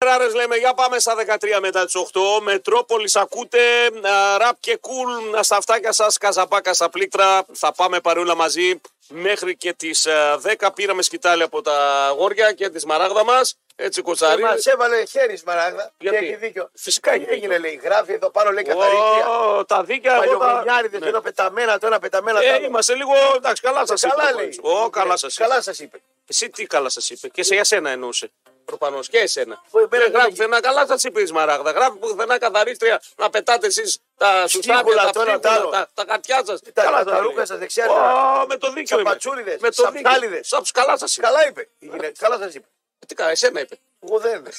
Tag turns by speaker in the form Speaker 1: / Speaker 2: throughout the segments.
Speaker 1: Δεκάρε λέμε για πάμε στα 13 μετά τις 8. Μετρόπολης ακούτε. Ραπ και κουλ. Cool, στα αυτάκια σας, καζαπάκα στα πλήκτρα. Θα πάμε παρούλα μαζί μέχρι και τις 10. Πήραμε σκητάλη από τα γόρια και τη μαράγδα μας. Έτσι κοτσάρι.
Speaker 2: Μα έβαλε χέρι Σμαράγδα και έχει δίκιο. Ε,
Speaker 1: Φυσικά έχει
Speaker 2: Έγινε λέει, γράφει εδώ πάνω λέει καθαρίστρια.
Speaker 1: Τα δίκαια εγώ τα...
Speaker 2: Ναι. Ένα πεταμένα, το ένα πεταμένα.
Speaker 1: Ε, είμαστε λίγο, εντάξει, καλά σας είπε.
Speaker 2: Καλά λέει. Ε,
Speaker 1: Ω, καλά σας είπε.
Speaker 2: Καλά σας είπε.
Speaker 1: Εσύ τι καλά σας είπε. Και σε για σένα εννοούσε. Προφανώς και εσένα.
Speaker 2: εμένα
Speaker 1: Δεν γράφει
Speaker 2: λέγει.
Speaker 1: πουθενά καλά, σας είπες η Σμαράγδα. Γράφει πουθενά καθαρίστρια να πετάτε εσείς τα
Speaker 2: Ψίχουλα,
Speaker 1: σουστάκια, τα
Speaker 2: το ένα, το
Speaker 1: ψίχουλα,
Speaker 2: άλλο.
Speaker 1: τα, τα χαρτιά σας.
Speaker 2: Τα- τα ρούχα σας, δεξιά, αριστερά.
Speaker 1: Με το δίκιο είμαι.
Speaker 2: Σαπατσούριδες,
Speaker 1: Με το δίκιο.
Speaker 2: σαπτάλιδες.
Speaker 1: Σαπ, καλά σας είπε.
Speaker 2: Καλά είπε. η γυναίκα. Καλά σας είπε.
Speaker 1: Τι καλά, εσένα είπε.
Speaker 2: Εγώ δεν είμαι.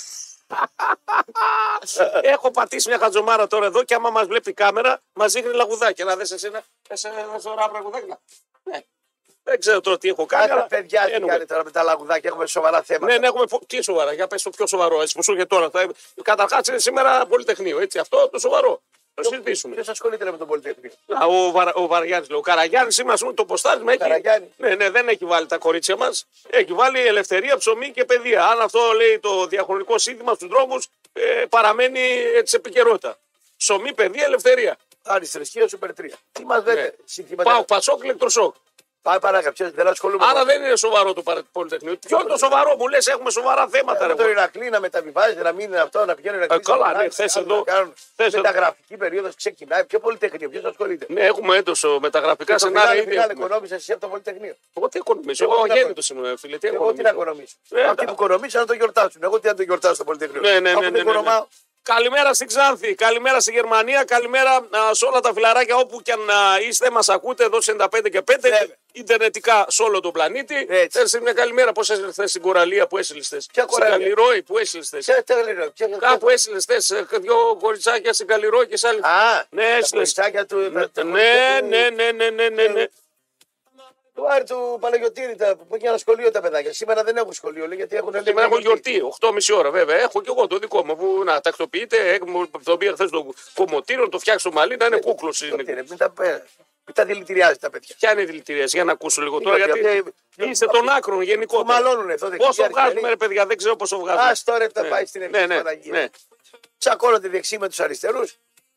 Speaker 1: Έχω πατήσει μια χατζομάρα τώρα εδώ και άμα μας βλέπει η κάμερα, μας δείχνει λαγουδάκια. Να δει εσένα, εσένα ένα σωρά λαγουδάκια. Ναι. Δεν ξέρω τώρα τι έχω κάνει.
Speaker 2: Κάτι
Speaker 1: αλλά
Speaker 2: παιδιά τι
Speaker 1: anyway.
Speaker 2: κάνετε τώρα με τα λαγουδάκια. Έχουμε σοβαρά θέματα.
Speaker 1: Ναι, ναι, έχουμε. φο- Τι σοβαρά, για πες το πιο σοβαρό, έτσι που σου είχε τώρα. Καταρχάς είναι σήμερα Πολυτεχνείο, έτσι. Αυτό το σοβαρό. Το συζητήσουμε.
Speaker 2: Ποιος ασχολείται ρε, με τον πολιτεχνείο.
Speaker 1: Α, ο, Βαρα, ο Βαριάννης λέει. Ο Καραγιάννης σήμερα σου το ποστάρισμα έχει.
Speaker 2: Καραγιάννη.
Speaker 1: Ναι, ναι, δεν έχει βάλει τα κορίτσια μας. Έχει βάλει ελευθερία, ψωμί και παιδεία. Αν αυτό λέει το διαχρονικό σύνθημα στους δρόμους, ε, παραμένει έτσι επικαιρότητα. Ψωμί, παιδεία, ελευθερία.
Speaker 2: Άρη θρησκεία, σούπερ 3. Τι μας
Speaker 1: Ναι.
Speaker 2: λέτε.
Speaker 1: Πάω,
Speaker 2: Συνθήματα.
Speaker 1: πασόκ, ηλεκτροσόκ.
Speaker 2: Πάει παράγκα. Ποιο δεν ασχολούμαι.
Speaker 1: Άρα δεν είναι σοβαρό το παρα- Πολυτεχνείο. Ποιο είναι το σοβαρό, μου λες, έχουμε σοβαρά θέματα. ρε,
Speaker 2: Με τον
Speaker 1: εγώ.
Speaker 2: Ηρακλή να μεταβιβάζει, να μην είναι αυτό, να πηγαίνει ο Ηρακλή.
Speaker 1: Ε, καλά, ναι, θες εδώ- θες εδώ-
Speaker 2: Τα γραφική περίοδος ξεκινάει. Ποιο πολυτεχνείο, ποιος ασχολείται.
Speaker 1: Ναι, έχουμε έντοσο με τα γραφικά
Speaker 2: Το πηγάνε,
Speaker 1: σενάρια. ήδη
Speaker 2: πηγάνε,
Speaker 1: έχουμε.
Speaker 2: οικονόμησες εσύ από το πολυτεχνείο.
Speaker 1: Εγώ τι οικονομίζω.
Speaker 2: Εγώ
Speaker 1: Εγώ
Speaker 2: τι
Speaker 1: γέννητο είμαι, φίλε. Τι
Speaker 2: Εγώ τι να
Speaker 1: οικονομίζω.
Speaker 2: οικονομήσω.
Speaker 1: Ε,
Speaker 2: Αυτοί που
Speaker 1: τα-
Speaker 2: οικονομήσαν να το γιορτάσουν. Εγώ τι να το γιορτάσω στο πολυτεχνείο.
Speaker 1: Ναι, ναι,
Speaker 2: Αφού
Speaker 1: ναι,
Speaker 2: δεν
Speaker 1: ναι, ναι, ναι.
Speaker 2: οικονομάω,
Speaker 1: Καλημέρα στην Ξάνθη, καλημέρα στη Γερμανία, καλημέρα α, σε όλα τα φιλαράκια όπου και αν α, είστε, μας ακούτε εδώ σε 95 και 5,
Speaker 2: Βέβαια.
Speaker 1: Ιντερνετικά σε όλο τον πλανήτη.
Speaker 2: Έτσι.
Speaker 1: Θέλετε μια καλημέρα, πώς έστειλε χθες στην Κοραλία που έστειλε.
Speaker 2: Ποια Κοραλία?
Speaker 1: Στην Καλλιρόη που έστειλε. χθες.
Speaker 2: ποια- τι λέω, ποια-
Speaker 1: Κάπου έστειλε δύο ε, κοριτσάκια στην Καλλιρόη και σε άλλη.
Speaker 2: Α,
Speaker 1: Ναι,
Speaker 2: τα
Speaker 1: έστειλες.
Speaker 2: κοριτσάκια του. τα- τα
Speaker 1: Ναι,
Speaker 2: κοριτσάκια του-
Speaker 1: ναι, ναι, ναι, ναι, ναι, ναι.
Speaker 2: Του Άρη του Παναγιοτήρη τα- που έχει ένα σχολείο τα παιδάκια. Σήμερα δεν έχουν σχολείο, λέει, γιατί έχουν
Speaker 1: Σήμερα έχω γιορτή, 8.30 ώρα βέβαια. Έχω και εγώ το δικό μου που να τακτοποιείται. Ε, μου Το πήρα χθες το κομμωτήριο, το φτιάξω μαλλί, να είναι κούκλο.
Speaker 2: Γιορτή, ρε, Μην τα, πε- μην τα δηλητηριάζει τα παιδιά.
Speaker 1: Ποια είναι η δηλητηρία, για να ακούσω λίγο τώρα.
Speaker 2: γιατί
Speaker 1: Γιατί
Speaker 2: αυτή-
Speaker 1: είστε των άκρων γενικότερα.
Speaker 2: Μαλώνουν εδώ δεξιά.
Speaker 1: Πόσο
Speaker 2: αριστερή.
Speaker 1: βγάζουμε, ρε παιδιά, δεν ξέρω πόσο βγάζουμε.
Speaker 2: Ας τώρα αυτά πάει στην
Speaker 1: ναι,
Speaker 2: ευθύνη
Speaker 1: ναι,
Speaker 2: Παναγία.
Speaker 1: ναι.
Speaker 2: Τσακώνονται δεξί με τους αριστερούς.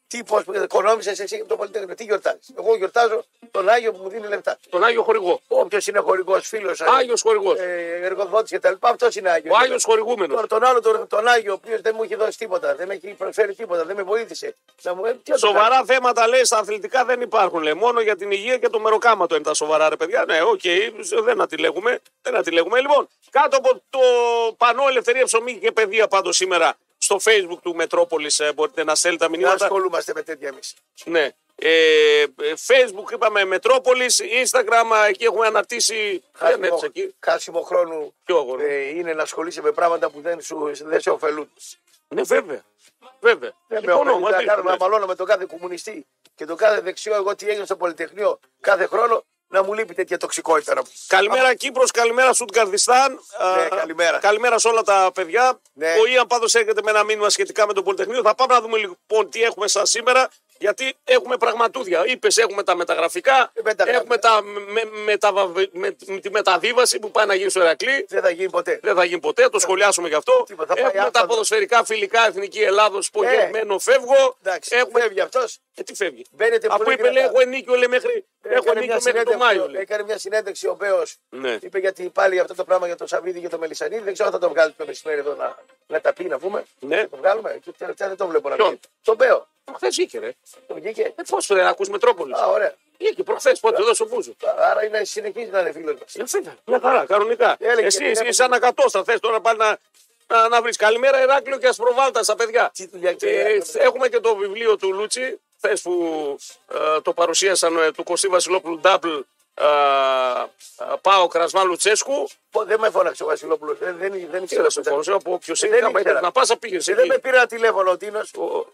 Speaker 2: Τι πώ οικονόμησες εσύ από το Πολυτεχνείο, τι γιορτάζεις. Εγώ γιορτάζω τον Άγιο που μου δίνει λεφτά.
Speaker 1: Τον Άγιο Χορηγό.
Speaker 2: Όποιος είναι χορηγός, φίλος,
Speaker 1: Άγιος Χορηγός.
Speaker 2: ε, εργοδότης κτλ. Αυτός είναι Άγιος.
Speaker 1: Ο Άγιος Χορηγούμενος.
Speaker 2: Τώρα τον άλλο, τον, τον Άγιο, ο οποίος δεν μου έχει δώσει τίποτα, δεν με έχει προσφέρει τίποτα, δεν με βοήθησε. Να μου, ε, τι να το κάνω.
Speaker 1: Σοβαρά θέματα λέει στα αθλητικά δεν υπάρχουν. Λέει. Μόνο για την υγεία και το μεροκάματο είναι τα σοβαρά, ρε παιδιά. Ναι, οκ, δεν αντιλέγουμε. Δεν αντιλέγουμε. Λοιπόν, κάτω από το πανό Ελευθερία Ψωμί και Παιδεία πάντως σήμερα στο Facebook του Μετρόπολης μπορείτε να στέλνετε τα
Speaker 2: Δεν
Speaker 1: μηνύματα.
Speaker 2: ασχολούμαστε με τέτοια εμείς.
Speaker 1: Ναι. Ε, ε, Facebook είπαμε Μετρόπολης, Instagram, ε, εκεί έχουμε αναρτήσει. Δεν
Speaker 2: Χάσιμο,
Speaker 1: έτσι εκεί.
Speaker 2: χάσιμο χρόνου
Speaker 1: Ποιο αγώνα?
Speaker 2: ε, είναι να ασχολείσαι με πράγματα που δεν, σου, δεν σε ωφελούν.
Speaker 1: Ναι, βέβαια. Βέβαια.
Speaker 2: Δεν Ε, με
Speaker 1: Συμφωνώ
Speaker 2: ωφελεί
Speaker 1: μαζί
Speaker 2: να
Speaker 1: σου,
Speaker 2: κάνουμε
Speaker 1: ναι.
Speaker 2: να μαλώνω με τον κάθε κομμουνιστή και τον κάθε δεξιό. Εγώ τι έγινε στο Πολυτεχνείο κάθε χρόνο να μου λείπει τέτοια τοξικότητα. να πω.
Speaker 1: Καλημέρα Κύπρος, καλημέρα Σουτγκαρδιστάν.
Speaker 2: Ναι,
Speaker 1: Α,
Speaker 2: καλημέρα.
Speaker 1: Καλημέρα σε όλα τα παιδιά.
Speaker 2: Ναι.
Speaker 1: Ο Ιαν πάντως έρχεται με ένα μήνυμα σχετικά με τον Πολυτεχνείο. Θα πάμε να δούμε λοιπόν τι έχουμε σαν σήμερα. Γιατί έχουμε πραγματούδια. Είπες, έχουμε τα μεταγραφικά,
Speaker 2: Ε, μεταγραφικά.
Speaker 1: έχουμε τα, με, μεταβαβε- με- τη μεταβίβαση που πάει να γίνει στο Ερακλή.
Speaker 2: Δεν θα γίνει ποτέ.
Speaker 1: Δεν θα γίνει ποτέ, το σχολιάσουμε γι' αυτό.
Speaker 2: Ε, Τίποτα, θα πάει
Speaker 1: Έχουμε τα
Speaker 2: άπαντος.
Speaker 1: ποδοσφαιρικά φιλικά εθνική Ελλάδος που
Speaker 2: Ε,
Speaker 1: γεγμένο φεύγω.
Speaker 2: Εντάξει,
Speaker 1: Έχουμε...
Speaker 2: φεύγει αυτός.
Speaker 1: Ε, τι φεύγει.
Speaker 2: Μπαίνετε Ε, που
Speaker 1: Αφού
Speaker 2: λέει
Speaker 1: είπε, λέει,
Speaker 2: γραπτά.
Speaker 1: έχω ενίκιο, λέει, μέχρι, έχω ενίκιο μέχρι το Μάιο. λέει.
Speaker 2: έκανε μια συνέντευξη ο Μπέος.
Speaker 1: Ναι.
Speaker 2: Είπε γιατί πάλι αυτό το πράγμα για τον Σαββίδη και τον Μελισανίδη. Δεν ξέρω αν θα το βγάλει το μεσημέρι εδώ να, να τα πει, να πούμε.
Speaker 1: Ναι.
Speaker 2: Θα Το βγάλουμε. Και τελευταία δεν το βλέπω να
Speaker 1: Ποιον?
Speaker 2: βγει. Τον Μπέο.
Speaker 1: Προχθές είχε, ρε.
Speaker 2: Τον βγήκε.
Speaker 1: Ε, πώς δεν ακούς Μετρόπολης.
Speaker 2: Α, ωραία.
Speaker 1: Είχε προχθές, πότε εδώ στο Μπούζο.
Speaker 2: Άρα είναι, συνεχίζει να είναι φίλος μας.
Speaker 1: Ε, φύγα, Μια χαρά, κανονικά.
Speaker 2: Έλεγε,
Speaker 1: εσύ,
Speaker 2: γιατί
Speaker 1: εσύ,
Speaker 2: δεν-
Speaker 1: σαν ακατόστα θες τώρα πάλι να, να, να βρεις. Καλημέρα, Εράκλειο και Ασπροβάλτας στα παιδιά.
Speaker 2: Τι δουλειά και-
Speaker 1: Ε, έχουμε και το βιβλίο του Λούτσι, χθε που ε, το παρουσίασαν ε, του Κωστή Βασιλόπουλου Ντάμπλ. Ε, ε, πάω κρασμά Λουτσέσκου.
Speaker 2: Δεν με φώναξε ο Βασιλόπουλος. Δεν, δεν, δεν
Speaker 1: Τι να
Speaker 2: ήξερα.
Speaker 1: σου φωνήσω, από ποιο
Speaker 2: Ε,
Speaker 1: είναι,
Speaker 2: δεν
Speaker 1: άμα
Speaker 2: ήξερα.
Speaker 1: ήθελες να πας, πήγες.
Speaker 2: Ε, Δεν με πήρε ένα τηλέφωνο ο Τίνος.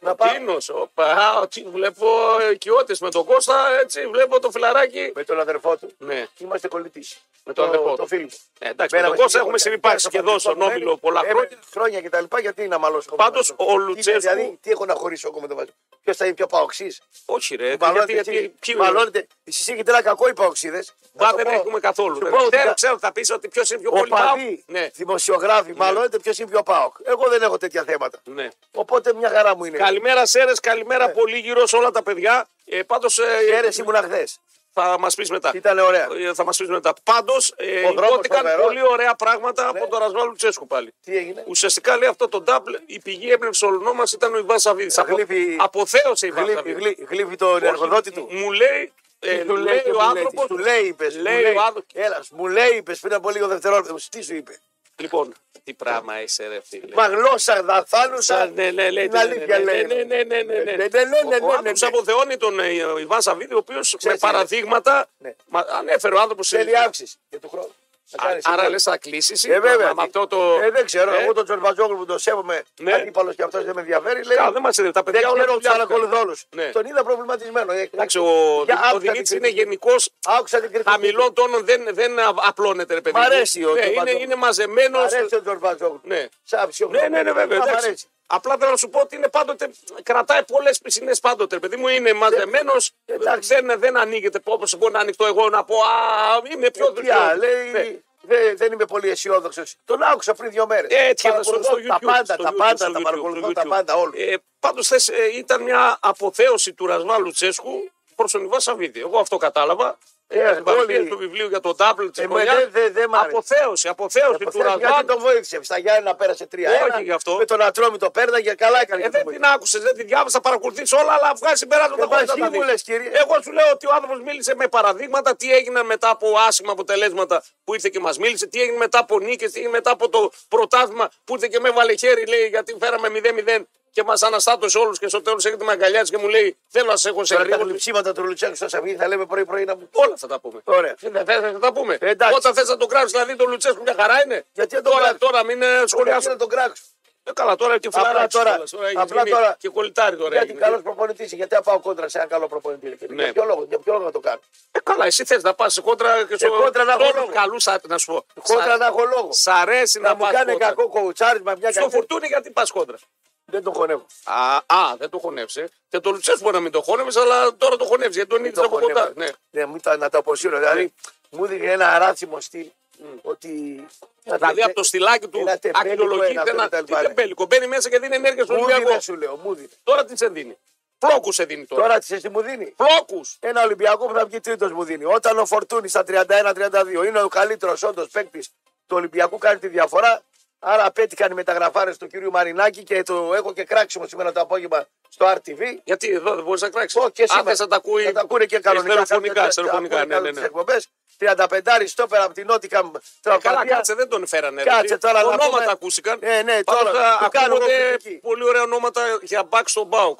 Speaker 2: Να πάω.
Speaker 1: τι βλέπω οικειώτε με τον Κώστα, έτσι βλέπω το φιλαράκι.
Speaker 2: Με τον αδερφό του.
Speaker 1: Ναι,
Speaker 2: Είμαστε κολλητοί.
Speaker 1: Με τον αδερφό του.
Speaker 2: Το φίλο. μου.
Speaker 1: ε, εντάξει, με
Speaker 2: Μπαίναμε
Speaker 1: τον
Speaker 2: στην
Speaker 1: Κώστα
Speaker 2: Νίκο,
Speaker 1: έχουμε
Speaker 2: και
Speaker 1: συνεπάρξει και
Speaker 2: αυτά τα
Speaker 1: εδώ στον
Speaker 2: αδερφό μου
Speaker 1: Όμιλο
Speaker 2: μένει,
Speaker 1: πολλά
Speaker 2: έμενε
Speaker 1: χρόνια.
Speaker 2: Ε, χρόνια και τα λοιπά, γιατί να μαλώσω.
Speaker 1: Πάντως, ο Λουτσέσκου-
Speaker 2: Λουτσέσκου. Δηλαδή, τι έχω να χωρίσω εγώ με τον Βασιλόπουλο. Ποιος θα είναι πιο παοξής.
Speaker 1: Όχι, ρε. Γιατί,
Speaker 2: Μαλώνετε
Speaker 1: γιατί,
Speaker 2: εσείς.
Speaker 1: ποιο-
Speaker 2: Μαλώνετε. Εσείς έχετε ένα κακό οι είδε.
Speaker 1: Μπα δεν έχουμε καθόλου.
Speaker 2: σου
Speaker 1: ναι.
Speaker 2: πω ότι
Speaker 1: Ξέρω,
Speaker 2: τα-
Speaker 1: ξέρω, θα πεις ότι ποιος είναι πιο πολύ.
Speaker 2: Οπαδοί,
Speaker 1: Ναι,
Speaker 2: δημοσιογράφοι, μάλλον είναι ποιος είναι πιο ΠΑΟΚ. Εγώ δεν έχω τέτοια θέματα.
Speaker 1: ναι.
Speaker 2: Οπότε μια χαρά μου είναι.
Speaker 1: Καλημέρα, Σέρες. Καλημέρα, πολύ γύρω σε όλα τα παιδιά. Ε, Πάντως.
Speaker 2: Χαίρε ήμουνα χθες.
Speaker 1: θα μας πεις μετά.
Speaker 2: Ήταν ωραία.
Speaker 1: Ε, Θα μας πεις μετά. Πάντως, ε,
Speaker 2: Ο δρόμος
Speaker 1: υπόθηκαν
Speaker 2: φοβερός.
Speaker 1: πολύ ωραία πράγματα από τον Ρασβάλ Λουτσέσκου πάλι.
Speaker 2: Τι έγινε.
Speaker 1: Ουσιαστικά λέει αυτό το double, η πηγή έμπνευση όλων μα ήταν ο Ιβάν Σαββίδης. Απο...
Speaker 2: Γλύφει-
Speaker 1: Αποθέωσε η Ιβάν
Speaker 2: Γλύφει,
Speaker 1: Σαββίδη.
Speaker 2: γλύ- γλύφει τον εργοδότη του.
Speaker 1: Μου λέει, ε,
Speaker 2: Του
Speaker 1: λέει
Speaker 2: και
Speaker 1: ο
Speaker 2: μου
Speaker 1: άνθρωπος.
Speaker 2: Του λέει, είπες.
Speaker 1: Λέει ο άνθρωπος.
Speaker 2: Έλας, σου- μου λέει, είπες πριν από λίγο δευτερόλεπτο. Σου- Τι σου είπε.
Speaker 1: Λοιπόν, τι πράγμα είσαι, ρε φίλε.
Speaker 2: Μα γλώσσα θα θάλουσα.
Speaker 1: Σαν- Ναι, ναι, ναι,
Speaker 2: την
Speaker 1: ναι,
Speaker 2: αλήθεια
Speaker 1: ναι,
Speaker 2: λέει.
Speaker 1: ναι, ναι, ναι, ναι, ναι.
Speaker 2: Ναι, ναι, ναι, ναι,
Speaker 1: Ο
Speaker 2: ναι,
Speaker 1: άνθρωπος
Speaker 2: ναι.
Speaker 1: αποθεώνει τον ε, Ιβάν Σαββίδη, ο οποίος με
Speaker 2: τι λέει.
Speaker 1: παραδείγματα.
Speaker 2: Ναι.
Speaker 1: Μα, ανέφερε ο άνθρωπος.
Speaker 2: Θέλει αύξηση για του χρόνου. Θα κάνεις
Speaker 1: Άρα
Speaker 2: εσύ.
Speaker 1: λες, θα κλείσεις.
Speaker 2: Ε, βέβαια.
Speaker 1: Με αυτό το.
Speaker 2: Ε, δεν ξέρω.
Speaker 1: Ε,
Speaker 2: Εγώ τον Τζορμπατζόγλου που τον σέβομαι.
Speaker 1: Ναι.
Speaker 2: Αντίπαλος και αυτός δεν με ενδιαφέρει. Λέει,
Speaker 1: καλά, δεν μας είδε. Τα
Speaker 2: δεν
Speaker 1: παιδιά όλα
Speaker 2: ξέρω, του
Speaker 1: δουλειά.
Speaker 2: παρακολουθώ όλους.
Speaker 1: Ναι.
Speaker 2: Τον είδα προβληματισμένο. Ε,
Speaker 1: Εντάξει, ο,
Speaker 2: Για
Speaker 1: ο
Speaker 2: άκουσα
Speaker 1: Δημήτρη
Speaker 2: την
Speaker 1: είναι
Speaker 2: κριτική.
Speaker 1: γενικός
Speaker 2: Άκουσα την κριτική.
Speaker 1: χαμηλών τόνων, δεν, δεν α- απλώνεται, ρε παιδί.
Speaker 2: Μ' αρέσει ο
Speaker 1: ναι, είναι,
Speaker 2: Τζορμπατζόγλου.
Speaker 1: είναι μαζεμένος.
Speaker 2: Μ' αρέσει ο Τζορμπατζόγλου.
Speaker 1: Ναι.
Speaker 2: Σαν ψυχολόγος.
Speaker 1: Ναι, ναι, ναι, βέβαια.
Speaker 2: Α, μ'
Speaker 1: εντάξει.
Speaker 2: αρέσει.
Speaker 1: Απλά θέλω να σου πω ότι είναι πάντοτε, κρατάει πολλές πισινές πάντοτε. ρε Παιδί μου είναι μαζεμένος,
Speaker 2: Ε, εντάξει.
Speaker 1: δεν, δεν ανοίγεται όπω μπορεί να ανοιχτώ εγώ να πω Α, είμαι πιο
Speaker 2: Τι άλλο,
Speaker 1: δουλειά.
Speaker 2: Ε,
Speaker 1: Ναι.
Speaker 2: λέει. «Δε- δεν είμαι πολύ αισιόδοξος. Τον άκουσα πριν δύο μέρες.
Speaker 1: Έτσι, στο, στο YouTube.
Speaker 2: Τα πάντα,
Speaker 1: στο
Speaker 2: τα
Speaker 1: YouTube,
Speaker 2: πάντα,
Speaker 1: στο
Speaker 2: τα
Speaker 1: YouTube,
Speaker 2: παρακολουθώ,
Speaker 1: στο
Speaker 2: τα
Speaker 1: YouTube.
Speaker 2: πάντα, όλα.
Speaker 1: Ε, Πάντως ήταν μια αποθέωση του Ρασβάλου Τσέσκου προς τον Ιβά Σαββίδη. Εγώ αυτό κατάλαβα.
Speaker 2: Ε,
Speaker 1: Ε, στην παρουσίαση
Speaker 2: όλοι-
Speaker 1: του βιβλίου για τον Ντάμπλ της
Speaker 2: Ε, με- δεν- δεν- δεν μ' άρεσε. Ε,
Speaker 1: Αποθέωση, αποθέωση του
Speaker 2: Αποθέσεις, Γιατί
Speaker 1: Ρασβάλου.
Speaker 2: τον βοήθησε. Στα Γιάννενα πέρασε
Speaker 1: Όχι, γι'
Speaker 2: 3-1.
Speaker 1: αυτό.
Speaker 2: Με τον Ατρόμητο πέρναγε. Καλά έκανε.
Speaker 1: Ε,
Speaker 2: και τον
Speaker 1: δεν
Speaker 2: βοήθησε.
Speaker 1: την άκουσες, δεν την διάβασα, παρακολουθείς όλα, αλλά βγάζει συμπεράσματα
Speaker 2: Ε,
Speaker 1: χωρίς
Speaker 2: μα
Speaker 1: να τα
Speaker 2: εσύ μου
Speaker 1: δεις.
Speaker 2: λες, κύριε.
Speaker 1: Εγώ σου λέω ότι ο άνθρωπος μίλησε με παραδείγματα, τι έγιναν μετά από άσχημα αποτελέσματα που ήρθε και μας μίλησε, τι έγινε μετά από νίκες, τι έγινε μετά από το πρωτάθλημα που ήρθε και με έβαλε χέρι, λέει, γιατί φέραμε 0-0 και μας αναστάτωσε όλους και στο τέλος έρχεται με αγκαλιάζει και μου λέει: Θέλω να σε έχω σε
Speaker 2: Τώρα τα
Speaker 1: γρήγορα.
Speaker 2: γλυψίματα του Λουτσέκου στο Σαββίδι θα λέμε πρωί-πρωί να μου.
Speaker 1: Όλα θα τα πούμε.
Speaker 2: Ωραία.
Speaker 1: Ε, Δεν θες να τα πούμε.
Speaker 2: Εντάξει.
Speaker 1: Όταν θες να τον κράξει, δηλαδή τον Λουτσέσκου μια χαρά είναι.
Speaker 2: Γιατί δεν τον
Speaker 1: τώρα,
Speaker 2: κράξεις.
Speaker 1: τώρα μην ε, σχολιάσω.
Speaker 2: να τον κράξω.
Speaker 1: Ε, καλά, τώρα και
Speaker 2: Απλά
Speaker 1: φουλαράκι.
Speaker 2: τώρα-
Speaker 1: κιόλας. Τώρα έχεις
Speaker 2: απλά
Speaker 1: γίνει
Speaker 2: τώρα-
Speaker 1: Και κολλητάρι τώρα.
Speaker 2: Γιατί
Speaker 1: έγινε.
Speaker 2: καλός προπονητής, γιατί θα πάω κόντρα σε ένα καλό προπονητή.
Speaker 1: Ναι.
Speaker 2: Για ποιο λόγο, για ποιο λόγο να το κάνω.
Speaker 1: Ε, καλά, εσύ θες να πας σε κόντρα και στο.
Speaker 2: Ε, κόντρα να
Speaker 1: στο
Speaker 2: έχω λόγο.
Speaker 1: καλούς, σα- να σου πω.
Speaker 2: Κόντρα
Speaker 1: Σα-
Speaker 2: να έχω λόγο.
Speaker 1: Σ' αρέσει να,
Speaker 2: Να μου
Speaker 1: πας
Speaker 2: κάνει
Speaker 1: κόντρα.
Speaker 2: κακό κοουτσάρισμα μια
Speaker 1: Στο
Speaker 2: κακή.
Speaker 1: φορτούνι γιατί πας κόντρα.
Speaker 2: Δεν τον χωνεύω.
Speaker 1: Α, α, δεν το χωνεύσε. Και το Λουτσέσκου μπορεί να μην το χώνευες, αλλά τώρα το χωνεύεις. Γιατί τον είδες
Speaker 2: το
Speaker 1: από κοντά.
Speaker 2: χωνεύω.
Speaker 1: Ναι.
Speaker 2: Ναι, μου τα- να το αποσύρω. Δηλαδή, μου δίνει ένα αράτσιμο στυλ ότι.
Speaker 1: Δηλαδή από το στυλάκι του
Speaker 2: Ένα τεμπέλικο ένα
Speaker 1: ακτινολογείται
Speaker 2: αυτό
Speaker 1: ένα
Speaker 2: και τα λοιπά, ναι.
Speaker 1: τεμπέλικο. Μπαίνει μέσα και δίνει ενέργεια στον
Speaker 2: Μου δίνει,
Speaker 1: Ολυμπιακό.
Speaker 2: σου λέω, μου δίνει.
Speaker 1: Τώρα τι σε δίνει. Φλόκους σε δίνει τώρα.
Speaker 2: Τώρα τι τι μου δίνει.
Speaker 1: Φλόκους.
Speaker 2: Ένα Ολυμπιακό που θα βγει τρίτος μου δίνει. Όταν ο Φορτούνης στα 31-32 είναι ο καλύτερος όντως παίκτης του Ολυμπιακού, κάνει τη διαφορά. Άρα απέτυχαν οι μεταγραφάρες του κυρίου Μαρινάκη και το έχω και κράξιμο σήμερα το απόγευμα στο RTV.
Speaker 1: Γιατί εδώ δεν μπορείς να κράξεις.
Speaker 2: Πω και
Speaker 1: Αν
Speaker 2: σήμερα.
Speaker 1: θες να τα ακούει.
Speaker 2: Θα τα ακούνε και κανονικά.
Speaker 1: Στεροφωνικά.
Speaker 2: Θα
Speaker 1: στεροφωνικά,
Speaker 2: ακούνε
Speaker 1: Ναι, ναι,
Speaker 2: τις
Speaker 1: ναι. Ε,
Speaker 2: εκπομπές. 35 στόπερα από την Νότια
Speaker 1: Καλά,
Speaker 2: Τραυματία.
Speaker 1: κάτσε, δεν τον φέρανε. ρε,
Speaker 2: Κάτσε
Speaker 1: παιδί.
Speaker 2: τώρα να
Speaker 1: Ονόματα
Speaker 2: πούμε.
Speaker 1: ακούστηκαν.
Speaker 2: Ναι, ναι,
Speaker 1: Πάντως,
Speaker 2: τώρα,
Speaker 1: α,
Speaker 2: του κάνω εγώ
Speaker 1: ακούγονται
Speaker 2: κριτική.
Speaker 1: πολύ ωραία ονόματα για μπακ στον Μπάουκ.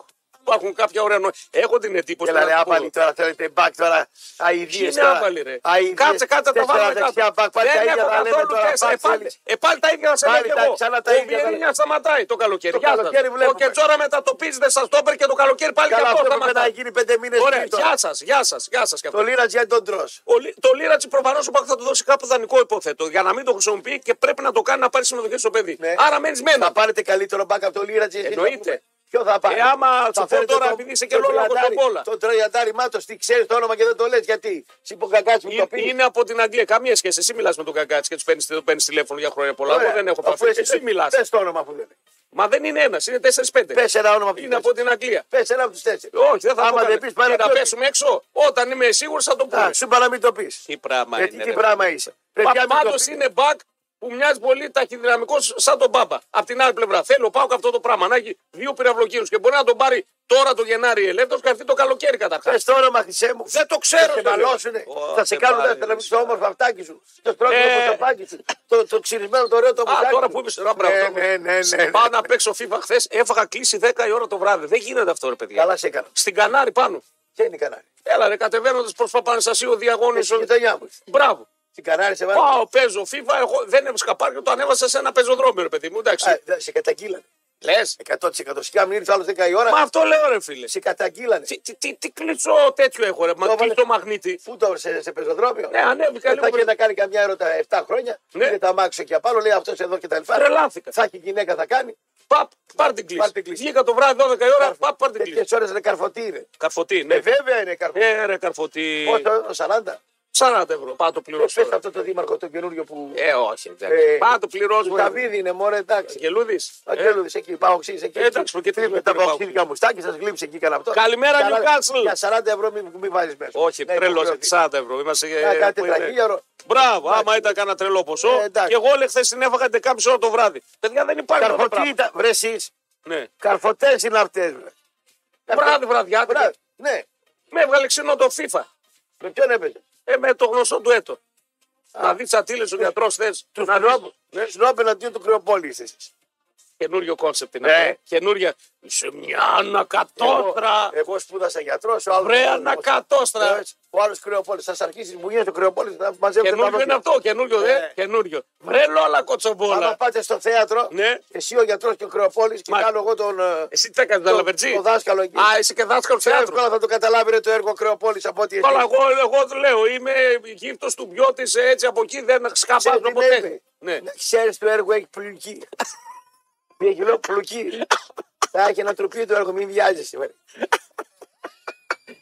Speaker 1: Υπάρχουν κάποια ωραία ονόματα. Έχω την εντύπωση.
Speaker 2: Έλα
Speaker 1: να
Speaker 2: ρε
Speaker 1: το πω.
Speaker 2: άπαλοι τώρα, θέλετε μπακ τώρα,
Speaker 1: Ποιοι
Speaker 2: αηδίες
Speaker 1: είναι
Speaker 2: τώρα.
Speaker 1: άπαλοι, ρε.
Speaker 2: αηδίες,
Speaker 1: Κάτσε, κάτσε, τα
Speaker 2: τέσσερα
Speaker 1: βάλουμε
Speaker 2: δεξιά
Speaker 1: κάτω. Ε, ναι,
Speaker 2: μπακ, πάλι τα
Speaker 1: Δεν
Speaker 2: ίδια
Speaker 1: έχω
Speaker 2: θα λέμε
Speaker 1: καθόλου
Speaker 2: τώρα,
Speaker 1: τέσσερα. Ε,
Speaker 2: πάλι
Speaker 1: πάλι- Ε, πάλι τα ίδια να σε λέω
Speaker 2: Πάλι
Speaker 1: κι
Speaker 2: τα-
Speaker 1: εγώ.
Speaker 2: ξανά τα
Speaker 1: Ο
Speaker 2: ίδια,
Speaker 1: Βιερίνια σταματάει το καλοκαίρι.
Speaker 2: Το
Speaker 1: Γεια σας.
Speaker 2: καλοκαίρι βλέπουμε.
Speaker 1: Ο Κετσόρα μετατοπίζεται στα στόπερ και το καλοκαίρι πάλι και
Speaker 2: Καλά,
Speaker 1: αυτό
Speaker 2: αυτό που να
Speaker 1: σταματάει.
Speaker 2: γίνει πέντε μήνες
Speaker 1: Ωραία,
Speaker 2: τρίτο.
Speaker 1: γεια σας, γεια σας, γεια σας
Speaker 2: Το Λίρατζ γιατί τον τρως.
Speaker 1: ο Λι- το Λίρατσι προφανώς ο Πάκ θα του δώσει κάποιο δανεικό υποθέτω για να μην το χρησιμοποιεί και πρέπει να το κάνει να πάρει συμμετοχή στο παιδί.
Speaker 2: Ναι.
Speaker 1: Άρα μένεις με
Speaker 2: Θα
Speaker 1: ένα.
Speaker 2: πάρετε καλύτερο μπακ από το Λίρατζ. εσείς,
Speaker 1: Εννοείται.
Speaker 2: θα πούμε. Ποιο θα πάρει.
Speaker 1: Ε, άμα σου πω
Speaker 2: φέρετε
Speaker 1: τώρα,
Speaker 2: τον-
Speaker 1: επειδή είσαι και
Speaker 2: τον
Speaker 1: λόγο
Speaker 2: τριαντάρι-
Speaker 1: στον Πόλα.
Speaker 2: Τον τριαντάρι Μάτος, τι ξέρεις το όνομα και δεν το λες γιατί. Συμποκακάς μου το
Speaker 1: Είναι,
Speaker 2: πεις.
Speaker 1: είναι από την Αγγλία. Καμία σχέση. Εσύ μιλάς με τον Καγκάτση και τους παίρνεις το παίρνεις τηλέφωνο για χρόνια πολλά.
Speaker 2: Ωραία.
Speaker 1: Εγώ δεν έχω
Speaker 2: Αφού
Speaker 1: πάθει. Εσύ, μιλάς.
Speaker 2: Πες το όνομα που δεν είναι.
Speaker 1: Μα δεν είναι ένας, είναι 4-5.
Speaker 2: Πες ένα όνομα που
Speaker 1: Είναι από την Αγγλία.
Speaker 2: Πες ένα από τους τέσσερις.
Speaker 1: Όχι, δεν θα
Speaker 2: Άμα
Speaker 1: το κάνω.
Speaker 2: δεν πεις, πάνε
Speaker 1: Και να
Speaker 2: ποιος-
Speaker 1: πέσουμε έξω. Όταν είμαι σίγουρος θα το πούμε.
Speaker 2: Α, Σου είπα να μην το πεις.
Speaker 1: Τι πράγμα
Speaker 2: Γιατί
Speaker 1: είναι.
Speaker 2: τι
Speaker 1: ρε.
Speaker 2: πράγμα είσαι.
Speaker 1: Πα-
Speaker 2: Παιδιά, μην το
Speaker 1: πάντως
Speaker 2: πείτε.
Speaker 1: είναι μπακ που μοιάζει πολύ ταχυδυναμικός σαν τον Μπάμπα. Απ' την άλλη πλευρά. Θέλω πάω αυτό το πράγμα να έχει δύο πυραυλοκίνου και μπορεί να τον πάρει τώρα το Γενάρη ελεύθερος και αυτή το καλοκαίρι καταρχάς.
Speaker 2: Πες το όνομα, χρυσέ μου.
Speaker 1: Δεν το
Speaker 2: Θα
Speaker 1: ξέρω.
Speaker 2: σε
Speaker 1: το λέω.
Speaker 2: μαλώσουνε.
Speaker 1: Ω,
Speaker 2: θα σε
Speaker 1: δεν
Speaker 2: κάνουν
Speaker 1: πάρει,
Speaker 2: δεύτερα
Speaker 1: ρε.
Speaker 2: με το όμορφο αυτάκι σου. Το σπρώχνει
Speaker 1: Ε.
Speaker 2: το παπάκι σου. Το, το ξυρισμένο το ωραίο το μουσάκι.
Speaker 1: Α, τώρα
Speaker 2: σου.
Speaker 1: που είπε. Ναι,
Speaker 2: Ναι, ναι, ναι. ναι.
Speaker 1: Πάω να παίξω FIFA χθες, έφαγα κλείσει 10 η ώρα το βράδυ. Δεν γίνεται αυτό, ρε παιδιά.
Speaker 2: Καλά σε έκανα.
Speaker 1: Στην Κανάρη πάνω.
Speaker 2: Και είναι η Κανάρη.
Speaker 1: Έλα, ρε, κατεβαίνοντας προς Παπαναστασίου,
Speaker 2: Στην
Speaker 1: διαγώνισο.
Speaker 2: γειτονιά μου.
Speaker 1: Μπράβο.
Speaker 2: Στην Κανάρη σε βάλω.
Speaker 1: Πάω, παίζω FIFA, εγώ δεν έβρισκα πάρκο, το ανέβασα σε ένα πεζοδρόμιο, ρε παιδί μου. Εντάξει.
Speaker 2: Σε καταγγείλανε.
Speaker 1: Λες.
Speaker 2: 100% σιγά μην ήρθες άλλο 10 η ώρα.
Speaker 1: Μα αυτό λέω, ρε φίλε.
Speaker 2: Σε καταγγείλανε.
Speaker 1: Τι, τι, τι, τι κλειστό τέτοιο έχω, ρε. Μα
Speaker 2: Το έβαλε.
Speaker 1: κλειστό μαγνήτη.
Speaker 2: Πού το σε, σε πεζοδρόμιο.
Speaker 1: Ναι, ανέβηκα
Speaker 2: Ε, Θα
Speaker 1: λίγο.
Speaker 2: είχε να κάνει καμιά ερώτα 7 χρόνια.
Speaker 1: Ναι.
Speaker 2: Δεν τα μάξω και απάνω. Λέει αυτός εδώ και τα λοιπά.
Speaker 1: Τρελάθηκα.
Speaker 2: Θα έχει γυναίκα θα κάνει.
Speaker 1: Παπ, πάρ την
Speaker 2: Πάρ'
Speaker 1: κλίση.
Speaker 2: την κλίση.
Speaker 1: Βγήκα το βράδυ 12 η ώρα, παπ, πάρ την κλίση.
Speaker 2: Τέτοιε ώρε είναι καρφωτή είναι.
Speaker 1: Καρφωτή,
Speaker 2: Ε,
Speaker 1: ναι.
Speaker 2: βέβαια είναι καρφωτή.
Speaker 1: Ε, ρε, καρφωτή.
Speaker 2: Πόσο, 40.
Speaker 1: 40 ευρώ. Πάω το πληρώσω.
Speaker 2: Πες αυτό το δήμαρχο το καινούριο που.
Speaker 1: Ε, όχι.
Speaker 2: Ε,
Speaker 1: εντάξει. Πάω το
Speaker 2: Του
Speaker 1: πληρώσω.
Speaker 2: Ταβίδι είναι μωρέ, εντάξει.
Speaker 1: Γελούδη.
Speaker 2: Αγγέλουδη εκεί, παοξή εκεί.
Speaker 1: Ε, εντάξει, μου και τι
Speaker 2: με
Speaker 1: είναι,
Speaker 2: τα
Speaker 1: πάω.
Speaker 2: παοξίδια μου στάκι, σα γλύψε εκεί κανένα αυτό.
Speaker 1: Καλημέρα,
Speaker 2: Καλά,
Speaker 1: Newcastle.
Speaker 2: Για 40 ευρώ μην μη βάζει μέσα.
Speaker 1: Όχι,
Speaker 2: Ναι,
Speaker 1: τρελός.
Speaker 2: υποχρεώθη.
Speaker 1: 40 ευρώ. Είμαστε.
Speaker 2: Να
Speaker 1: ε,
Speaker 2: Κάτι
Speaker 1: που είναι.
Speaker 2: τραχύλια ευρώ.
Speaker 1: Μπράβο, άμα ήταν κανένα τρελό ποσό.
Speaker 2: Ε, εντάξει.
Speaker 1: και εγώ όλε χθες την έφαγα 11.30 ώρα το βράδυ. Παιδιά δεν υπάρχει αυτό το πράγμα.
Speaker 2: Καρφωτή ήταν, βρε εσείς.
Speaker 1: Ναι.
Speaker 2: Καρφωτές είναι αυτές.
Speaker 1: Βράδυ, βραδιά.
Speaker 2: Ναι,
Speaker 1: Με έβγαλε ξινό το FIFA.
Speaker 2: με ποιον έπαιζε.
Speaker 1: Ε, με το γνωστό του έτο. Να δεις τσατήλε ο γιατρός θες. Να δει.
Speaker 2: Σνόπ εναντίον ναι, του κρεοπόλη είσαι. εσείς.
Speaker 1: Καινούριο κόνσεπτ είναι
Speaker 2: Ναι.
Speaker 1: αυτό. ε. Καινούρια. Σε μια ανακατόστρα.
Speaker 2: Εγώ- Εγώ σπούδασα γιατρός, ο άλλος.
Speaker 1: Βρε ανακατόστρα.
Speaker 2: Ο άλλος κρεοπόλης. Θα σας αρχίσει η μπουνιά του κρεοπόλη να μαζεύετε τα
Speaker 1: Καινούριο
Speaker 2: δόντια.
Speaker 1: είναι αυτό. Καινούριο.
Speaker 2: Ναι.
Speaker 1: Ε, καινούριο. Βρε λόλα
Speaker 2: Άμα
Speaker 1: κοτσομπόλα.
Speaker 2: πάτε στο θέατρο,
Speaker 1: Ναι.
Speaker 2: εσύ ο γιατρός και ο κρεοπόλης και
Speaker 1: Μα-
Speaker 2: κάνω εγώ τον. ε,
Speaker 1: Εσύ τι έκανε,
Speaker 2: τον-
Speaker 1: Λαβερτζή.
Speaker 2: τον δάσκαλο εκεί.
Speaker 1: Α, είσαι και δάσκαλος θεάτρου.
Speaker 2: Εύκολα θα το καταλάβει ρε, το έργο κρεοπόλης από ό,τι
Speaker 1: Καλά,
Speaker 2: εσύ.
Speaker 1: εγώ, εγώ λέω, είμαι γύφτος του πιώτη, έτσι από εκεί δεν
Speaker 2: Ξέρεις
Speaker 1: σκαπάζω
Speaker 2: τι
Speaker 1: ποτέ.
Speaker 2: λέει,
Speaker 1: Ναι.
Speaker 2: Ξέρεις το έργο έχει πλουκί. Μια κιλό πλουκί. Θα έχει ένα τροπείο το έργο, μην βιάζεσαι. βρε.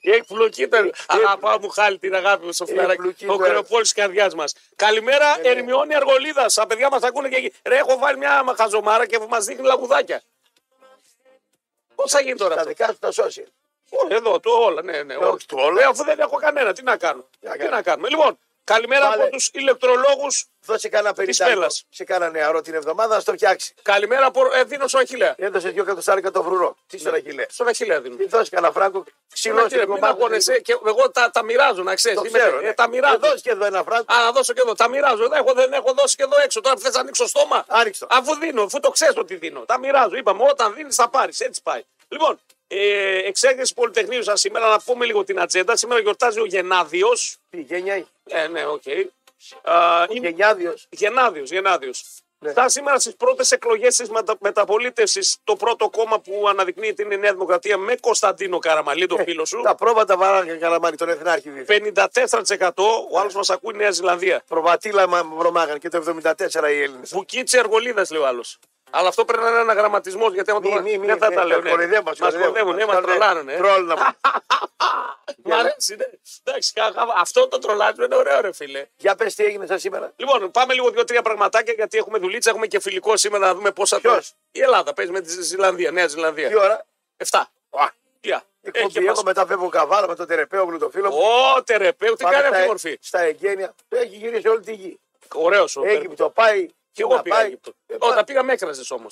Speaker 1: Η εκπλοκή ήταν.
Speaker 2: Ε,
Speaker 1: Αγαπά μου, χάλη την αγάπη μου,
Speaker 2: εκπλοκή
Speaker 1: Σοφιάρακη. Ο
Speaker 2: ήταν.
Speaker 1: κρεοπόλης της καρδιάς μας.
Speaker 2: Ε,
Speaker 1: Καλημέρα,
Speaker 2: ναι.
Speaker 1: Ερμιόνη Αργολίδας. Τα παιδιά μας ακούνε και εκεί. Ρε, έχω βάλει μια χαζομάρα και μας δείχνει λαγουδάκια. Πώς θα γίνει τώρα
Speaker 2: Τα
Speaker 1: αυτό.
Speaker 2: δικά σου τα social.
Speaker 1: Όλα, Εδώ, το όλα, ναι, ναι. όλα.
Speaker 2: όχι, το όλα.
Speaker 1: Ε, αφού δεν έχω κανένα, τι να κάνω.
Speaker 2: να
Speaker 1: Τι
Speaker 2: κάνω.
Speaker 1: να κάνουμε. Λοιπόν, καλημέρα
Speaker 2: Βάλε.
Speaker 1: από τους ηλεκτρολόγους.
Speaker 2: Δώσε κανένα περιττάρικο
Speaker 1: Πέλλας.
Speaker 2: σε κανένα νεαρό την εβδομάδα να στο φτιάξει.
Speaker 1: Καλημέρα από. Ε, δίνω στον Αχηλέα.
Speaker 2: Έδωσε δύο κατοστάρικα το βρουρό.
Speaker 1: Ναι.
Speaker 2: Τι στον Αχιλέα.
Speaker 1: Στον Αχηλέα δίνω. Ε,
Speaker 2: Μην δώσεις κανένα φράγκο. Ξυλό
Speaker 1: Κύριε,
Speaker 2: στην
Speaker 1: μην
Speaker 2: κομμάτια.
Speaker 1: αγώνεσαι και εγώ τα, τα μοιράζω, να ξέρεις.
Speaker 2: Το ξέρω. ναι.
Speaker 1: τα
Speaker 2: Ε,
Speaker 1: μοιράζω.
Speaker 2: Δώσε και εδώ ένα φράγκο.
Speaker 1: Α, να δώσω και εδώ. Τα μοιράζω. Δεν έχω, δεν έχω δώσει και εδώ έξω. Τώρα θες να ανοίξω στόμα.
Speaker 2: Άνοιξε το.
Speaker 1: Αφού δίνω, αφού το ξέρεις ότι δίνω. Τα μοιράζω. Είπαμε, όταν δίνεις, θα πάρεις. Έτσι πάει. Λοιπόν, ε, εξέγερση Πολυτεχνείου σας σήμερα να πούμε λίγο την ατζέντα. Σήμερα γιορτάζει ο Γενάδιο.
Speaker 2: Τι γενιά έχει.
Speaker 1: Ε, ναι, οκ. Α, είναι
Speaker 2: Γενιάδιος.
Speaker 1: Γενάδιο, Γενάδιο.
Speaker 2: Ναι.
Speaker 1: Στα σήμερα στις πρώτες εκλογές της μετα... μεταπολίτευσης, το πρώτο κόμμα που αναδεικνύει την Νέα Δημοκρατία με Κωνσταντίνο Καραμαλή, τον φίλο σου.
Speaker 2: Ε, Τα πρόβατα βαράγαν καλαμάρι τον Εθνάρχη. δίδυμο.
Speaker 1: 54% ο
Speaker 2: Ναι.
Speaker 1: άλλος μας ακούει Νέα Ζηλανδία.
Speaker 2: Προβατήλα μα- βρωμάγαν και το 74 οι Έλληνες.
Speaker 1: Βουκίτσε εργολίδας λέει ο άλλος. Αλλά αυτό πρέπει να είναι ένα γραμματισμός γιατί άμα
Speaker 2: Μη,
Speaker 1: το
Speaker 2: μη, ε, μη,
Speaker 1: δεν θα
Speaker 2: μη,
Speaker 1: τα
Speaker 2: μη,
Speaker 1: λέω.
Speaker 2: μας κοροϊδεύουν, μας
Speaker 1: Μα
Speaker 2: κοροϊδεύουν,
Speaker 1: κορδεύουν, ναι,
Speaker 2: μας
Speaker 1: μα
Speaker 2: τρολ-
Speaker 1: τρολάρουν. ε.
Speaker 2: τρόλ να πούμε.
Speaker 1: Μ' αρέσει, ναι. Εντάξει, κα- κα- αυτό το τρολάρισμα είναι ωραίο, ρε φίλε.
Speaker 2: Για πες τι έγινε σαν σήμερα.
Speaker 1: Λοιπόν, πάμε λίγο δύο-τρία πραγματάκια γιατί έχουμε δουλίτσα, έχουμε και φιλικό σήμερα να δούμε πόσα
Speaker 2: Ποιος?
Speaker 1: τρως. Η Ελλάδα παίζει με τη Ζηλανδία, Νέα Ζηλανδία.
Speaker 2: Τι ώρα.
Speaker 1: 7.
Speaker 2: Α,
Speaker 1: Τια. Ε. Έχει
Speaker 2: Εκπομπή Ε, έχω μετά φεύγω καβάλα με τον Τερεπέογλου το φίλο μου.
Speaker 1: Ω, τερεπέου, τι
Speaker 2: Πάμε
Speaker 1: κάνει αυτή η
Speaker 2: στα-
Speaker 1: μορφή.
Speaker 2: Στα εγγένεια. Το έχει γυρίσει όλη τη γη.
Speaker 1: Ωραίος ο Τερεπέου.
Speaker 2: Αίγυπτο πάει.
Speaker 1: Και εγώ
Speaker 2: να
Speaker 1: πήγα
Speaker 2: πάει.
Speaker 1: Αίγυπτο.
Speaker 2: Ε,
Speaker 1: Όταν πήγα, με έκραζες όμως.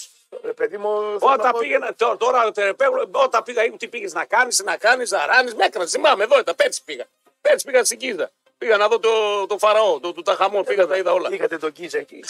Speaker 2: Ρε παιδί μου, θέλω να
Speaker 1: Όταν
Speaker 2: πω-
Speaker 1: πήγαινα, τώρα, τώρα τερεπέγλω, όταν πήγα, ήμουν τι πήγες να κάνεις, να κάνεις, να ράνεις, με έκραζες. Θυμάμαι, εδώ ήταν, πέρσι πήγα. Πέρσι πήγα στην Κίζα. Πήγα να δω το, το φαραώ, το, του Ταχαμόν, πήγα, τα είδα όλα.
Speaker 2: Είχατε τον Κίζα εκεί.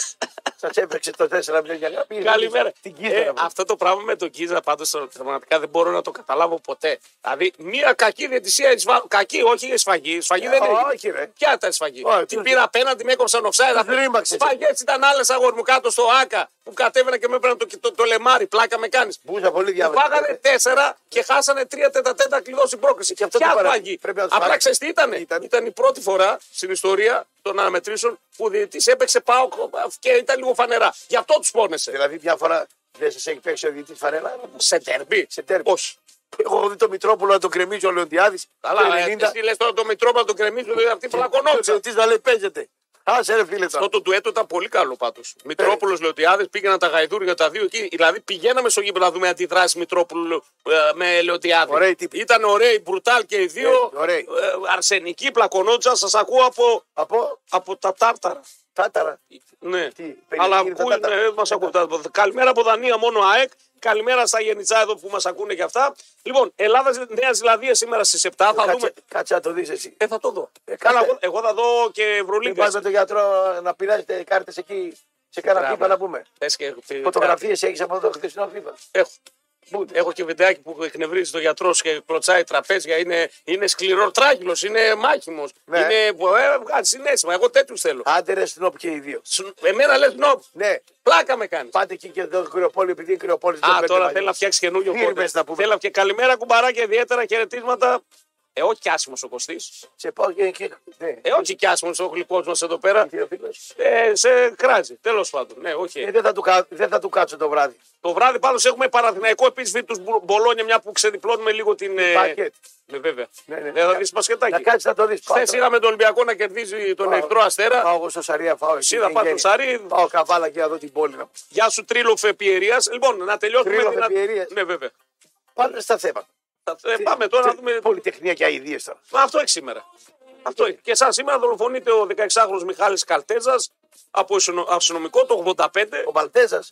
Speaker 2: Σας έπαιξε το 4-0 για να πεις.
Speaker 1: Καλημέρα.
Speaker 2: Την Κίζα.
Speaker 1: Ε,
Speaker 2: να πω.
Speaker 1: αυτό το πράγμα με τον Κίζα πάντως πραγματικά δεν μπορώ να το καταλάβω ποτέ. Δηλαδή, μία κακή διαιτησία, εισβα... κακή, όχι η σφαγή. Η σφαγή δεν
Speaker 2: Ε,
Speaker 1: έγινε.
Speaker 2: όχι, ρε.
Speaker 1: Ποια ήταν η σφαγή.
Speaker 2: Όχι,
Speaker 1: Την
Speaker 2: όχι.
Speaker 1: πήρα απέναντι, με έκοψαν offside.
Speaker 2: Τους ρήμαξες.
Speaker 1: Σφαγέ ήταν άλλες αγόρ μου κάτω στο Άκα που κατέβαινα και με έπαιρναν το, το, το λεμάρι. Πλάκα με κάνεις.
Speaker 2: Μπούζα πολύ διάβαση.
Speaker 1: Πάγανε τέσσερα και χάσανε τρία τετατέτα κλειδώσει πρόκριση. Και αυτό
Speaker 2: αυτό
Speaker 1: Ποια
Speaker 2: το παρα-
Speaker 1: φάγη.
Speaker 2: πρέπει να το
Speaker 1: Απλά
Speaker 2: φάγει.
Speaker 1: ξέρεις τι ήταν.
Speaker 2: Ήταν.
Speaker 1: ήταν. η πρώτη φορά στην ιστορία των αναμετρήσεων που ο διαιτητής έπαιξε πάω και ήταν λίγο φανερά. Γι' αυτό τους πόνεσε.
Speaker 2: Δηλαδή μια φορά δεν σας έχει παίξει ο διαιτητής φανέλα.
Speaker 1: Σε τερμπή.
Speaker 2: Σε τέρμα.
Speaker 1: Όχι.
Speaker 2: Εγώ έχω δει τον Μητρόπουλο να τον κρεμίζει ο Λεοντιάδης.
Speaker 1: Αλλά εσύ λες τώρα το Μητρόπα τον κρεμίζουν, δηλαδή αυτή
Speaker 2: Ο
Speaker 1: φλακωνόντουσαν.
Speaker 2: διαιτητής να λέει παίζεται. Άσε ρε φίλε τώρα.
Speaker 1: Αυτό το ντουέτο ήταν πολύ καλό πάντως.
Speaker 2: Ε.
Speaker 1: Μητρόπουλος Λεωτιάδη πήγαιναν τα γαϊδούρια τα δύο εκεί. Δηλαδή πηγαίναμε στο γήπεδο να δούμε αντιδράσεις Μητρόπουλου ε, με Λεωτιάδη.
Speaker 2: Ωραίοι τύποι.
Speaker 1: Ήταν ωραίοι, μπρουτάλ και οι δύο.
Speaker 2: Ε, ωραίοι.
Speaker 1: Ε, αρσενικοί, πλακωνόντουσαν. Σας ακούω από
Speaker 2: Από
Speaker 1: από τα τάρταρα.
Speaker 2: τάταρα.
Speaker 1: Ναι.
Speaker 2: Τι, παιδιά,
Speaker 1: Αλλά
Speaker 2: είναι τα
Speaker 1: ακούει,
Speaker 2: τάρταρα.
Speaker 1: ναι, μας ακούει. τα- Καλημέρα από Δανία, μόνο ΑΕΚ. Καλημέρα στα Γενιτσά εδώ που μας ακούνε και αυτά. Λοιπόν, Ελλάδα Νέα Ζηλανδία σήμερα στις 7 θα
Speaker 2: Ε, Κάτσε-
Speaker 1: δούμε.
Speaker 2: Κάτσε να το δεις εσύ.
Speaker 1: Ε, θα το δω.
Speaker 2: Ε,
Speaker 1: Καλά,
Speaker 2: κάτσε. Ε,
Speaker 1: εγώ, εγώ θα δω και
Speaker 2: Μην
Speaker 1: Ευρωλίγκα.
Speaker 2: πα με τον γιατρό να πειράζετε κάρτες εκεί σε κάνα
Speaker 1: Μπράβο.
Speaker 2: FIFA να πούμε.
Speaker 1: Θες και-
Speaker 2: Φωτογραφίες έχεις από το χθεσινό FIFA.
Speaker 1: Έχω.
Speaker 2: Ούτε.
Speaker 1: Έχω και βιντεάκι που εκνευρίζει το γιατρό και κλωτσάει τραπέζια. Είναι, είναι σκληρό τράγυλος, είναι μάχημος.
Speaker 2: Ναι.
Speaker 1: Είναι ε, βγάζει συνέστημα. Εγώ τέτοιους θέλω.
Speaker 2: Άντε ρε σνόπ και οι δύο.
Speaker 1: Σου- Εμένα λες νο,
Speaker 2: Ναι,
Speaker 1: πλάκα με κάνεις.
Speaker 2: πάτε εκεί και εδώ στο κρυοπόλιο, επειδή η κρυοπόλη
Speaker 1: Α, τώρα θέλει να φτιάξει καινούριο
Speaker 2: Φίρμες
Speaker 1: κόντεξ.
Speaker 2: να πούμε.
Speaker 1: Θέλει να φτιάξει. Καλημέρα, κουμπαράκια, ιδιαίτερα χαιρετίσματα. Ε, όχι κι άσχημος ο Κωστής.
Speaker 2: Σε πάω και εκεί. Ναι.
Speaker 1: Ε, όχι κι άσχημος ο γλυκό μα εδώ πέρα.
Speaker 2: Τι ο φίλος.
Speaker 1: Ε, σε κράζει. Τέλος πάντων. Ναι, όχι.
Speaker 2: Ε, δεν, θα του, κα- δεν θα του κάτσω το βράδυ.
Speaker 1: Το βράδυ πάντως έχουμε Παραθυναϊκό επίση Βίρτου Μπολόνια, μια που ξεδιπλώνουμε λίγο την. ε,
Speaker 2: Μπάσκετ.
Speaker 1: Ναι, βέβαια.
Speaker 2: Ναι, ναι.
Speaker 1: Δεν θα δεις
Speaker 2: Να
Speaker 1: πασχετάκι.
Speaker 2: κάτσει να το δεις.
Speaker 1: Χθες είδαμε τον Ολυμπιακό να κερδίζει τον Ερυθρό Αστέρα.
Speaker 2: Πάω εγώ στο Σαρία, φάω.
Speaker 1: Εσύ θα πας στο Σαρί.
Speaker 2: Πάω καβάλα και να δω την πόλη. να-
Speaker 1: Γεια σου, Τρίλοφ Επιερία. Λοιπόν, να τελειώσουμε.
Speaker 2: Τρίλοφ
Speaker 1: δυνα-
Speaker 2: Επιερίας.
Speaker 1: Ναι, βέβαια.
Speaker 2: Πάντα στα θέματα.
Speaker 1: Θα- ε, Πάμε τώρα να
Speaker 2: Τι-
Speaker 1: δούμε.
Speaker 2: Πολυτεχνία και αειδίε τώρα.
Speaker 1: Μα Αυτό έχει σήμερα. Αυτό έχει. Και σαν σήμερα δολοφονείται ο 16χρονο Μιχάλης Καλτέζας από αστυνο- αστυνομικό το 85.
Speaker 2: Ο Μαλτέζα,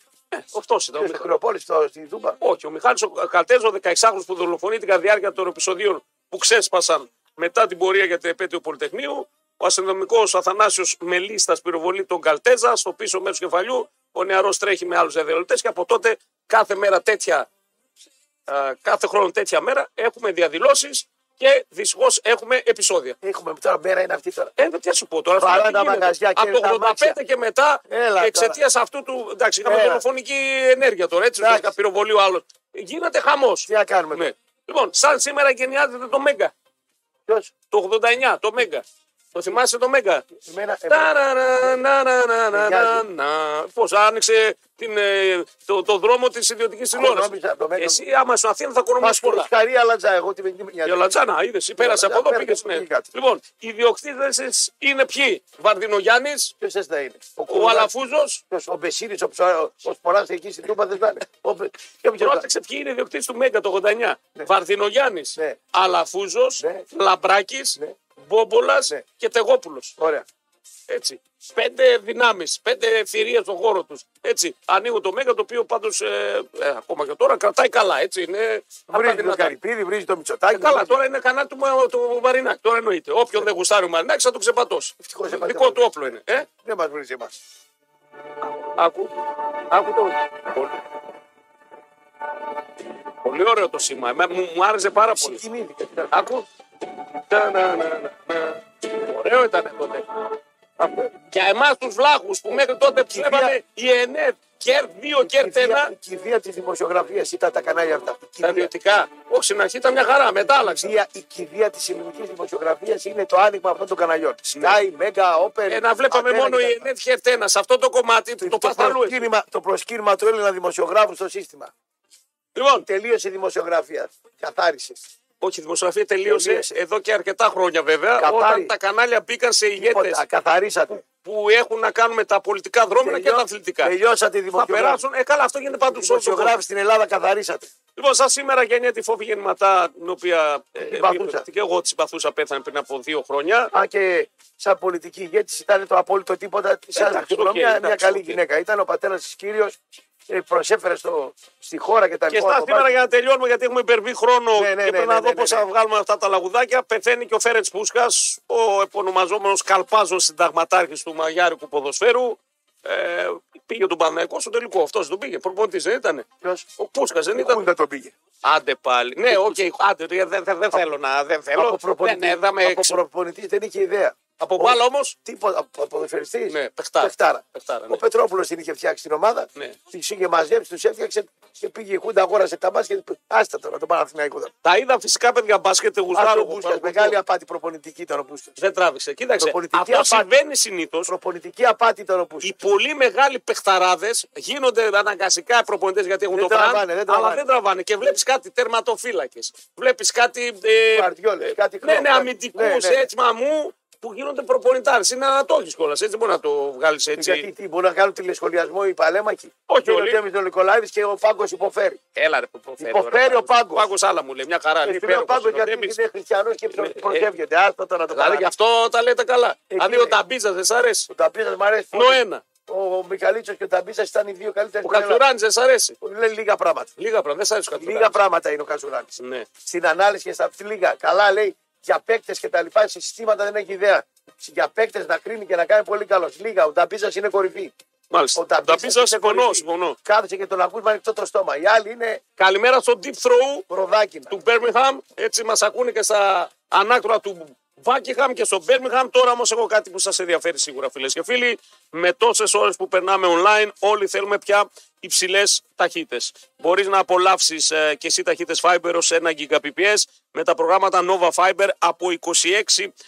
Speaker 1: Αυτό ήταν. ο
Speaker 2: ο
Speaker 1: Μιχάλης.
Speaker 2: Χρυσοπόλη, στην Τούμπα.
Speaker 1: Όχι, ο Μιχάλης ο Καλτέζας, ο 16χρονο που δολοφονείται κατά τη διάρκεια των επεισοδίων που ξέσπασαν μετά την πορεία για την επέτειο Πολυτεχνείου. Ο αστυνομικός Αθανάσιος Μελίστας πυροβολεί τον Καλτέζα στο πίσω μέρος του κεφαλιού. Ο νεαρός τρέχει με άλλους διαδηλωτές και από τότε κάθε μέρα τέτοια. ε, κάθε χρόνο τέτοια μέρα έχουμε διαδηλώσεις και δυστυχώς έχουμε επεισόδια.
Speaker 2: Έχουμε τώρα μέρα είναι αυτή τώρα.
Speaker 1: Ε, τι να σου πω τώρα.
Speaker 2: Βαράνε
Speaker 1: αυτό τι
Speaker 2: τα
Speaker 1: γίνεται.
Speaker 2: μαγαζιά και
Speaker 1: Από το
Speaker 2: τα
Speaker 1: 85
Speaker 2: αμάξια.
Speaker 1: και μετά
Speaker 2: Έλα τώρα.
Speaker 1: εξαιτίας αυτού του. Εντάξει, είχαμε
Speaker 2: Έλα.
Speaker 1: δολοφονική ενέργεια τώρα. Έτσι,
Speaker 2: Εντάξει.
Speaker 1: ουσιαστικά πυροβολεί ο άλλο. Γίνεται χαμός.
Speaker 2: Τι να κάνουμε.
Speaker 1: Ναι. Λοιπόν, σαν σήμερα γεννιάζεται το Μέγκα.
Speaker 2: Ποιος.
Speaker 1: Το 89, το Μέγκα. Το θυμάσαι το
Speaker 2: Ε,
Speaker 1: Μέγκα.
Speaker 2: Εμένα. εμένα-
Speaker 1: Ταραραραραραρανα. Πώς άνοιξε την, ε, το, το δρόμο της ιδιωτικής τηλεόραση.
Speaker 2: Νόμιζα, το Μέγκα-
Speaker 1: Εσύ, άμα ήσουν Αθήνα, θα
Speaker 2: Πας
Speaker 1: κορομίσει πολλά.
Speaker 2: Χαρία Λατζά, εγώ τη με
Speaker 1: Για Λατζάνα, είδες, πέρασε από
Speaker 2: Λατζάνα,
Speaker 1: εδώ,
Speaker 2: πέρα,
Speaker 1: πήγε στην
Speaker 2: πήγε κάτω.
Speaker 1: Λοιπόν, οι διοκτήτε είναι ποιοι. Βαρδινογιάννης,
Speaker 2: Ποιος θε να είναι.
Speaker 1: ο Αλαφούζος.
Speaker 2: Ποιος, ο Μπεσίρη, ο, ψα- ο Σποράς εκεί στην Τούμπα δεν θα είναι. Ο Μπε- και ποιος θα-
Speaker 1: Πρόσεξε ποιοι είναι οι διοκτήτες του Μέγκα το 89. Βαρδινογιάννης,
Speaker 2: Ναι.
Speaker 1: Αλαφούζος,
Speaker 2: Ναι.
Speaker 1: Λαμπράκης,
Speaker 2: Ναι.
Speaker 1: Μπόμπολα
Speaker 2: Ναι.
Speaker 1: και Τεγόπουλος.
Speaker 2: Ωραία.
Speaker 1: Έτσι. Πέντε δυνάμεις, πέντε θηρίες στον χώρο τους. Έτσι. Ανοίγουν το Μέγκα το οποίο πάντως ε, ε, ακόμα και τώρα κρατάει καλά. Έτσι. Είναι απ' τα
Speaker 2: Βρίζει τον
Speaker 1: δυνατά.
Speaker 2: Καρυπίδη, βρίζει τον Μητσοτάκη.
Speaker 1: Ε, Καλά, τώρα είναι κανάλι του, Μα- του Μαρινάκη. Τώρα εννοείται. Όποιον δεν γουστάρει ο Μαρινάκης θα τον ξεπατώσει.
Speaker 2: Ευτυχώς δεν
Speaker 1: Δικό
Speaker 2: πατάει.
Speaker 1: του όπλο είναι. Ε?
Speaker 2: Δεν μας βρίζει εμάς.
Speaker 1: Άκου. Άκου το. Πολύ, πολύ ωραίο το σήμα. Εμέ- Μου, μου άρεσε πάρα πολύ.
Speaker 2: Κοιμήθηκε.
Speaker 1: Άκου. Τα- να- να- να- να. Ωραίο ήταν τότε.
Speaker 2: Αυτό.
Speaker 1: Για εμάς τους βλάχους που μέχρι τότε ψεύανε η ΕΝΕΤ ΚΕΡ 2
Speaker 2: Η
Speaker 1: ΚΕΡ
Speaker 2: κηδεία-
Speaker 1: 1
Speaker 2: Η κηδεία της δημοσιογραφίας ήταν τα κανάλια αυτά. Η
Speaker 1: τα
Speaker 2: κηδεία-
Speaker 1: ιδιωτικά. Όχι, στην αρχή ήταν μια χαρά, μετά άλλαξε.
Speaker 2: κηδεία- Η κηδεία της ελληνικής δημοσιογραφίας είναι το άνοιγμα αυτών των καναλιών. Sky, Mega, Open.
Speaker 1: Ναι. Ε, να βλέπαμε
Speaker 2: Αντένα
Speaker 1: μόνο η
Speaker 2: κτλ.
Speaker 1: ΕΝΕΤ ΚΕΡ 1 σε αυτό το κομμάτι που το παθαλού.
Speaker 2: προσκύνημα, το προσκύνημα του Έλληνα δημοσιογράφου στο σύστημα.
Speaker 1: Λοιπόν,
Speaker 2: Τελείωσε η δημοσιογραφία. Καθάρισες.
Speaker 1: όχι, η δημοσιογραφία τελείωσε
Speaker 2: Τελείωσε.
Speaker 1: εδώ και αρκετά χρόνια βέβαια.
Speaker 2: Καθάρι.
Speaker 1: Όταν τα κανάλια μπήκαν σε ηγέτες
Speaker 2: Τίποτα. Καθαρίσατε.
Speaker 1: που έχουν να κάνουν με τα πολιτικά δρόμενα και τα αθλητικά.
Speaker 2: Τελειώσατε η
Speaker 1: Θα
Speaker 2: δημοσιογράφη.
Speaker 1: περάσουν. Ε, καλά, αυτό γίνεται παντού σε όλο τον κόσμο.
Speaker 2: Δημοσιογράφοι στην Ελλάδα καθαρίσατε.
Speaker 1: Λοιπόν, σαν σήμερα γεννιέται η φόβη γεννηματά, την οποία ε,
Speaker 2: παθούσα.
Speaker 1: ε, και εγώ τη συμπαθούσα, πέθανε πριν από δύο χρόνια.
Speaker 2: Αν και σαν πολιτική ηγέτη ήταν το απόλυτο τίποτα τη
Speaker 1: Εντάξει,
Speaker 2: άλλα. Μια,
Speaker 1: οκ,
Speaker 2: μια
Speaker 1: εντάξει,
Speaker 2: καλή
Speaker 1: οκ.
Speaker 2: γυναίκα. Ήταν ο πατέρας της κύριος, ε, προσέφερε στο, στη χώρα και τα
Speaker 1: Και στα σήμερα για να τελειώνουμε, γιατί έχουμε υπερβεί χρόνο
Speaker 2: Ναι, ναι,
Speaker 1: και
Speaker 2: ναι,
Speaker 1: πρέπει
Speaker 2: ναι,
Speaker 1: να δω
Speaker 2: ναι,
Speaker 1: πώ
Speaker 2: ναι,
Speaker 1: θα
Speaker 2: ναι.
Speaker 1: βγάλουμε αυτά τα λαγουδάκια. Πεθαίνει και ο Φέρετ Πούσκας, ο επωνομαζόμενος καλπάζος συνταγματάρχης του Μαγιάρικου Ποδοσφαίρου. Ε, πήγε τον Παναγικό στο τελικό. Αυτός τον πήγε. Προπονητής δεν ήταν.
Speaker 2: Ποιος?
Speaker 1: Ο Πούσκας δεν
Speaker 2: Πού
Speaker 1: ήταν.
Speaker 2: δεν τον πήγε.
Speaker 1: Άντε πάλι. Ναι, οκ, άντε, ρε, δεν δεν- δεν θέλω να. Δεν
Speaker 2: Από
Speaker 1: θέλω. Ναι,
Speaker 2: προπονητή,
Speaker 1: Δεν έδαμε
Speaker 2: από προπονητής δεν είχε ιδέα.
Speaker 1: Από μπάλα όμως.
Speaker 2: Τίποτα. Από ποδοσφαιριστή.
Speaker 1: Ναι, παιχτάρα. Παιχτάρα, ναι.
Speaker 2: Ο Πετρόπουλος την είχε φτιάξει την ομάδα.
Speaker 1: Ναι.
Speaker 2: Τη είχε μαζέψει, τους έφτιαξε και πήγε η Χούντα, αγόρασε τα μάτια και άστα τώρα τον Παναθηναϊκό. τώρα.
Speaker 1: Τα είδα φυσικά παιδιά μπάσκετ,
Speaker 2: Άστο
Speaker 1: γουστάρω.
Speaker 2: ο Μπούσκας,
Speaker 1: γουστάρω.
Speaker 2: μεγάλη απάτη προπονητική ήταν ο Μπούσκας.
Speaker 1: Δεν τράβηξε. Κοίταξε.
Speaker 2: Προπονητική
Speaker 1: Αυτό
Speaker 2: απάτη.
Speaker 1: συμβαίνει συνήθως.
Speaker 2: Προπονητική απάτη ήταν ο Μπούσκας.
Speaker 1: Οι πολύ μεγάλοι παιχταράδες γίνονται αναγκαστικά προπονητές γιατί έχουν
Speaker 2: Δεν
Speaker 1: το φραν,
Speaker 2: τραβάνε, δεν
Speaker 1: αλλά
Speaker 2: τραβάνε.
Speaker 1: δεν τραβάνε. Και βλέπεις κάτι τερματοφύλακες. Βλέπεις κάτι. Ε,
Speaker 2: Γουαρδιόλες, κάτι
Speaker 1: ναι, ναι,
Speaker 2: Κλοπ,
Speaker 1: αμυντικούς
Speaker 2: ναι, ναι.
Speaker 1: έτσι μαμού που γίνονται προπονητάρες. Είναι ανατόχης κιόλας. Έτσι δεν μπορεί να το βγάλεις έτσι.
Speaker 2: Γιατί τι, μπορούν να κάνουν τηλεσχολιασμό οι παλέμακοι.
Speaker 1: Όχι
Speaker 2: Και είναι
Speaker 1: όλοι.
Speaker 2: Ο Ντέμι Νικολάηδης και ο Πάγκος υποφέρει.
Speaker 1: Έλα ρε που προφέρει.
Speaker 2: Υποφέρει
Speaker 1: ρε,
Speaker 2: ο Πάγκος.
Speaker 1: Ο Πάγκος άλλα μου λέει. Μια χαρά. είναι
Speaker 2: Και ο
Speaker 1: υπέροχος,
Speaker 2: Πάγκος
Speaker 1: είναι ο Ε,
Speaker 2: γιατί
Speaker 1: Ντέμπις.
Speaker 2: είναι χριστιανός και προ- προσεύγεται. Άστα τώρα
Speaker 1: Δηλαδή
Speaker 2: το
Speaker 1: γι'
Speaker 2: παράδειγμα.
Speaker 1: αυτό τα λέτε καλά.
Speaker 2: Εκεί
Speaker 1: Αν
Speaker 2: είναι.
Speaker 1: ο Ταμπίζα δεν σ' αρέσει.
Speaker 2: Ο Ταμπίζα μου αρέσει.
Speaker 1: Νο ένα.
Speaker 2: Ο Μικαλίτσο και ο Ταμπίζα ήταν οι δύο καλύτεροι.
Speaker 1: Ο
Speaker 2: στην Ελλάδα.
Speaker 1: Κατσουράνης δεν σ' αρέσει.
Speaker 2: Λέει λίγα πράγματα.
Speaker 1: Λίγα πράγματα. Δεν σ' αρέσει ο
Speaker 2: Λίγα
Speaker 1: Κατσουράνη.
Speaker 2: πράγματα είναι ο Κατσουράνης.
Speaker 1: Ναι.
Speaker 2: Στην ανάλυση και στα αυτή λίγα. Καλά λέει για παίκτες και τα λοιπά. Σε συστήματα δεν έχει ιδέα. Για παίκτες να κρίνει και να κάνει πολύ καλό. Λίγα. Ο Νταμπίζας είναι κορυφή.
Speaker 1: Μάλιστα.
Speaker 2: Ο
Speaker 1: Ο Νταμπίζας
Speaker 2: είναι
Speaker 1: συμφωνώ.
Speaker 2: κορυφή.
Speaker 1: συμφωνώ.
Speaker 2: Κάθεσε και τον ακούς με ανοιχτό το στόμα. Οι άλλοι είναι
Speaker 1: Καλημέρα στο Deep Throw
Speaker 2: προδάκινα.
Speaker 1: του Birmingham. Έτσι μας ακούνε και στα ανάκτορα του Βάκεχαμ και στο Μπέρμιχαμ. Τώρα όμως έχω κάτι που σας ενδιαφέρει σίγουρα, φίλες και φίλοι. Με τόσες ώρες που περνάμε online, όλοι θέλουμε πια υψηλές ταχύτητες. Μπορείς να απολαύσεις ε, και εσύ ταχύτητες Fiber ως 1 GBps με τα προγράμματα Nova Fiber από 26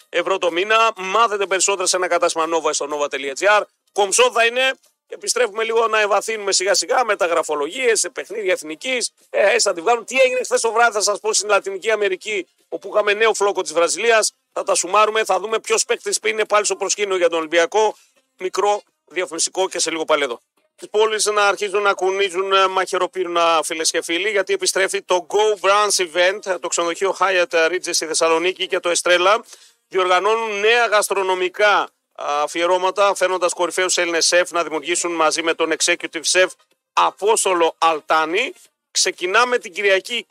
Speaker 1: ευρώ το μήνα. Μάθετε περισσότερα σε ένα κατάστημα Nova στο nova.gr. Κομψόδα είναι Επιστρέφουμε λίγο να ευαθύνουμε σιγά σιγά με τα γραφολογίες, σε παιχνίδια εθνικής. Ε, έτσι θα τη βγάλουν. Τι έγινε χθες το βράδυ, θα σας πω στην Λατινική Αμερική, όπου είχαμε νέο φλόκο της Βραζιλίας. Θα τα σουμάρουμε, θα δούμε ποιος παίκτης πήγαινε πάλι στο προσκήνιο για τον Ολυμπιακό. Μικρό διαφημιστικό και σε λίγο πάλι εδώ. Τις πόλεις να αρχίζουν να κουνίζουν μαχαιροπύρουνα, φίλες και φίλοι, γιατί επιστρέφει το Go Brands Event, το ξενοδοχείο Hyatt Ridges στη Θεσσαλονίκη και το Estrella. Διοργανώνουν νέα γαστρονομικά αφιερώματα, φέρνοντας κορυφαίους Έλληνες σεφ να δημιουργήσουν μαζί με τον executive chef Απόστολο Αλτάνη. Ξεκινάμε την Κυριακή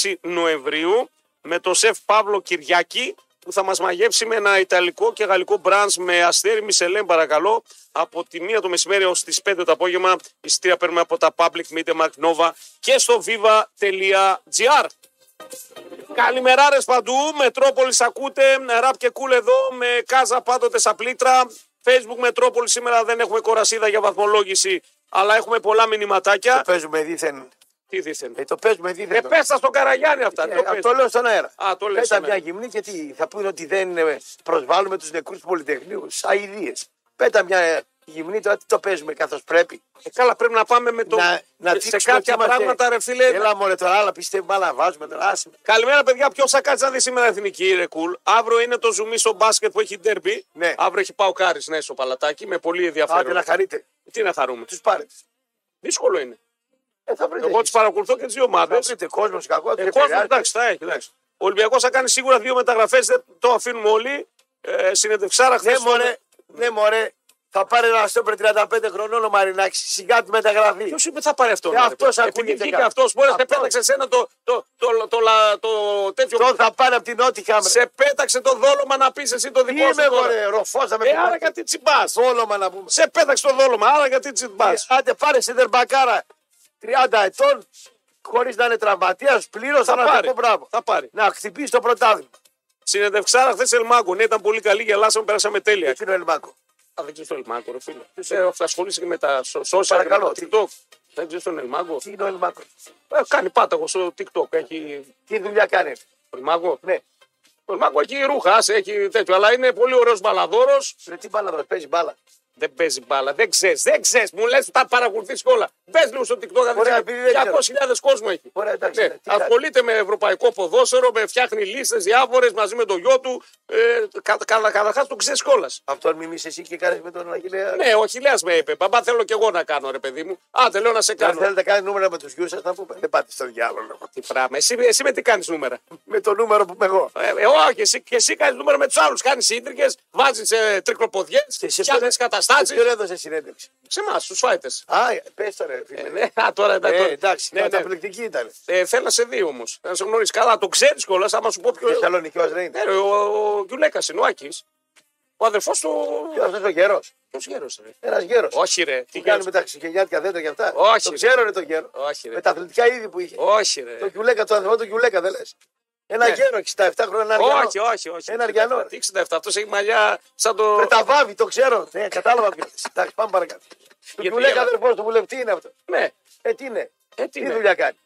Speaker 1: 26 Νοεμβρίου με τον σεφ Παύλο Κυριακή που θα μας μαγεύσει με ένα ιταλικό και γαλλικό μπραντς με αστέρι Μισελέν παρακαλώ από τη 1 το μεσημέρι ως τις 5 το απόγευμα εισιτήρια παίρνουμε από τα Public Media Mark Nova και στο viva.gr Καλημερά ρε παντού, Μετρόπολης ακούτε, ραπ και κούλ cool εδώ, με κάζα πάντοτε στα πλήτρα. Facebook Μετρόπολη σήμερα δεν έχουμε κορασίδα για βαθμολόγηση, αλλά έχουμε πολλά μηνυματάκια.
Speaker 2: Το παίζουμε δίθεν.
Speaker 1: Τι δίθεν.
Speaker 2: Ε, το παίζουμε δίθεν.
Speaker 1: Ε, πες τα στον Καραγιάννη αυτά.
Speaker 2: Ε, το, το λέω στον αέρα.
Speaker 1: Α, το λες
Speaker 2: Πέτα
Speaker 1: στον
Speaker 2: μια
Speaker 1: αέρα.
Speaker 2: γυμνή και τι, θα πούνε ότι δεν ε, προσβάλλουμε τους νεκρούς του Πολυτεχνείου. Αιδίες. Πέτα μια ε, γυμνή τώρα, τι το παίζουμε καθώς πρέπει.
Speaker 1: Ε, καλά, πρέπει να πάμε με το...
Speaker 2: να, να
Speaker 1: σε
Speaker 2: δείξουμε
Speaker 1: κάποια
Speaker 2: ότι είμαστε-
Speaker 1: πράγματα, ρε φίλε.
Speaker 2: Έλα μωρέ τώρα, άλλα πιστεύουμε, άλλα βάζουμε τώρα. Άσε με.
Speaker 1: Καλημέρα, παιδιά. Ποιος θα κάτσει να δει σήμερα εθνική, ρε κουλ. Αύριο είναι το ζουμί στο μπάσκετ που έχει ντέρμπι.
Speaker 2: Ναι.
Speaker 1: Αύριο έχει πάω κάρις, ναι, στο παλατάκι. Με πολύ ενδιαφέρον.
Speaker 2: Άντε να χαρείτε.
Speaker 1: Τι να χαρούμε.
Speaker 2: Τους πάρετε.
Speaker 1: Δύσκολο είναι.
Speaker 2: Ε, θα βρείτε.
Speaker 1: Εγώ τι παρακολουθώ και τις δύο ομάδε.
Speaker 2: Θα βρείτε κόσμος κακός.
Speaker 1: Ε,
Speaker 2: δεν
Speaker 1: κόσμο,
Speaker 2: πειράζει.
Speaker 1: εντάξει, θα έχει. εντάξει. Ο Ολυμπιακός θα κάνει σίγουρα δύο μεταγραφές, δεν το αφήνουμε όλοι. Ε, συνεντευξάρα χθε.
Speaker 2: Ναι, μωρέ, ναι, μωρέ. Θα πάρει ένα στόπερ 35 χρονών ο Μαρινάκης. Σιγά τη μεταγραφή.
Speaker 1: Ποιος είπε θα πάρει αυτό.
Speaker 2: Ε, αυτός ακούγεται
Speaker 1: Επειδή
Speaker 2: κάτι.
Speaker 1: αυτό, μπορεί να σε
Speaker 2: Αυτός.
Speaker 1: πέταξε σένα το, το, το, το, το, λα- το τέτοιο.
Speaker 2: Τον θα πάρει από την Νότια Χάμερ.
Speaker 1: Σε πέταξε το δόλωμα να πεις εσύ το
Speaker 2: Τι
Speaker 1: δικό
Speaker 2: είμαι
Speaker 1: σου.
Speaker 2: εγώ,
Speaker 1: τώρα.
Speaker 2: ρε, ροφός θα με
Speaker 1: Ε, άρα γιατί τσιμπάς.
Speaker 2: Όλομα να πούμε.
Speaker 1: Σε πέταξε το δόλωμα, άρα γιατί τσιμπάς.
Speaker 2: Ε, Άντε πάρε σιδερμπακάρα 30 ετών, χωρίς να είναι τραυματίας, πλήρως θα, να
Speaker 1: πάρει.
Speaker 2: του πω μπράβο.
Speaker 1: Θα πάρει.
Speaker 2: Να χτυπήσει το πρωτάθλημα.
Speaker 1: Συνεντευξάρα χθε Ελμάκο. Ναι, ήταν πολύ καλή, γελάσαμε, πέρασαμε τέλεια.
Speaker 2: Εκείνο Ελμάκο.
Speaker 1: Α, δεν ξέρει τον Ελμάκο, ρε φίλε. Ε, θα ασχολείσαι και με τα σο- social και με
Speaker 2: Παρακαλώ,
Speaker 1: τα TikTok. Δεν ξέρει τον Ελμάκο.
Speaker 2: Τι είναι ο Ελμάκος.
Speaker 1: Ε, κάνει πάταγο στο TikTok. Έχει.
Speaker 2: Τι δουλειά κάνει.
Speaker 1: Ο Ελμάκο.
Speaker 2: Ναι.
Speaker 1: Ο Ελμάκο έχει ρούχα, άσε, έχει τέτοιο. Αλλά είναι πολύ ωραίος μπαλαδόρος.
Speaker 2: Ρε, τι μπάλα δώσει, παίζει μπάλα.
Speaker 1: Δεν παίζει μπάλα. Δεν ξέρεις, δεν ξέρεις. Μου λες τα παρακολουθεί όλα. Μπε λίγο στο TikTok. αν δεν
Speaker 2: Ωραία,
Speaker 1: ξέρεις.
Speaker 2: επειδή δεν ξέρω.
Speaker 1: 200.000 κόσμο έχει.
Speaker 2: Ωραία, εντάξει,
Speaker 1: Ναι,
Speaker 2: ναι, τι κάνει.
Speaker 1: ασχολείται με ευρωπαϊκό ποδόσφαιρο, με φτιάχνει λίστες διάφορες μαζί με τον γιο του. Ε, κα, κα, Καταρχάς τον ξέρεις κιόλας.
Speaker 2: Αυτόν μιμήσεις εσύ και κάνεις με τον Αγγελέα.
Speaker 1: Ναι, ο Χιλιά με είπε. Μπαμπά, θέλω κι εγώ να κάνω, ρε παιδί μου. Άντε, λέω να σε
Speaker 2: Αν
Speaker 1: κάνω.
Speaker 2: θέλετε να κάνει νούμερα με τους γιους σας, να πούμε. Δεν πάτε στο διάλογο.
Speaker 1: Τι πράγμα. Εσύ, εσύ με τι κάνεις νούμερα.
Speaker 2: με το νούμερο που είμαι εγώ.
Speaker 1: Ε, ε, όχι, εσύ, και εσύ κάνεις νούμερα με τους άλλους. Κάνεις σύντρικε, βάζεις ε, τρικλοποδιές, φτιάχνει καταστάσει.
Speaker 2: Σε ποιον έδωσε συνέντευξη.
Speaker 1: Σε εμάς, του φάιτε. Ε,
Speaker 2: Α, πες το ρε. φίλε.
Speaker 1: Ναι, α, τώρα
Speaker 2: Ε,
Speaker 1: τώρα-
Speaker 2: εντάξει,
Speaker 1: ναι, ναι.
Speaker 2: καταπληκτική ήταν.
Speaker 1: Ε, θέλω να σε δει όμως. Να σε γνωρίσει καλά. Το ξέρεις κιόλας, άμα σου πω ποιο.
Speaker 2: Ε, Θεσσαλονικιό δεν είναι.
Speaker 1: Ναι, ρε, ο, ο Γιουλέκα είναι ο Άκης. Ο αδερφός του.
Speaker 2: Ποιος αυτός Ε, ο γερό.
Speaker 1: Ποιος γέρος, ρε.
Speaker 2: Ένας γέρος.
Speaker 1: Όχι, ρε. Τι
Speaker 2: Τι κάνουμε
Speaker 1: γέρος.
Speaker 2: τα ξυγενιάτικα δέντρα και αυτά.
Speaker 1: Όχι,
Speaker 2: Το
Speaker 1: ρε.
Speaker 2: ξέρω ρε το γέρο.
Speaker 1: Όχι, ρε.
Speaker 2: Με τα αθλητικά είδη που είχε.
Speaker 1: Όχι, ρε.
Speaker 2: Το κιουλέκα, το αθλητικό του κιουλέκα δεν λες. Ένα
Speaker 1: Ναι.
Speaker 2: γέρο 67 χρόνια. ένα
Speaker 1: Όχι,
Speaker 2: γερό.
Speaker 1: όχι, όχι.
Speaker 2: Ένα αργιανό.
Speaker 1: Τι 67, αυτός έχει μαλλιά σαν το.
Speaker 2: Με τα βάβη, το ξέρω. Ναι, κατάλαβα ποιος. Εντάξει, πάμε παρακάτω. Το
Speaker 1: Γιατί
Speaker 2: κιουλέκα
Speaker 1: γέλα.
Speaker 2: αδερφός του βουλευτή είναι αυτό.
Speaker 1: Ναι,
Speaker 2: Ε, τι είναι.
Speaker 1: ε, τι
Speaker 2: Τι
Speaker 1: είναι.
Speaker 2: δουλειά κάνει.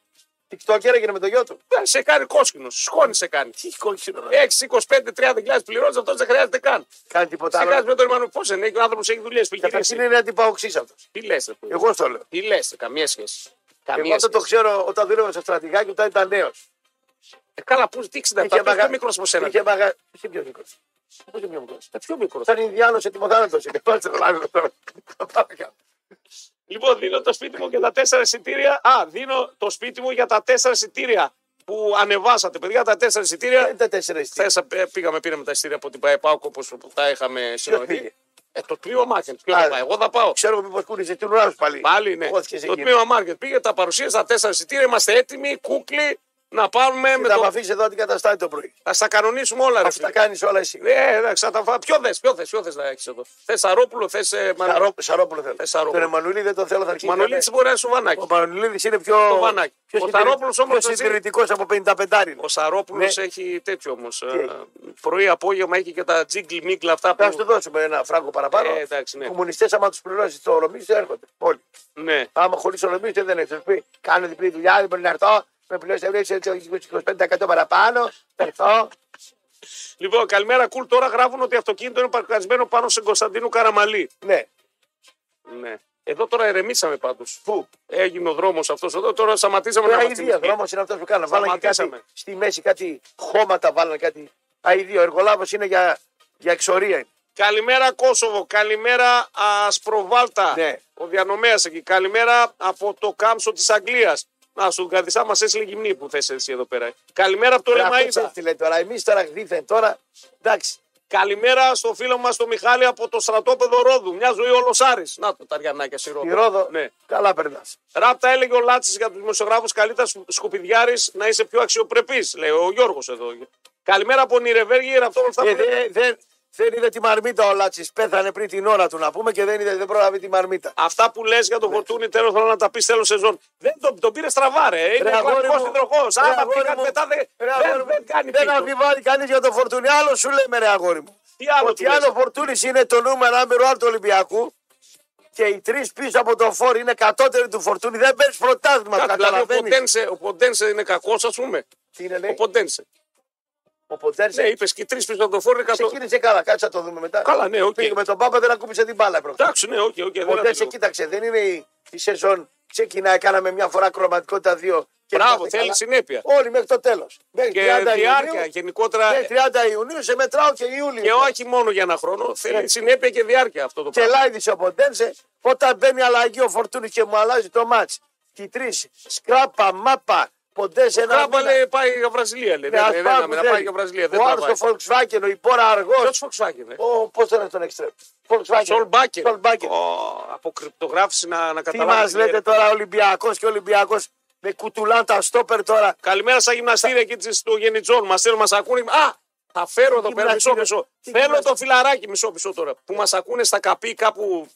Speaker 2: TikToker έγινε με το γιο του.
Speaker 1: Ε, Σε κάνει κόσκινο, σκόνη σε κάνει.
Speaker 2: Τι κόκκινο. ρε.
Speaker 1: Έχει 25-30 χιλιάδε πληρώνεις, αυτό δεν χρειάζεται καν.
Speaker 2: Κάνει τίποτα
Speaker 1: Σε
Speaker 2: άλλο.
Speaker 1: με τον Ερμανό, πώ δεν έχει, ο άνθρωπος έχει δουλειές που έχει
Speaker 2: Καταρχήν
Speaker 1: γυρίσει.
Speaker 2: είναι αντιπαοξής αυτός.
Speaker 1: Τι λες,
Speaker 2: Εγώ στο λέω.
Speaker 1: τι λες, καμία σχέση.
Speaker 2: Εγώ
Speaker 1: Καμία
Speaker 2: αυτό το
Speaker 1: σχέση.
Speaker 2: ξέρω όταν δούλευα στο στρατηγάκι όταν ήταν νέος.
Speaker 1: Ε, Καλά, πού τι 67,
Speaker 2: Είχε
Speaker 1: ποιος
Speaker 2: μαγα-
Speaker 1: πιο μικρός από σένα.
Speaker 2: Είχε μαγα... Είσαι πιο μικρός. Πώ είναι πιο μικρός.
Speaker 1: Ε, Πιο μικρός.
Speaker 2: Σαν Ινδιάνο ετοιμοθάνατο.
Speaker 1: Λοιπόν, δίνω το σπίτι μου για τα τέσσερα εισιτήρια. Α, δίνω το σπίτι μου για τα τέσσερα εισιτήρια που ανεβάσατε. Παιδιά, τα τέσσερα εισιτήρια.
Speaker 2: Είναι Ε, τα τέσσερα ειστήρια.
Speaker 1: Χθε πήγαμε, πήραμε τα εισιτήρια από την ΠαΕΠΑΟΚ όπως τα είχαμε συνοηθεί.
Speaker 2: πήγε?
Speaker 1: Ε, το τμήμα Μάκεν. Ποιο
Speaker 2: Α,
Speaker 1: θα πάει, εγώ θα πάω.
Speaker 2: Ξέρω μήπως κούνησε την ουρά σου πάλι.
Speaker 1: Πάλι, ναι.
Speaker 2: Εγώ και σε
Speaker 1: Το
Speaker 2: εκεί.
Speaker 1: τμήμα Μάρκετ πήγε, τα παρουσίασε τα τέσσερα εισιτήρια. Είμαστε έτοιμοι, κούκλοι. Να πάρουμε
Speaker 2: Και
Speaker 1: με
Speaker 2: θα με
Speaker 1: το.
Speaker 2: αφήσεις εδώ αντικαταστάτη το πρωί.
Speaker 1: Θα στα κανονίσουμε όλα, ρε
Speaker 2: Αφού τα
Speaker 1: φίλε.
Speaker 2: κάνεις όλα εσύ.
Speaker 1: Ε, εντάξει, θα τα φά- Ποιο θες, ποιο θες, ποιο θες να έχεις εδώ. Θες Σαρόπουλο, ε, θε Μαναρόπουλο.
Speaker 2: Σαρό- Σαρόπουλο θέλω.
Speaker 1: Ε, Σαρόπουλο.
Speaker 2: Τον Εμμανουηλίδη δεν τον θέλω θα αρχίσει.
Speaker 1: Μανολίτη μπορεί να είναι σουβανάκι.
Speaker 2: Ο Μανουλίδη είναι πιο.
Speaker 1: Το Βανάκη. Ο Θαρόπουλος όμως έτσι-
Speaker 2: συντηρητικός από 55 είναι.
Speaker 1: Ο Σαρόπουλος
Speaker 2: Ναι.
Speaker 1: έχει τέτοιο όμως. Πρωί, απόγευμα έχει και τα τζίγκλι μίγκλα αυτά
Speaker 2: Θα σου
Speaker 1: που.
Speaker 2: δώσουμε ένα φράγκο παραπάνω.
Speaker 1: Ε, εντάξει, ναι.
Speaker 2: Οι κομμουνιστές, άμα τους πληρώσεις το ορομίστε, έρχονται. Όλοι.
Speaker 1: Ναι.
Speaker 2: Άμα χωρίς ορομίστε δεν έχεις πει. Κάνω διπλή δουλειά, δεν μπορεί να έρθω. Με πληρώσει ευρώ, έτσι, έτσι, 25% παραπάνω. Θα έρθω.
Speaker 1: Λοιπόν, καλημέρα, κουλ. Τώρα γράφουν ότι αυτοκίνητο είναι παρκαρισμένο πάνω σε Κωνσταντίνου Καραμαλή.
Speaker 2: Ναι.
Speaker 1: Ναι. Εδώ τώρα ερεμήσαμε πάντως.
Speaker 2: Πού.
Speaker 1: Έγινε ο δρόμος αυτός εδώ. Τώρα σταματήσαμε
Speaker 2: Τώρα
Speaker 1: να
Speaker 2: η δύο
Speaker 1: βαθμιστεί.
Speaker 2: δρόμος είναι αυτός που κάνανε. Βάλανε και κάτι
Speaker 1: Σταματήσαμε.
Speaker 2: στη μέση, κάτι χώματα βάλανε κάτι. Αιδίο. Ο εργολάβος είναι για, για εξορία.
Speaker 1: Ε,
Speaker 2: είναι.
Speaker 1: Καλημέρα Κόσοβο, καλημέρα Ασπροβάλτα.
Speaker 2: Ναι.
Speaker 1: Ο διανομέας εκεί. Καλημέρα από το κάμψο της Αγγλίας. Να σου γκαδισά μας έστειλε γυμνή που θες εσύ εδώ πέρα. Καλημέρα από το
Speaker 2: Τώρα, ακούστε
Speaker 1: Λεμαίδα.
Speaker 2: τι λέει τώρα. Εμείς τώρα δίθεν τώρα. Εντάξει.
Speaker 1: Καλημέρα στο φίλο μας τον Μιχάλη από το στρατόπεδο Ρόδου. Μια ζωή όλος Άρης. Να το ταριανάκια στη
Speaker 2: Η
Speaker 1: Ρόδο.
Speaker 2: Ρόδο
Speaker 1: Ναι.
Speaker 2: καλά περνάς.
Speaker 1: Ράπτα έλεγε ο Λάτσης για τους δημοσιογράφους καλύτερα σκου- σκουπιδιάρης να είσαι πιο αξιοπρεπής, λέει ο Γιώργος εδώ. Καλημέρα από Νιρεβέργη, ραπτό αυτά
Speaker 2: Ε,
Speaker 1: που
Speaker 2: δεν δεν- δεν είδε τη μαρμίτα ο Λάτσι. Πέθανε πριν την ώρα του να πούμε και δεν, είδε, δεν πρόλαβε τη μαρμίτα.
Speaker 1: Αυτά που λες
Speaker 2: Ναι.
Speaker 1: για τον Φορτούνη, τέλος θέλω να τα πεις τέλος σεζόν. Δεν τον, τον πήρε στραβά, ρε. Είναι
Speaker 2: αγόρι
Speaker 1: κλασικό
Speaker 2: μου.
Speaker 1: συντροχό.
Speaker 2: Ρε,
Speaker 1: Άμα
Speaker 2: αγόρι
Speaker 1: πήγαν
Speaker 2: μου.
Speaker 1: μετά δεν,
Speaker 2: Ρε, αγόρι
Speaker 1: δεν,
Speaker 2: μου,
Speaker 1: δεν κάνει
Speaker 2: δεν
Speaker 1: πίσω.
Speaker 2: αμφιβάλλει κανείς για το φορτούνι. Άλλο σου λέμε, ρε αγόρι μου.
Speaker 1: Τι άλλο
Speaker 2: Ότι
Speaker 1: του λες.
Speaker 2: αν ο φορτούνι είναι το νούμερο άμερο άλλο του Ολυμπιακού και οι τρεις πίσω από τον φόρ είναι κατώτεροι του φορτούνι, δεν παίρνεις πρωτάθλημα. Το
Speaker 1: Κάτι, Δηλαδή, ο
Speaker 2: καταλαβαίνεις.
Speaker 1: Ποντένσε, ο Ποντένσε είναι κακός, ας πούμε.
Speaker 2: Τι είναι,
Speaker 1: Ο
Speaker 2: λέει.
Speaker 1: Ποντένσε.
Speaker 2: Ο Ποτέρσε.
Speaker 1: Ναι, είπες και τρεις πίσω από το φόρο είναι κακό.
Speaker 2: Ξεκίνησε καλά, κάτσε να το δούμε μετά.
Speaker 1: Καλά, ναι, οκ.
Speaker 2: Πήγε με τον Πάπα, δεν ακούμπησε την μπάλα προχθέ.
Speaker 1: Εντάξει, ναι, οκ, οκ. δεν
Speaker 2: Ποτέ σε
Speaker 1: αντιλογώ.
Speaker 2: κοίταξε, δεν είναι η, η σεζόν. Ξεκινάει, κάναμε μια φορά κροματικότητα δύο. Και
Speaker 1: Μπράβο,
Speaker 2: είμαστε
Speaker 1: θέλει
Speaker 2: καλά.
Speaker 1: συνέπεια.
Speaker 2: Όλοι μέχρι το τέλος. Μέχρι
Speaker 1: Και
Speaker 2: 30
Speaker 1: διάρκεια
Speaker 2: Ιουνίου.
Speaker 1: γενικότερα.
Speaker 2: Μέχρι 30 Ε, Ιουνίου σε μετράω και Ιούλιο.
Speaker 1: Και όχι μόνο για ένα χρόνο,
Speaker 2: Ναι.
Speaker 1: θέλει συνέπεια και διάρκεια αυτό το
Speaker 2: Και
Speaker 1: πράγμα.
Speaker 2: λάιδισε ο Ποντένσε. Όταν μπαίνει αλλαγή ο Φορτούνης και μου αλλάζει το μάτ. Και τρεις. Σκράπα, μάπα. Ποντένσε ένα.
Speaker 1: Κράμπα
Speaker 2: μήνα.
Speaker 1: λέει πάει για Βραζιλία. Λέει.
Speaker 2: Ναι,
Speaker 1: Δεν-
Speaker 2: ας
Speaker 1: δεν-
Speaker 2: πάμε
Speaker 1: δεν-
Speaker 2: που
Speaker 1: να
Speaker 2: θέλει.
Speaker 1: πάει για Βραζιλία. Δεν
Speaker 2: Ο Άρος
Speaker 1: τραβάει.
Speaker 2: το Volkswagen, η Πόρα αργός.
Speaker 1: Ποιος Volkswagen, ε?
Speaker 2: Ο πώς τον έχει τον εξτρέμ. Volkswagen.
Speaker 1: Σολμπάκερ.
Speaker 2: Σολμπάκερ.
Speaker 1: Από κρυπτογράφηση να, να
Speaker 2: Τι
Speaker 1: καταλάβει.
Speaker 2: μας λέτε τώρα Ολυμπιακός και Ολυμπιακός με κουτουλάν τα στόπερ τώρα.
Speaker 1: Καλημέρα στα γυμναστήρια εκεί της- του Γενιτζών. Μα θέλουν, μας ακούνε. Α! Θα φέρω εδώ πέρα μισό
Speaker 2: γυμναστήρια.
Speaker 1: μισό.
Speaker 2: Τι
Speaker 1: Θέλω
Speaker 2: γυμναστήρια.
Speaker 1: το φιλαράκι μισό μισό τώρα. Που μας ακούνε στα καπί κάπου.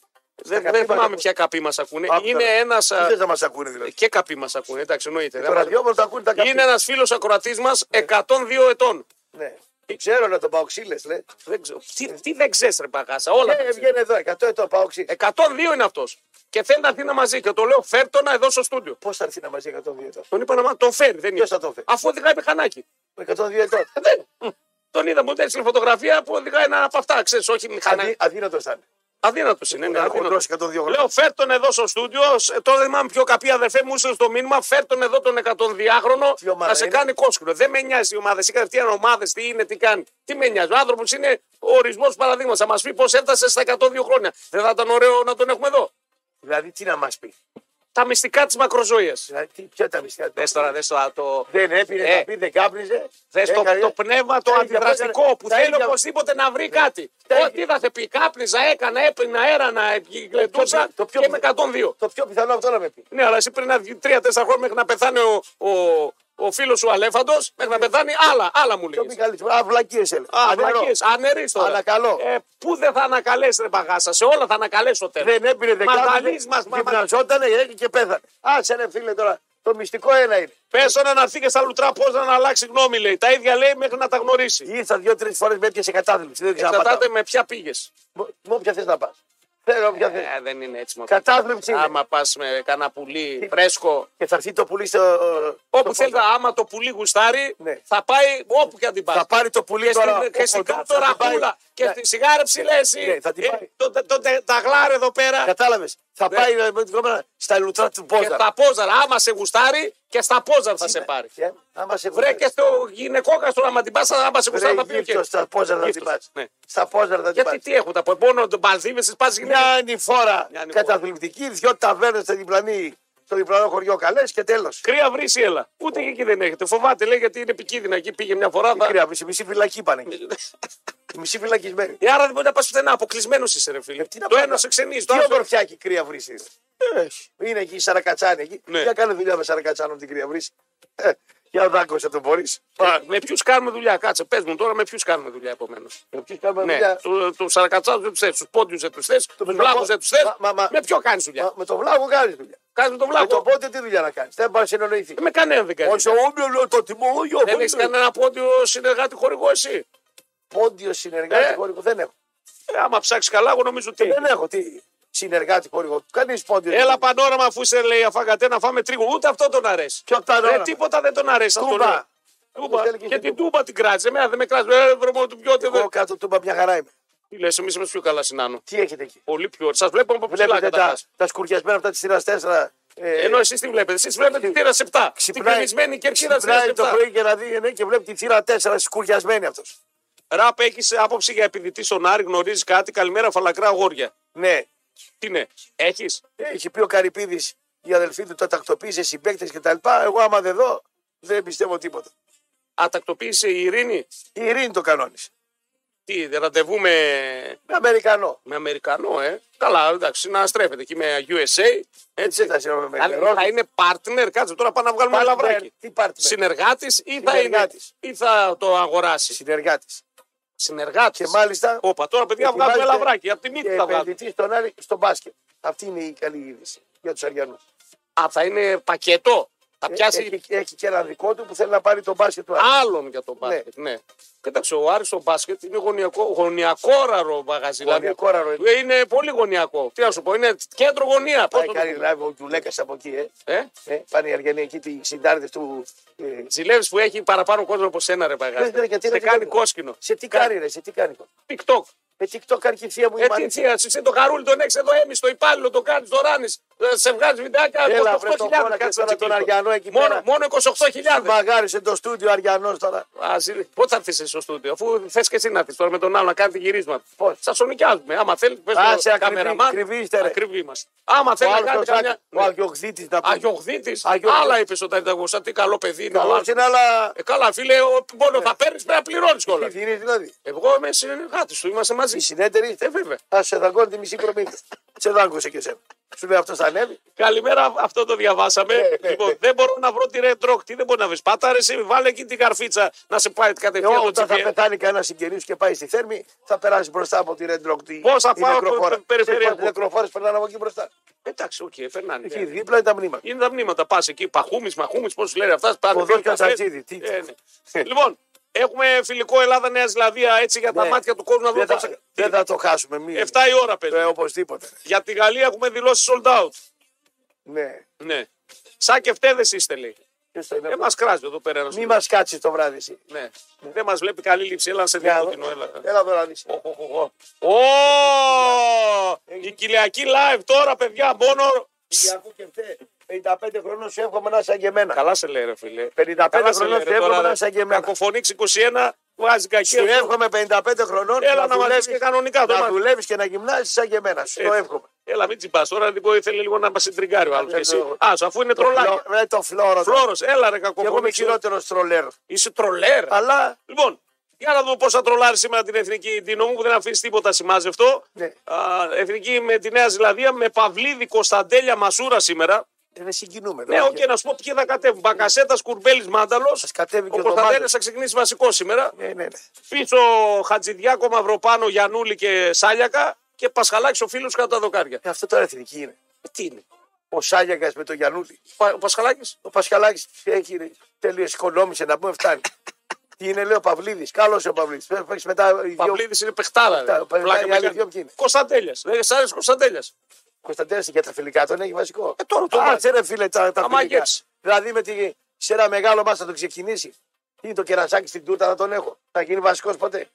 Speaker 1: Δεν,
Speaker 2: καπί
Speaker 1: δεν θυμάμαι
Speaker 2: μας
Speaker 1: ποια καπί μας ακούνε.
Speaker 2: Άκου
Speaker 1: Είναι
Speaker 2: τώρα.
Speaker 1: ένας.
Speaker 2: Τι θες να μας ακούνε δηλαδή.
Speaker 1: Και καπί μας ακούνε, εντάξει, εννοείται.
Speaker 2: Το
Speaker 1: Δεν μας-
Speaker 2: ραδιόφωνο τα ακούνε τα καπί.
Speaker 1: Ε,
Speaker 2: Ε.
Speaker 1: Είναι ένας φίλος ακροατής μας 102 ετών.
Speaker 2: Ναι. Ξέρω να τον πάω ξύλες, λε.
Speaker 1: Δεν ξέρω. Τι, τι δεν ξέρεις, ρε Παγάσα, όλα. τα
Speaker 2: Ε,
Speaker 1: ξέρεις.
Speaker 2: βγαίνει εδώ, 100 ετών πάω Ε, ξύλε.
Speaker 1: 102 είναι αυτός. Και θέλει να έρθει να μαζί. Και το λέω, φέρτο να εδώ στο στούντιο.
Speaker 2: Πώς θα έρθει να μαζί 102 ετών.
Speaker 1: Τον είπα να μα- τον φέρει. Δεν
Speaker 2: Ποιος
Speaker 1: είναι.
Speaker 2: θα το φέρει.
Speaker 1: Αφού οδηγάει μηχανάκι.
Speaker 2: Με 102 ετών.
Speaker 1: Ε, Δεν. Τον είδα μου έστειλε φωτογραφία που οδηγάει ένα από αυτά. Ξέρεις, όχι
Speaker 2: Αδύ,
Speaker 1: μηχανή.
Speaker 2: αδύνατος θα είναι.
Speaker 1: Αδύνατος είναι. ναι,
Speaker 2: Ένα
Speaker 1: αδύνατος.
Speaker 2: χοντρός 102 γραμμάρια.
Speaker 1: Λέω, φέρ τον εδώ στο στούντιο. σ- Τώρα δεν θυμάμαι ποιο καπί αδερφέ μου είσαι στο μήνυμα. Φέρ τον εδώ τον 102χρονο
Speaker 2: Τι ομάδα
Speaker 1: να σε
Speaker 2: είναι?
Speaker 1: κάνει κόσκινο. Δεν με νοιάζει οι ομάδες. Είχατε τι είναι ομάδες, τι είναι, τι κάνει. Τι με νοιάζει. Ο άνθρωπος είναι ο ορισμό παραδείγμα. Θα μας πει πώς έφτασε στα 102 χρόνια. Δεν θα ήταν ωραίο να τον έχουμε εδώ.
Speaker 2: Δηλαδή τι να μας πει.
Speaker 1: Τα μυστικά της μακροζωίας.
Speaker 2: Δηλαδή τι, ποια τα μυστικά.
Speaker 1: Δες τώρα, δες τώρα το.
Speaker 2: Δεν έπινε,
Speaker 1: Ε.
Speaker 2: ε. πει, δεν κάπνιζε.
Speaker 1: Θε το,
Speaker 2: έκανε-
Speaker 1: το πνεύμα το
Speaker 2: Τα ίδια
Speaker 1: αντιδραστικό
Speaker 2: πράγματα-
Speaker 1: που
Speaker 2: τα
Speaker 1: θέλει
Speaker 2: ίδια-
Speaker 1: οπωσδήποτε να βρει κάτι.
Speaker 2: Τα ίδια-
Speaker 1: Ό,τι θα σε πει, κάπνιζα, έκανα, έπαιρνα αέρα να γλεντούσα
Speaker 2: πιο- το πιο-
Speaker 1: και με 102.
Speaker 2: Το πιο πιθανό αυτό να με πει.
Speaker 1: Ναι, αλλά εσύ πριν να βγει τρία-τέσσερα χρόνια μέχρι να πεθάνει ο, ο, ο φίλος σου Αλέφαντος, μέχρι να πεθάνει άλλα, άλλα μου
Speaker 2: Το
Speaker 1: λέει.
Speaker 2: Μιχαλής. Ε. Α, βλακίες έλεγε.
Speaker 1: Α,
Speaker 2: Ανερό.
Speaker 1: βλακίε, ανερεί τώρα.
Speaker 2: Ανακαλώ.
Speaker 1: Ε, πού δεν θα ανακαλέσει, ρε παγάσα, σε όλα θα ανακαλέσω τέλος.
Speaker 2: Δεν έπινε
Speaker 1: Μαγαλής
Speaker 2: δεκάδες,
Speaker 1: μας, μα-
Speaker 2: γυμναζότανε ε, και πέθανε. Άσε ρε φίλε τώρα, το μυστικό ένα είναι.
Speaker 1: Πέσω να έρθει και στα λουτρά, πώς να αλλάξει γνώμη, λέει. Τα ίδια λέει μέχρι να τα γνωρίσει.
Speaker 2: Ήρθα δύο-τρει φορές με έπιασε κατάθλιψη. Δεν ξαναπατάω.
Speaker 1: Εξαρτάται με ποια πήγες.
Speaker 2: Μου- Μου όποια θες να πας. Θέλω όποια θε.
Speaker 1: Ε, δεν είναι έτσι μόνο.
Speaker 2: Κατάθλιψη. είναι.
Speaker 1: Άμα πας με κανένα πουλί φρέσκο,
Speaker 2: Και θα έρθει το πουλί στο.
Speaker 1: όπου
Speaker 2: στο
Speaker 1: θέλεις, άμα το πουλί γουστάρει,
Speaker 2: Ναι.
Speaker 1: θα πάει όπου και αν την πάει.
Speaker 2: Θα πάρει το πουλί
Speaker 1: και
Speaker 2: τώρα.
Speaker 1: στην,
Speaker 2: ο
Speaker 1: και στην
Speaker 2: Ποντός,
Speaker 1: κάτω
Speaker 2: θα την πάει-
Speaker 1: ραχούλα και
Speaker 2: Ναι,
Speaker 1: στη σιγάρε ψηλές εσύ.
Speaker 2: Ναι, θα την πάει.
Speaker 1: το, το, το, τα γλάρε εδώ πέρα
Speaker 2: Κατάλαβες. Θα
Speaker 1: Ναι.
Speaker 2: πάει ε, με την κόμμα στα λουτρά του
Speaker 1: και
Speaker 2: Πόζα.
Speaker 1: στα πόζαρα. Άμα σε γουστάρει και στα πόζαρα θα σε πάρει.
Speaker 2: Ε, Άμα σε
Speaker 1: Βρε και στο γυναικόκαστρο, άμα την πας, άμα σε
Speaker 2: Βρε,
Speaker 1: γουστάρει θα πει ο
Speaker 2: γύφτος, στα πόζα θα την
Speaker 1: Γύφτος,
Speaker 2: πας.
Speaker 1: ναι.
Speaker 2: Στα πόζα θα την πα.
Speaker 1: Γιατί τι έχουν τα πόνο, τον πανδύμεσαι, πας
Speaker 2: Μια
Speaker 1: γυναίκα.
Speaker 2: ανηφόρα
Speaker 1: Μια ανηφόρα.
Speaker 2: καταθλιπτική, δυο ταβέρνες στο διπλανή, στο διπλανό χωριό καλές και τέλος.
Speaker 1: Κρύα βρύση έλα. Ούτε και εκεί δεν έχετε. Φοβάται, λέει, γιατί είναι επικίνδυνα. Εκεί πήγε μια φορά. Θα...
Speaker 2: Κυρία, μισή, μισή φυλακή πάνε. εκεί. μισή φυλακισμένη.
Speaker 1: Ε, άρα δεν μπορεί να πας πουθενά. αποκλεισμένος είσαι, ρε φίλε.
Speaker 2: Ε, Τι να
Speaker 1: Το
Speaker 2: πάω,
Speaker 1: ένα
Speaker 2: να-
Speaker 1: σε ξενίζει. Το
Speaker 2: Τι
Speaker 1: άλλο.
Speaker 2: ομορφιά και η κρύα βρύσης. Είναι εκεί η Σαρακατσάνη εκεί.
Speaker 1: Ναι.
Speaker 2: Για κάνε δουλειά με Σαρακατσάνο την κρύα βρύση. Ε, Για δάκωσε το μπορεί.
Speaker 1: με ποιους κάνουμε δουλειά, κάτσε. Πες μου τώρα με ποιους κάνουμε δουλειά επομένως.
Speaker 2: Ποιο Ε, κάνουμε
Speaker 1: Ναι,
Speaker 2: δουλειά.
Speaker 1: του, του σαρακατσάδου δεν τους θες, τους πόντιους δεν τους θες, του βλάχους δεν τους θες.
Speaker 2: Μα- μα- μα-
Speaker 1: Με ποιο κάνεις
Speaker 2: Μα,
Speaker 1: δουλειά.
Speaker 2: με το βλάβο κάνεις δουλειά.
Speaker 1: Κάνεις με τον
Speaker 2: Με το
Speaker 1: βλάχο.
Speaker 2: πότε τι δουλειά να κάνεις. Δεν πάει να συνεννοηθεί.
Speaker 1: Ε, Με κανέναν δεν κάνεις.
Speaker 2: Όχι, όμοιο λέω το τιμό, όχι,
Speaker 1: Δεν έχεις κανένα πόντιο συνεργάτη χορηγό εσύ.
Speaker 2: Πόντιο συνεργάτη
Speaker 1: Ε.
Speaker 2: χορηγό δεν έχω.
Speaker 1: Ε, άμα ψάξεις καλά, εγώ νομίζω ότι.
Speaker 2: Ε, Δεν έχω τι συνεργάτη χορηγό. Κανείς πόντιο.
Speaker 1: Έλα πανόραμα αφού είσαι λέει αφαγατέ να φάμε τρίγο. Ούτε αυτό τον αρέσει.
Speaker 2: Ποιο τα
Speaker 1: Ε,
Speaker 2: νόημα.
Speaker 1: τίποτα δεν τον αρέσει αυτό.
Speaker 2: Τούμπα.
Speaker 1: λέω. Ε, Τούμπα.
Speaker 2: θέλει και
Speaker 1: Και
Speaker 2: η
Speaker 1: την τούμπα την κράτησε. Εμένα δεν με κράτησε. Ε, βρωμό του πιώτε.
Speaker 2: Εγώ κάτω του είπα μια χαρά είμαι.
Speaker 1: Τι λες, εμείς είμαστε πιο καλά συνάνω.
Speaker 2: Τι έχετε εκεί.
Speaker 1: Πολύ πιο. Σας βλέπω από ψηλά
Speaker 2: Βλέπετε τα,
Speaker 1: καταρχάς.
Speaker 2: τα σκουριασμένα αυτά της σειράς 4. Ε,
Speaker 1: Ενώ εσείς τι βλέπετε. Εσείς βλέπετε τη θύρα 7. Την
Speaker 2: ξυπνάει-
Speaker 1: κρεμισμένη κερκίδα τη
Speaker 2: ξυπνάει το
Speaker 1: 7.
Speaker 2: πρωί και να δει ναι, και βλέπει τη θύρα 4 σκουριασμένη αυτός.
Speaker 1: Ραπ, έχεις άποψη για επιδητή στον Άρη, γνωρίζεις κάτι. Καλημέρα, φαλακρά αγόρια.
Speaker 2: Ναι.
Speaker 1: Τι ναι, έχει.
Speaker 2: Έχει πει ο Καρυπίδης η αδελφή του τα τακτοποίησε, συμπαίκτε κτλ. Εγώ άμα δεν δω, δεν πιστεύω τίποτα.
Speaker 1: Ατακτοποίησε η Ειρήνη.
Speaker 2: Η ειρήνη το κανόνισε.
Speaker 1: Τι, ραντεβού με,
Speaker 2: Με Αμερικανό.
Speaker 1: με Αμερικανό, ε. Καλά, εντάξει, να στρέφεται εκεί με USA.
Speaker 2: Έτσι
Speaker 1: Έτσι.
Speaker 2: θα σε με
Speaker 1: Αν θα
Speaker 2: Αμερικανό.
Speaker 1: είναι partner, κάτσε τώρα πάμε να βγάλουμε ένα λαβράκι.
Speaker 2: Τι πάρτι.
Speaker 1: Συνεργάτης ή, θα είναι-
Speaker 2: Συνεργάτης.
Speaker 1: ή θα το αγοράσεις.
Speaker 2: Συνεργάτης.
Speaker 1: Συνεργάτη.
Speaker 2: Και μάλιστα.
Speaker 1: Όπα, τώρα παιδιά
Speaker 2: ετοιμάζεται
Speaker 1: βγάζουμε λαβράκι. Από τη μύτη
Speaker 2: Ε, και
Speaker 1: θα βγάλουμε.
Speaker 2: επενδυτής στον Άρη στο μπάσκετ. Αυτή είναι η καλή είδηση για τους Αριανούς.
Speaker 1: Α, θα είναι πακέτο. Θα πιάσει
Speaker 2: Ε, Έχει, έχει και έναν δικό του που θέλει να πάρει τον μπάσκετ του Άρη.
Speaker 1: άλλον για το μπάσκετ. Ναι. Κοίταξε, ο Άρης στο μπάσκετ είναι γωνιακό, γονιακόραρο μπαγαζί. δηλαδή,
Speaker 2: Γωνιακόραρο,
Speaker 1: ε, είναι πολύ γωνιακό. Τι να σου πω, είναι κέντρο γωνία. Πώς
Speaker 2: Πάει
Speaker 1: το
Speaker 2: κάνει
Speaker 1: πούμε.
Speaker 2: live ο Τζουλέκα από εκεί. Ε.
Speaker 1: Ε?
Speaker 2: Ε, πάνε οι Αργενοί εκεί, οι συντάρτε του. Ε,
Speaker 1: Ζηλεύεις που έχει παραπάνω κόσμο από σένα, ρε
Speaker 2: Πες, ρε,
Speaker 1: παγάζι.
Speaker 2: γιατί,
Speaker 1: Σε
Speaker 2: ρε,
Speaker 1: κάνει
Speaker 2: τι-
Speaker 1: κόσκινο.
Speaker 2: σε τι κάνει, ρε, σε τι κάνει.
Speaker 1: TikTok.
Speaker 2: Με TikTok κάνει και η θεία μου η
Speaker 1: Ε, τι
Speaker 2: Μαρίτα.
Speaker 1: έτσι, έτσι, εσύ το χαρούλι τον έχεις εδώ έμεις, το υπάλληλο το κάνεις, το ράνεις. Σε βγάζεις βιντεάκια
Speaker 2: Έλα,
Speaker 1: από
Speaker 2: βρε, το χώρα και τώρα τον Αριανό εκεί
Speaker 1: Μόνο,
Speaker 2: πέρα.
Speaker 1: μόνο 28.000.
Speaker 2: Μαγάρισε το στούντιο Αριανός τώρα.
Speaker 1: Ας, πότε θα έρθει εσύ στο στούντιο, αφού θες και εσύ να έρθει τώρα με τον άλλο να κάνετε γυρίσμα.
Speaker 2: Πώς?
Speaker 1: Σα τον νοικιάζουμε. Άμα θέλεις, πες
Speaker 2: Α, σε
Speaker 1: το
Speaker 2: ακριβή-
Speaker 1: καμεραμάν.
Speaker 2: ακριβήστε, ρε.
Speaker 1: Ακριβή είμαστε. Άμα
Speaker 2: Ο
Speaker 1: θέλει να κάνει
Speaker 2: άλλος
Speaker 1: καμιά.
Speaker 2: ο Αγιογδίτης να πούμε.
Speaker 1: Αγιογδίτης,
Speaker 2: Αγιογδίτης.
Speaker 1: άλλα είπες ο Ταϊνταγούσα, τι καλό παιδί είναι. ο
Speaker 2: Καλός
Speaker 1: άλλος.
Speaker 2: είναι, αλλά.
Speaker 1: Ε, καλά, φίλε, ο-
Speaker 2: Ναι.
Speaker 1: μόνο θα παίρνεις πρέπει να πληρώνεις
Speaker 2: Τι
Speaker 1: κιόλα.
Speaker 2: δίνει δηλαδή.
Speaker 1: Εγώ είμαι συνεργάτη του, είμαστε μαζί.
Speaker 2: Οι συνέτεροι
Speaker 1: Ε,
Speaker 2: είστε.
Speaker 1: βέβαια.
Speaker 2: Α σε δαγκώνει τη μισή προμήθεια. σε δάγκωσε και σε. Σου λέει αυτός θα ανέβει.
Speaker 1: Καλημέρα, αυτό το διαβάσαμε.
Speaker 2: Ε,
Speaker 1: λοιπόν, δεν μπορώ να βρω τη ρετρόκ. Τι δεν μπορεί να βρεις. Πάτα ρε, εσύ, βάλε εκεί την καρφίτσα να σε πάει
Speaker 2: Ε,
Speaker 1: κατευθείαν το
Speaker 2: Όταν θα
Speaker 1: τσιφί.
Speaker 2: πεθάνει κανένας συγγενής σου και πάει στη θέρμη, θα περάσει μπροστά από τη Red Rock. τη-
Speaker 1: Πώς θα
Speaker 2: τη
Speaker 1: πάω από
Speaker 2: νεκροφόρα.
Speaker 1: την περιφέρεια
Speaker 2: Ξέρεις
Speaker 1: μου. Ναι.
Speaker 2: πόσες νεκροφόρες περνάνε από εκεί μπροστά.
Speaker 1: Εντάξει, οκ, ε, φερνάνε.
Speaker 2: Εκεί δίπλα είναι τα μνήματα.
Speaker 1: Είναι τα μνήματα. Πας εκεί, παχούμι, μαχούμι, πώς λένε αυτά. Πάνε
Speaker 2: Ποδός
Speaker 1: δύο
Speaker 2: και
Speaker 1: καφές.
Speaker 2: Κατσατζίδη, τι.
Speaker 1: Ε, ναι. λοιπόν, έχουμε φιλικό Ελλάδα-Νέα Ζηλανδία έτσι για τα
Speaker 2: Ναι.
Speaker 1: μάτια του κόσμου να δούμε.
Speaker 2: Δεν
Speaker 1: πώς
Speaker 2: θα,
Speaker 1: θα-
Speaker 2: δεν θα το χάσουμε. Μη...
Speaker 1: 7 η ώρα
Speaker 2: Ε,
Speaker 1: παίζει.
Speaker 2: οπωσδήποτε.
Speaker 1: Για τη Γαλλία έχουμε δηλώσεις sold out.
Speaker 2: Ναι.
Speaker 1: Ναι. Σαν και φταίδες είστε λέει.
Speaker 2: Ποιος το είναι
Speaker 1: Ε,
Speaker 2: αυτό?
Speaker 1: μας κράζει εδώ πέρα ένας.
Speaker 2: Ναι. Μη μας κάτσει το βράδυ εσύ.
Speaker 1: Ναι. Δεν μας βλέπει καλή λήψη. Έλα να σε
Speaker 2: Για
Speaker 1: δει
Speaker 2: δω.
Speaker 1: την ε. Έλα.
Speaker 2: Έλα εδώ να δεις.
Speaker 1: Ω, ω, ω, ω. Ω! Η Κυριακή live τώρα, παιδιά, μόνο.
Speaker 2: Κυριακού και φταίει. 55 χρονών σου εύχομαι να είσαι και εμένα.
Speaker 1: Καλά σε λέει, ρε φίλε.
Speaker 2: 55
Speaker 1: Καλά σε λέει,
Speaker 2: χρονών
Speaker 1: ρε,
Speaker 2: σου εύχομαι
Speaker 1: τώρα,
Speaker 2: να
Speaker 1: ρε.
Speaker 2: είσαι και εμένα.
Speaker 1: Κακοφωνήξ 21, βγάζει κακή.
Speaker 2: Σου εύχομαι 55 χρονών
Speaker 1: Έλα να
Speaker 2: δουλεύεις-
Speaker 1: μαζεύεις και κανονικά το
Speaker 2: να
Speaker 1: μάτι.
Speaker 2: δουλεύεις και να γυμνάζεις σαν και εμένα. Σου το
Speaker 1: Έτσι.
Speaker 2: εύχομαι.
Speaker 1: Έλα, μην τσιμπάς τώρα, λίγο ήθελε λίγο να μας συντριγκάρει ο άλλος.
Speaker 2: δεν το-
Speaker 1: Άσο, αφού είναι τρολάκι.
Speaker 2: Φλο- ρε, το φλόρο.
Speaker 1: Φλόρος, έλα ρε
Speaker 2: Και εγώ είμαι
Speaker 1: κακοφωνήξ.
Speaker 2: χειρότερος τρολέρ.
Speaker 1: Είσαι τρολέρ.
Speaker 2: Αλλά
Speaker 1: Λοιπόν, για να δούμε πώς θα τρολάρει σήμερα την εθνική την νόμου που δεν αφήσει τίποτα σημάζευτο.
Speaker 2: Ναι.
Speaker 1: Α, εθνική με τη Νέα Ζηλανδία, με Παυλίδη Κωνσταντέλια Μασούρα σήμερα.
Speaker 2: ε, δεν συγκινούμε.
Speaker 1: Ναι, οκ, να σου πω ποιοι θα κατέβουν. Μπακασέτα, Κουρμπέλη, Μάνταλος.
Speaker 2: Ας κατέβει και
Speaker 1: Ο
Speaker 2: ο
Speaker 1: Κωνσταντέλια
Speaker 2: Δωμάτιος.
Speaker 1: θα ξεκινήσει βασικό σήμερα.
Speaker 2: Ναι, ναι, ναι.
Speaker 1: Πίσω Χατζηδιάκο, Μαυροπάνο, Γιανούλη και Σάλιακα. Και Πασχαλάκης ο φίλος κάτω τα δοκάρια.
Speaker 2: Ε, Αυτό τώρα εθνική είναι.
Speaker 1: Ε, Τι είναι.
Speaker 2: Ο Σάλιακας με τον Γιανούλη.
Speaker 1: Πα- Ο Πασχαλάκης.
Speaker 2: Ο Πασχαλάκης έχει ρε, τελείως οικονόμησε να πούμε φτάνει. Τι είναι, λέει ο Παυλίδης. Καλός ο Παυλίδης. Πρέπει να παίξει μετά οι δύο.
Speaker 1: Παυλίδης είναι παιχτάρα.
Speaker 2: Αυτά,
Speaker 1: ρε.
Speaker 2: παιδιά,
Speaker 1: Πλάκα
Speaker 2: οι
Speaker 1: με
Speaker 2: άλλοι
Speaker 1: κάνει.
Speaker 2: δυο ποιοι είναι.
Speaker 1: Κωνσταντέλιας. Δεν σ' άρεσε Κωνσταντέλια.
Speaker 2: Κωνσταντέρα για τα φιλικά τον έχει βασικό.
Speaker 1: Ε, τώρα το
Speaker 2: Α,
Speaker 1: μάτς.
Speaker 2: σε ρε φίλε τα,
Speaker 1: Τα
Speaker 2: τα φιλικά.
Speaker 1: μάγκες.
Speaker 2: Δηλαδή με τη, σε ένα μεγάλο μάτι θα τον ξεκινήσει. Τι είναι το κερασάκι στην τούρτα να τον έχω. Θα γίνει βασικός ποτέ.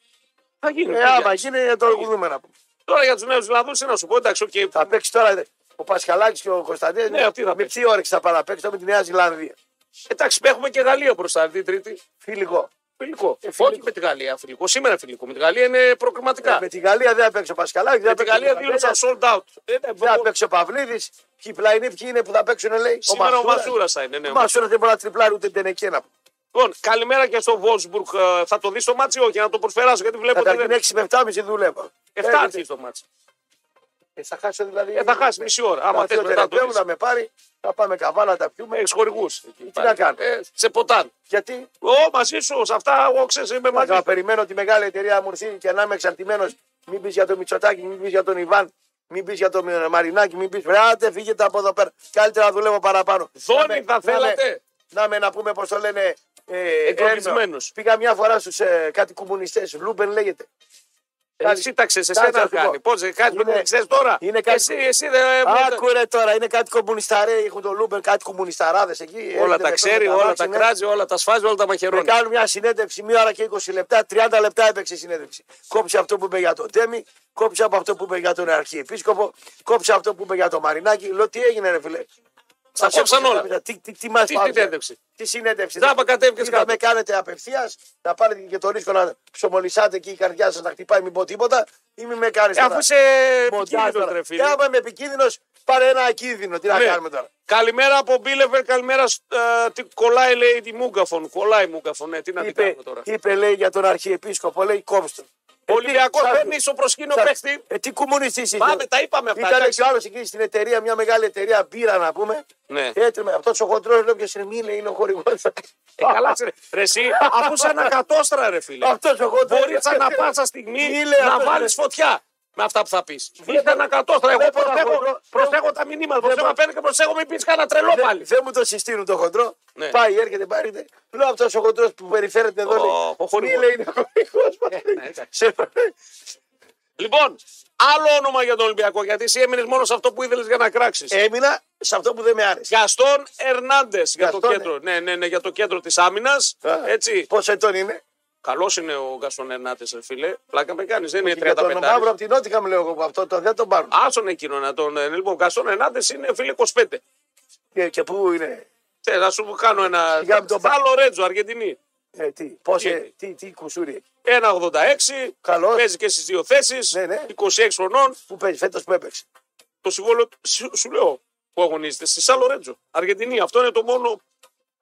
Speaker 1: Θα γίνει.
Speaker 2: Ε,
Speaker 1: παιδιά.
Speaker 2: άμα γίνει το δούμε να πούμε.
Speaker 1: Τώρα για τους νέους Ζηλανδού, τι να σου πω, εντάξει, okay,
Speaker 2: Θα παίξει τώρα ε, ο Πασχαλάκης και ο Κωνσταντέρα.
Speaker 1: Ναι, αυτοί θα
Speaker 2: με τι όρεξη θα πάει να παίξει τώρα με τη Νέα Ζηλανδία.
Speaker 1: εντάξει, έχουμε και Γαλλία μπροστά, την Τρίτη.
Speaker 2: Φιλικό.
Speaker 1: Φιλικό.
Speaker 2: Ε, φιλικό. Ε,
Speaker 1: Όχι με τη Γαλλία, φιλικό. Σήμερα φιλικό. Με τη Γαλλία είναι προκριματικά.
Speaker 2: Με τη Γαλλία δεν θα παίξει ο Πασχαλάκης.
Speaker 1: Ναι. με τη
Speaker 2: Δεν θα παίξει ο
Speaker 1: Γαλλία
Speaker 2: Κωνσταντέλιας,
Speaker 1: δήλωσαν sold out. Ε, ναι,
Speaker 2: Δεν θα
Speaker 1: βέβαια.
Speaker 2: παίξει ο Παυλίδης. Ποιοι πλάινοι, ποιοι είναι που θα παίξουν, λέει.
Speaker 1: Σήμερα ο
Speaker 2: Μασούρας.
Speaker 1: Μασούρας θα είναι. Ναι.
Speaker 2: Ο Μασούρα δεν μπορεί να τριπλάρει ούτε την Εκένα.
Speaker 1: Λοιπόν, καλημέρα και στο Βόλσμπουργκ. Ε, Θα το δεις το μάτσο ή όχι, να το προσπεράσω γιατί βλέπω ότι
Speaker 2: Καταρχήν
Speaker 1: δεν.
Speaker 2: 6 με 7,5 δουλεύω.
Speaker 1: Εφτά αρχίζει το μάτσο.
Speaker 2: Ε, θα χάσω δηλαδή.
Speaker 1: Ε, θα χάσει μισή ώρα. Άμα θε μετά το.
Speaker 2: το να με πάρει, θα πάμε καβάλα, τα πιούμε.
Speaker 1: Έχεις χορηγούς.
Speaker 2: Τι να κάνω.
Speaker 1: Ε, Σε ποτάν.
Speaker 2: Γιατί
Speaker 1: Ω, μαζί σου, σε αυτά εγώ ξέρω, είμαι μαζί.
Speaker 2: θα
Speaker 1: σου.
Speaker 2: περιμένω τη μεγάλη εταιρεία μου έρθει και να είμαι εξαρτημένος. Μην πεις για τον Μητσοτάκη, μην πεις για τον Ιβάν, μην πεις για τον ε, Μαρινάκη, μην πεις. Βράτε, φύγετε από εδώ πέρα. Καλύτερα να δουλεύω παραπάνω.
Speaker 1: Δόνι
Speaker 2: Να με-
Speaker 1: θα
Speaker 2: να με-
Speaker 1: θέλατε.
Speaker 2: Να με να πούμε πώς το λένε. Ε,
Speaker 1: Εκλογισμένους.
Speaker 2: Έλληνο. Πήγα μια φορά στους ε, κάτι κομμουνιστές. Λούμπεν λέγεται.
Speaker 1: Εσύ Σύνταξε, σε
Speaker 2: Κάτσε,
Speaker 1: σένα
Speaker 2: να σου πω.
Speaker 1: κάνει. Πώ δεν κάνει,
Speaker 2: Είναι-
Speaker 1: δεν ξέρεις τώρα.
Speaker 2: είναι
Speaker 1: Εσύ,
Speaker 2: κάτι-
Speaker 1: εσύ δεν.
Speaker 2: Άκουρε τώρα, είναι κάτι κομμουνισταρέ. Έχουν τον Λούμπεν κάτι κομμουνισταράδες εκεί.
Speaker 1: Όλα
Speaker 2: Έρχεται
Speaker 1: τα
Speaker 2: με
Speaker 1: ξέρει,
Speaker 2: το
Speaker 1: όλα
Speaker 2: μάξι,
Speaker 1: τα
Speaker 2: ναι.
Speaker 1: κράζει, όλα τα σφάζει, όλα τα
Speaker 2: Και
Speaker 1: μαχαιρώνει.
Speaker 2: κάνουν μια συνέντευξη μία ώρα και 20 λεπτά, 30 λεπτά έπαιξε η συνέντευξη. Κόψε αυτό που είπε για τον Τέμι, κόψε από αυτό που είπε για τον Αρχιεπίσκοπο, κόψε αυτό που είπε για τον Μαρινάκη. Λέω τι έγινε, ρε φιλέ.
Speaker 1: Τα κόψαν όλα.
Speaker 2: Τι, τι, τι, μας
Speaker 1: Τι
Speaker 2: πάρετε.
Speaker 1: συνέντευξη?
Speaker 2: Τι συνέντευξη.
Speaker 1: Τζάμπα κατέβηκες
Speaker 2: Ή θα
Speaker 1: κάτω.
Speaker 2: με κάνετε απευθεία, να πάρετε και το ρίσκο να ψωμολισάτε και η καρδιά σας να χτυπάει, μην πω τίποτα, ή μην με κάνεις
Speaker 1: Ε, Αφού είσαι επικίνδυνος, ρε φίλε.
Speaker 2: Και άμα είμαι επικίνδυνος, πάρε ένα ακίνδυνο. Τι να
Speaker 1: Ναι.
Speaker 2: κάνουμε τώρα.
Speaker 1: Καλημέρα από Μπίλεβερ, καλημέρα. σ- ε, τι, κολλάει λέει τη Μούγκαφον. Κολλάει η Μούγκαφον, ναι, τι να την
Speaker 2: είπε,
Speaker 1: κάνουμε τώρα.
Speaker 2: είπε, λέει για τον Αρχιεπίσκοπο, λέει κόψτε. Ε,
Speaker 1: Ο Ολυμπιακό
Speaker 2: Σάκου.
Speaker 1: παίρνει στο προσκήνιο
Speaker 2: Σάκου.
Speaker 1: παίχτη.
Speaker 2: Ε, τι κομμουνιστής είσαι.
Speaker 1: Πάμε, τα είπαμε αυτά.
Speaker 2: Ήταν
Speaker 1: εντάξει.
Speaker 2: και ο άλλο εκεί στην εταιρεία, μια μεγάλη εταιρεία μπύρα να πούμε. Ε,
Speaker 1: Ναι.
Speaker 2: Έτρεμε. Αυτό ο χοντρός λέει ποιο είναι, μη λέει, είναι ο χορηγός.
Speaker 1: Ε, καλά, ξέρε. Ρε, εσύ, αφού σαν ακατόστρα, ρε φίλε.
Speaker 2: Αυτός ο χοντρός.
Speaker 1: Μπορείς ανά πάσα στιγμή
Speaker 2: Μη λέει
Speaker 1: να
Speaker 2: αυτός,
Speaker 1: βάλεις
Speaker 2: ρε.
Speaker 1: φωτιά με αυτά που θα πεις. Ήταν ακατόστρα. Εγώ
Speaker 2: Βλέπω ένα
Speaker 1: προσέχω,
Speaker 2: χοντρό.
Speaker 1: προσέχω τα μηνύματα. Προσέχω να παίρνω και προσέχω μην πεις κανένα τρελό πάλι.
Speaker 2: Δεν μου το συστήνουν το χοντρό.
Speaker 1: Ναι.
Speaker 2: Πάει, έρχεται, πάει. έρχεται. Λέω αυτός ο χοντρός που περιφέρεται εδώ.
Speaker 1: Ο-
Speaker 2: λέει,
Speaker 1: ο χορηγός.
Speaker 2: Μη λέει, είναι ο
Speaker 1: ναι,
Speaker 2: χορηγό.
Speaker 1: εντάξει. Λοιπόν, άλλο όνομα για τον Ολυμπιακό, γιατί εσύ έμεινες μόνο σε αυτό που ήθελες για να κράξεις.
Speaker 2: Έμεινα σε αυτό που δεν με άρεσε.
Speaker 1: Γαστόν Ερνάντες για το
Speaker 2: Γαστόν, ε-
Speaker 1: κέντρο. Ναι, ναι, ναι, για το κέντρο της άμυνας.
Speaker 2: Α.
Speaker 1: Έτσι.
Speaker 2: Πόσο ετών είναι.
Speaker 1: Καλός είναι ο Γαστόν Ερνάντε, φίλε. Πλάκα με κάνεις, δεν είναι
Speaker 2: Για τον
Speaker 1: 35.
Speaker 2: Μαύρο από την Νότια μου λέω εγώ αυτό, το, δεν τον πάρουν.
Speaker 1: Άσον εκείνο να τον. ε, Λοιπόν, ο Γαστόν Ερνάντε είναι φίλε 25.
Speaker 2: Και, και πού είναι.
Speaker 1: Θε, να σου κάνω ένα.
Speaker 2: Για τον
Speaker 1: Στα Λορέτζο, Αργεντινή.
Speaker 2: Ε, τι, πώς,
Speaker 1: Τι.
Speaker 2: ε, τι, τι κουσούρι έχει.
Speaker 1: 1,86.
Speaker 2: Καλός.
Speaker 1: Παίζει και στις δύο θέσεις.
Speaker 2: Ναι, ναι.
Speaker 1: 26 χρονών.
Speaker 2: Πού παίζει, φέτος που έπαιξε.
Speaker 1: Το συμβόλαιο του- σου, σου λέω που αγωνίζεται στη Σαν Λορέτζο. Αργεντινή. Αυτό είναι το μόνο
Speaker 2: Ναι.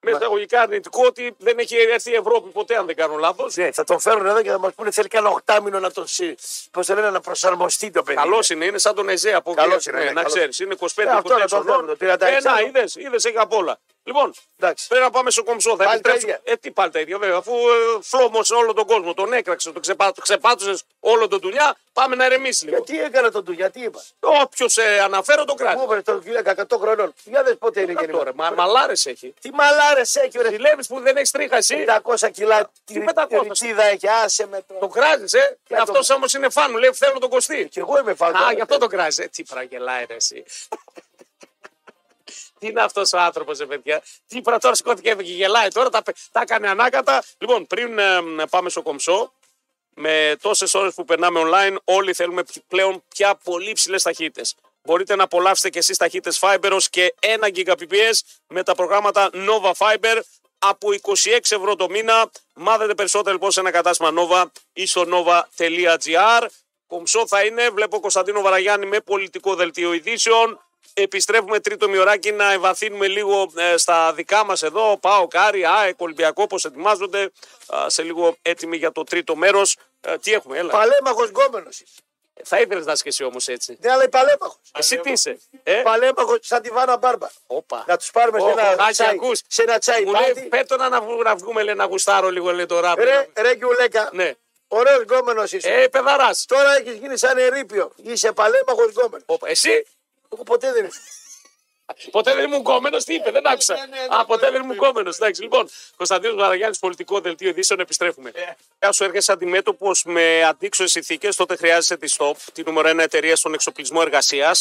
Speaker 1: μέσα εισαγωγικά αρνητικό ότι δεν έχει έρθει η Ευρώπη ποτέ, αν δεν κάνω λάθος.
Speaker 2: Ναι, θα τον φέρουν εδώ και θα μας πούνε θέλει κανένα οχτάμινο να τον συ... Πώς το λένε, να προσαρμοστεί το παιδί.
Speaker 1: Καλός είναι, είναι σαν τον Εζέ από
Speaker 2: Καλός
Speaker 1: Βιέννη.
Speaker 2: είναι,
Speaker 1: Ναι,
Speaker 2: ναι,
Speaker 1: να
Speaker 2: καλός.
Speaker 1: ξέρεις. Είναι 25
Speaker 2: Ε, αυτό
Speaker 1: 24
Speaker 2: να το
Speaker 1: χρονών.
Speaker 2: δούμε, το 36
Speaker 1: Ε, να,
Speaker 2: χρονών.
Speaker 1: είδες, είδες, έχει απ' όλα. Λοιπόν,
Speaker 2: Εντάξει.
Speaker 1: πρέπει να πάμε στο κομψό. Θα
Speaker 2: Πάλι τα
Speaker 1: επιστρέψουμε. Ε, τι πάλι τα ίδια, βέβαια. Αφού ε, φλόμωσε όλο τον κόσμο, τον έκραξε, τον ξεπά, ξεπάτωσε όλο τον δουλειά, πάμε να ηρεμήσει λίγο.
Speaker 2: Γιατί έκανα τον του, γιατί είπα.
Speaker 1: Όποιος ε, αναφέρω το
Speaker 2: Μου
Speaker 1: κράτη.
Speaker 2: έπρεπε τον 100 χρονών. Για δες πότε είναι
Speaker 1: Ε, Τώρα,
Speaker 2: γεννημένο.
Speaker 1: μα, μαλάρες έχει.
Speaker 2: Τι μαλάρες έχει, ρε.
Speaker 1: Ζηλεύεις που δεν έχεις τρίχα εσύ.
Speaker 2: 500 κιλά
Speaker 1: Τι
Speaker 2: τη
Speaker 1: 500?
Speaker 2: ρητσίδα έχει, άσε με
Speaker 1: Το
Speaker 2: το.
Speaker 1: κράζεις, ε.
Speaker 2: Για
Speaker 1: Αυτό
Speaker 2: το-
Speaker 1: όμως είναι φαν, μου λέει θέλω τον Κωστή.
Speaker 2: Κι εγώ είμαι φαντάζομαι.
Speaker 1: Α, γι' αυτό το κράζεις. Ε, τι πραγελάει, ρε, εσύ. τι είναι αυτός ο άνθρωπος, ρε παιδιά. Τι πρα τώρα σηκώθηκε και γελάει. Τώρα τα, τα έκανε ανάκατα. Λοιπόν, πριν ε, μ, πάμε στο κομψό, με τόσες ώρες που περνάμε online, όλοι θέλουμε π- πλέον πια πολύ ψηλές ταχύτητες. Μπορείτε να απολαύσετε και εσείς ταχύτητες Fiber ως και 1 Gbps με τα προγράμματα Nova Fiber από 26 ευρώ το μήνα. Μάθετε περισσότερα λοιπόν σε ένα κατάστημα Nova ή στο nova.gr. Κομψό θα είναι, βλέπω Κωνσταντίνο Βαραγιάννη με πολιτικό δελτίο ειδήσεων. Επιστρέφουμε τρίτο μειωράκι να ευαθύνουμε λίγο ε, στα δικά μας εδώ. Πάω, Κάρι, ΑΕΚ, Ολυμπιακό, πώς ετοιμάζονται. Α, σε λίγο έτοιμοι για το τρίτο μέρος. Ε, τι έχουμε, έλα.
Speaker 2: Παλέμαχος γκόμενος.
Speaker 1: Θα ήθελες να είσαι και εσύ όμως έτσι.
Speaker 2: Ναι, αλλά η παλέμαχος.
Speaker 1: Εσύ τι είσαι. Ε?
Speaker 2: Παλέμαχος σαν τη Βάνα Μπάρμπα.
Speaker 1: Όπα.
Speaker 2: Να τους πάρουμε σε
Speaker 1: Ω,
Speaker 2: ένα
Speaker 1: Χάκη,
Speaker 2: τσάι.
Speaker 1: ακούς.
Speaker 2: Σε ένα τσάι
Speaker 1: Μου λέει,
Speaker 2: πάρτι.
Speaker 1: πέτω να, βγου- να βγούμε, λέει, να γουστάρω λίγο, λέει, το ράπ.
Speaker 2: Ρε, ρε Κιουλέκα.
Speaker 1: Ναι.
Speaker 2: Ωραίος γκόμενος είσαι.
Speaker 1: Ε, παιδαράς.
Speaker 2: Τώρα έχεις γίνει σαν ερήπιο. Είσαι παλέμαχος γκόμενος.
Speaker 1: Όπα, Εσύ,
Speaker 2: Εγώ ποτέ δεν είμαι.
Speaker 1: ποτέ δεν ήμουν κόμενος, τι είπε, δεν άκουσα.
Speaker 2: ναι, ναι, ναι,
Speaker 1: Α, ποτέ
Speaker 2: ναι,
Speaker 1: δεν
Speaker 2: ναι,
Speaker 1: ήμουν
Speaker 2: ναι.
Speaker 1: κόμενος. Εντάξει, λοιπόν, Κωνσταντίνος Βαραγιάννης, πολιτικό δελτίο ειδήσεων, επιστρέφουμε.
Speaker 2: Ε.
Speaker 1: Αν σου έρχεσαι αντιμέτωπος με αντίξωες συνθήκες, τότε χρειάζεσαι τη STOP, τη νούμερο 1 εταιρεία στον εξοπλισμό εργασίας.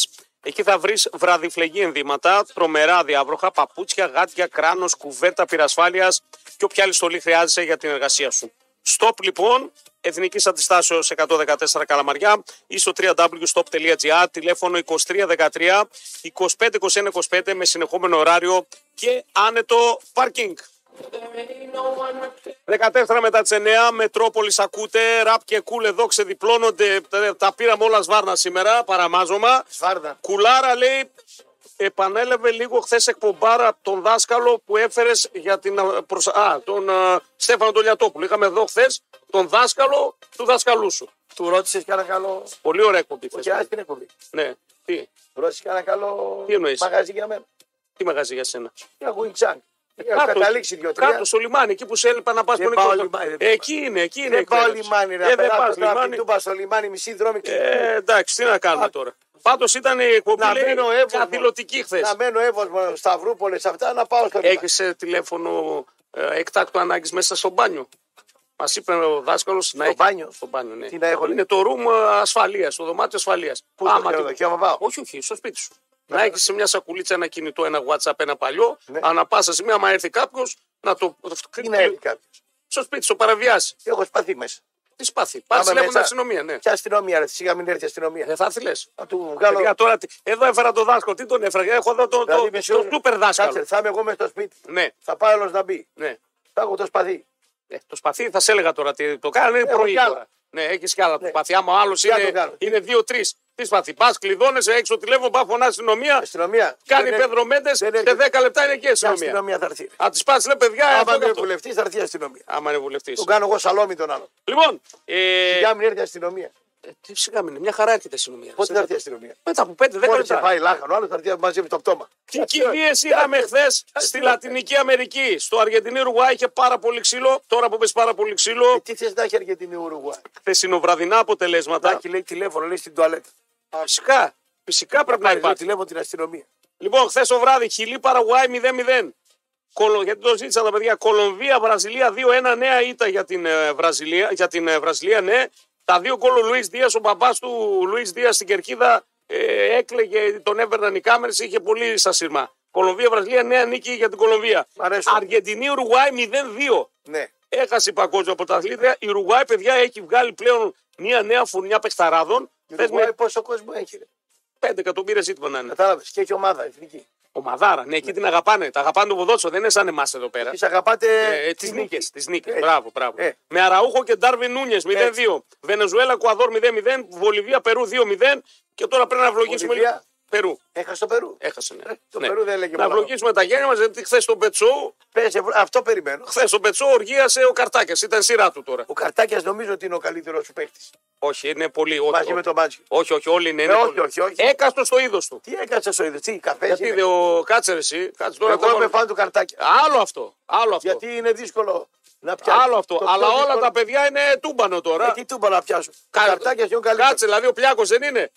Speaker 1: Εκεί θα βρεις βραδιφλεγή ενδύματα, τρομερά διάβροχα, παπούτσια, γάτια, κράνο, κουβέρτα πυρασφάλειας και όποια άλλη στολή χρειάζεσαι για την εργασία σου. Stop λοιπόν, Εθνικής Αντιστάσεως 114 Καλαμαριά ή στο www.stop.gr, τηλέφωνο 2313 252125 με συνεχόμενο ωράριο και άνετο πάρκινγκ. 14 μετά τις 9, Μετρόπολης ακούτε, ραπ και κούλ εδώ ξεδιπλώνονται. Τα- Τα πήραμε όλα σβάρνα σήμερα, παραμάζωμα.
Speaker 2: Σφάρδα.
Speaker 1: Κουλάρα λέει, επανέλαβε λίγο χθες εκπομπάρα τον δάσκαλο που έφερες για την. α, Προς... Α, τον α, Στέφανο Τολιατόπουλο. Είχαμε εδώ χθες τον δάσκαλο του δάσκαλού σου.
Speaker 2: Του ρώτησες και ένα καλό.
Speaker 1: Πολύ ωραία εκπομπή. χθες.
Speaker 2: Και α την εκπομπή.
Speaker 1: Ναι. Τι,
Speaker 2: Δώσει κανένα καλό
Speaker 1: Τι εννοείς?
Speaker 2: μαγαζί για μένα.
Speaker 1: τι μαγαζί για σένα.
Speaker 2: Και έχω Ινξάν. Έχω Ε, καταλήξει δύο-τρία.
Speaker 1: Κάτω στο λιμάνι, εκεί που σε έλειπα να πας
Speaker 2: Δεν
Speaker 1: τον
Speaker 2: πάω
Speaker 1: Εκκρότο.
Speaker 2: λιμάνι, δεν
Speaker 1: Ε, Εκεί είναι, εκεί είναι.
Speaker 2: Δεν
Speaker 1: η
Speaker 2: πάω
Speaker 1: εκπαίδευση.
Speaker 2: λιμάνι,
Speaker 1: Ε,
Speaker 2: ρε
Speaker 1: δεν πας
Speaker 2: παιδάκι. Να
Speaker 1: λιμάνι.
Speaker 2: πιτούπα στο λιμάνι, μισή δρόμη και.
Speaker 1: Ε, εντάξει, τι να κάνουμε τώρα. Πάντως ήταν η εκπομπή
Speaker 2: Να
Speaker 1: λέει,
Speaker 2: μένω έβολο.
Speaker 1: καθηλωτική χθες.
Speaker 2: Να μένω εύωσμο Σταυρούπολε αυτά, να πάω στο λιμάνι.
Speaker 1: Έχει τηλέφωνο ε, εκτάκτου ανάγκης μέσα στο μπάνιο. Μας είπε ο δάσκαλος να έχει.
Speaker 2: μπάνιο?
Speaker 1: Στο μπάνιο, ναι.
Speaker 2: Τι να έχω, λέει?
Speaker 1: Είναι το room ασφαλεία, το δωμάτιο ασφαλείας.
Speaker 2: Πού στο ξενοδοχείο άμα πάω.
Speaker 1: Όχι, όχι, στο σπίτι σου. Να έχεις σε μια σακουλίτσα ένα κινητό, ένα WhatsApp, ένα παλιό.
Speaker 2: Ναι.
Speaker 1: Ανά πάσα στιγμή, άμα έρθει κάποιος, να το.
Speaker 2: Τι να έρθει κάποιος.
Speaker 1: Στο σπίτι σου, παραβιάσει.
Speaker 2: Έχω σπαθεί μέσα.
Speaker 1: Τι σπάθει. Πάρε
Speaker 2: Άμα
Speaker 1: τηλέφωνο
Speaker 2: μέσα-
Speaker 1: αστυνομία, ναι. Ε.
Speaker 2: Ποια αστυνομία, ρε, σιγά μην έρθει η αστυνομία.
Speaker 1: Δεν θα έρθει λε.
Speaker 2: Να του βγάλω.
Speaker 1: τώρα, τι- εδώ έφερα το δάσκαλο. Τι τον έφερα. ε, Έχω εδώ το, το,
Speaker 2: Δηλαδή,
Speaker 1: Ε, το,
Speaker 2: με σιώνουν.
Speaker 1: super
Speaker 2: Κάτσε,
Speaker 1: δάσκαλο.
Speaker 2: θα είμαι εγώ μέσα στο σπίτι.
Speaker 1: Ναι,
Speaker 2: Θα πάει άλλο να μπει.
Speaker 1: ναι.
Speaker 2: Θα έχω το σπαθί.
Speaker 1: Ε, το σπαθί θα σε έλεγα τώρα τι το κάνω. Είναι
Speaker 2: Έχω
Speaker 1: πρωί.
Speaker 2: κι άλλα.
Speaker 1: τώρα. Ναι, έχεις κι άλλα. Το σπαθί, άμα ο άλλος
Speaker 2: Τι να το
Speaker 1: είναι,
Speaker 2: κάνω.
Speaker 1: είναι δύο-τρει. Τι σπαθί. Πας, κλειδώνεσαι, έξω τηλέφωνο, πα φωνάς αστυνομία.
Speaker 2: Αστυνομία.
Speaker 1: Κάνει
Speaker 2: Ε, Δεν έρθει.
Speaker 1: Πέδρο Μέντες,
Speaker 2: δεν
Speaker 1: σε
Speaker 2: έρχεται.
Speaker 1: 10 λεπτά είναι εκεί η
Speaker 2: Ποια
Speaker 1: αστυνομία.
Speaker 2: αστυνομία θα έρθει.
Speaker 1: Αν τη πα, λέει παιδιά,
Speaker 2: Άμα
Speaker 1: αυτό και
Speaker 2: είμαι
Speaker 1: αυτό.
Speaker 2: βουλευτής, θα έρθει η αστυνομία.
Speaker 1: Άμα είναι βουλευτής.
Speaker 2: Τον κάνω εγώ σαλόμι τον άλλο.
Speaker 1: Λοιπόν, ε,
Speaker 2: Σιγά μην έρθει η αστυνομία.
Speaker 1: ε, τι σιγά μην είναι, μια χαρά έρχεται η αστυνομία.
Speaker 2: Πότε θα έρθει η αστυνομία.
Speaker 1: Μετά από 5-10
Speaker 2: Μόλι σε
Speaker 1: λεπτά.
Speaker 2: φάει λάχανο, ο άλλος θα έρθει να μαζεύει το πτώμα.
Speaker 1: Τι κηδείε είδαμε χθε στη Λατινική Αμερική. Στο Αργεντινή Ρουάι είχε πάρα πολύ ξύλο. Τώρα που πες πάρα πολύ
Speaker 2: Ε,
Speaker 1: ξύλο,
Speaker 2: Τι θες να έχει Αργεντινή Ουρουγουάη.
Speaker 1: χθεσινοβραδινά αποτελέσματα.
Speaker 2: Τάκι λέει τηλέφωνο, λέει στην τουαλέτα.
Speaker 1: Φυσικά, φυσικά πρέπει να
Speaker 2: Πάρε το
Speaker 1: υπάρχει.
Speaker 2: τηλέφωνο την αστυνομία.
Speaker 1: Λοιπόν, χθες το βράδυ Χιλή Παραγουάη 0-0. Κολο... Γιατί το ζήτησαν τα παιδιά. Κολομβία, Βραζιλία 2-1. Νέα ήττα για την, ε, Βραζιλία, για την ε, Βραζιλία, ναι. Τα δύο γκολ ο Λουίς Δίας, ο μπαμπάς του Λουίς Δίας στην κερκίδα ε, έκλεγε, τον έβερναν οι κάμερες, είχε πολύ στα σύρμα. Κολομβία, Βραζιλία, νέα νίκη για την Κολομβία.
Speaker 2: Μ' αρέσουν.
Speaker 1: Αργεντινή, Ουρουάη 0-2.
Speaker 2: Ναι.
Speaker 1: Έχασε η παγκόσμια πρωταθλήτρια. Η Ουρουάη, παιδιά, έχει βγάλει πλέον μια νέα φουρνιά παιχταράδων.
Speaker 2: Η
Speaker 1: Θες με
Speaker 2: Ουρουγουάη πόσο κόσμο έχει. ρε.
Speaker 1: 5 εκατομμύρια ζήτημα να είναι.
Speaker 2: Κατάλαβες και έχει ομάδα εθνική.
Speaker 1: Ομαδάρα, ναι, εκεί την αγαπάνε. Τα αγαπάνε το ποδότσο, δεν είναι σαν εμάς εδώ πέρα.
Speaker 2: Εσείς αγαπάτε.
Speaker 1: Ε, τι
Speaker 2: την
Speaker 1: νίκε,
Speaker 2: νίκη.
Speaker 1: τις νίκες.
Speaker 2: Ε,
Speaker 1: Μπράβο, μπράβο.
Speaker 2: ε.
Speaker 1: Με Αραούχο και Ντάρβιν Νούνιες 0-2. Βενεζουέλα, Κουαδόρ 0-0. Βολιβία, Περού 2-0. Και τώρα πρέπει να ευλογήσουμε.
Speaker 2: Βολιβία.
Speaker 1: λίγο- Περού.
Speaker 2: Έχασε το Περού.
Speaker 1: Έχασε. Ναι.
Speaker 2: Ε, το
Speaker 1: Ναι.
Speaker 2: Περού δεν έλεγε
Speaker 1: να
Speaker 2: πολλά.
Speaker 1: ευλογήσουμε τα γένια μας γιατί χθες τον Πετσό,
Speaker 2: Πες, ευρώ- αυτό περιμένω.
Speaker 1: χθες τον Πετσό οργίασε ο Καρτάκιας. Ήταν σειρά του τώρα.
Speaker 2: Ο Καρτάκιας νομίζω ότι είναι ο καλύτερος σου παίχτη.
Speaker 1: Όχι, είναι πολύ. Όχι,
Speaker 2: Μαζί
Speaker 1: όχι.
Speaker 2: με το Μάτζι.
Speaker 1: όχι, όχι, όλοι είναι.
Speaker 2: Ε,
Speaker 1: είναι
Speaker 2: όχι,
Speaker 1: πολύ.
Speaker 2: όχι, όχι.
Speaker 1: Έκαστο στο είδος του.
Speaker 2: Τι έκανε ο είδος, τι καφέ.
Speaker 1: Γιατί δε ο Κάτσερ, εσύ. Κάτσε τώρα.
Speaker 2: Εγώ
Speaker 1: το
Speaker 2: είμαι
Speaker 1: βάλω.
Speaker 2: φαν του Καρτάκια.
Speaker 1: Άλλο αυτό. Άλλο αυτό.
Speaker 2: Γιατί είναι δύσκολο να πιάσει.
Speaker 1: Άλλο αυτό. Αλλά όλα τα παιδιά είναι τούμπανο τώρα.
Speaker 2: Τι τούμπα να πιάσω.
Speaker 1: Κα-
Speaker 2: Καρτάκιας είναι ο καλύτερος.
Speaker 1: Κάτσε, δηλαδή ο Πιάκο δεν είναι.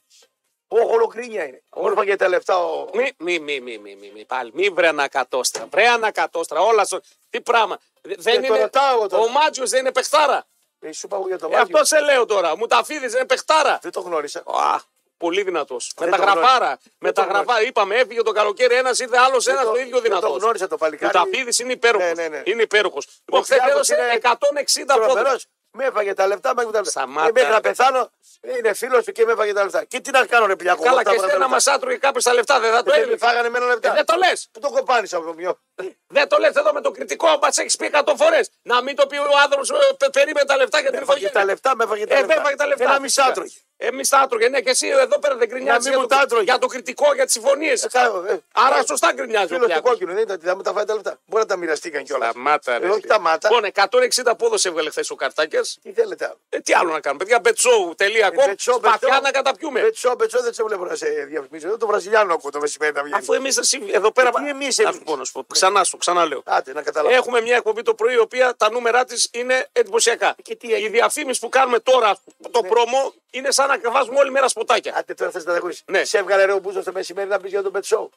Speaker 2: Όχι, ολοκρίνια είναι. Όρφα για τα λεφτά. ο-
Speaker 1: Μη, μη, μη, μη, μη, μη, μη, πάλι. Μη βρε ανακατόστρα. Βρε ανακατόστρα. Όλα στο... Τι πράγμα. Δε- Δεν
Speaker 2: Ε, το
Speaker 1: είναι...
Speaker 2: ρωτάω τώρα.
Speaker 1: Ο Μάτζιος δεν είναι παιχτάρα.
Speaker 2: Ε, Σου είπα εγώ για το
Speaker 1: Ε,
Speaker 2: Μάτζι.
Speaker 1: αυτό σε λέω τώρα. Μου τα φίδι δεν είναι παιχτάρα.
Speaker 2: Δεν το γνώρισα.
Speaker 1: Α, πολύ δυνατός. Με
Speaker 2: Ε, Δεν
Speaker 1: τα
Speaker 2: το γνώρισα.
Speaker 1: γραφάρα. Με
Speaker 2: Δεν
Speaker 1: τα
Speaker 2: το γνώρισα.
Speaker 1: γραφάρα. Είπαμε, έφυγε το καλοκαίρι ένας, ήρθε άλλος
Speaker 2: Δεν
Speaker 1: ένας το ίδιο
Speaker 2: δεν
Speaker 1: δυνατό.
Speaker 2: Το γνώρισα το
Speaker 1: Ο
Speaker 2: παλικάρι.
Speaker 1: Ταφίδη είναι υπέροχος.
Speaker 2: Ναι, ναι, ναι.
Speaker 1: Είναι υπέροχος. Λοιπόν, χθε
Speaker 2: Πιάκος
Speaker 1: έδωσε
Speaker 2: είναι
Speaker 1: 160 πόντου.
Speaker 2: Τρομερός. Με έφαγε τα λεφτά, με έφαγε τα λεφτά.
Speaker 1: Σταμάτα.
Speaker 2: Ε, μέχρι να πεθάνω, ε, είναι φίλος του και με έφαγε τα λεφτά. Και τι να κάνω, ρε πια
Speaker 1: Καλά, και εσένα μας άτρωγε κάποιο τα λεφτά. Δεν θα το
Speaker 2: Δεν με
Speaker 1: έλεγες.
Speaker 2: φάγανε με ένα
Speaker 1: Ε,
Speaker 2: λεπτά.
Speaker 1: Δεν το Ε, λες.
Speaker 2: Που το κοπάνεις από το μυό.
Speaker 1: Δεν το λες εδώ με το κριτικό. Μα έχεις πει 100 φορές. Να μην το πει ο άνθρωπος περίμενε τα λεφτά για την
Speaker 2: Έφαγε τα
Speaker 1: οικογένεια.
Speaker 2: λεφτά, με έφαγε τα
Speaker 1: Ε,
Speaker 2: λεφτά.
Speaker 1: δεν έφαγε τα λεφτά.
Speaker 2: Ένα μισά τρώγε.
Speaker 1: Εμεί τα άτρωγε. Ναι, και εσύ εδώ πέρα δεν γκρινιάζει
Speaker 2: μην μου τα
Speaker 1: για, το-
Speaker 2: άτρωγε.
Speaker 1: για το κριτικό, για τις συμφωνίες.
Speaker 2: Ε,
Speaker 1: Άρα σωστά γκρινιάζει ο
Speaker 2: Φίλο του
Speaker 1: Πλιάκος.
Speaker 2: κόκκινου δεν ήταν ότι θα μου τα φάει τα λεφτά. Μπορεί να τα μοιραστήκαν κιόλας.
Speaker 1: μάτα,
Speaker 2: Ε, όχι τα μάτα.
Speaker 1: Λοιπόν, 160 πόδο έβγαλε χθες ο Καρτάκιας.
Speaker 2: Τι θέλετε άλλο. Ε,
Speaker 1: Ε, τι άλλο να κάνουμε, παιδιά. Betzou.com.
Speaker 2: Μπετσό,
Speaker 1: Σπαθιά
Speaker 2: μπετσό.
Speaker 1: να καταπιούμε.
Speaker 2: Μπετσό, μπετσό, δεν σε βλέπω να σε διαφημίζω. Εδώ το Βραζιλιάνο ακούω το μεσημέρι να βγαίνει.
Speaker 1: Αφού εμείς εδώ πέρα.
Speaker 2: Ε, τι εμείς
Speaker 1: Να
Speaker 2: εμείς.
Speaker 1: σου πω, να σου πω. Ξανά σου, ξαναλέω.
Speaker 2: Άντε να καταλάβω.
Speaker 1: Έχουμε μια εκπομπή το πρωί, η οποία τα νούμερά της είναι εντυπωσιακά.
Speaker 2: Και τι
Speaker 1: Η
Speaker 2: έγινε. Ναι.
Speaker 1: διαφήμιση που κάνουμε τώρα, το πρόμο, είναι σαν να κρεβάζουμε όλη μέρα σποτάκια.
Speaker 2: Άντε τώρα θες να τα ακούσεις.
Speaker 1: Ναι.
Speaker 2: Σε έβγαλε ρε ο Μπούζος το μεσημέρι να πει για τον Μπετσό.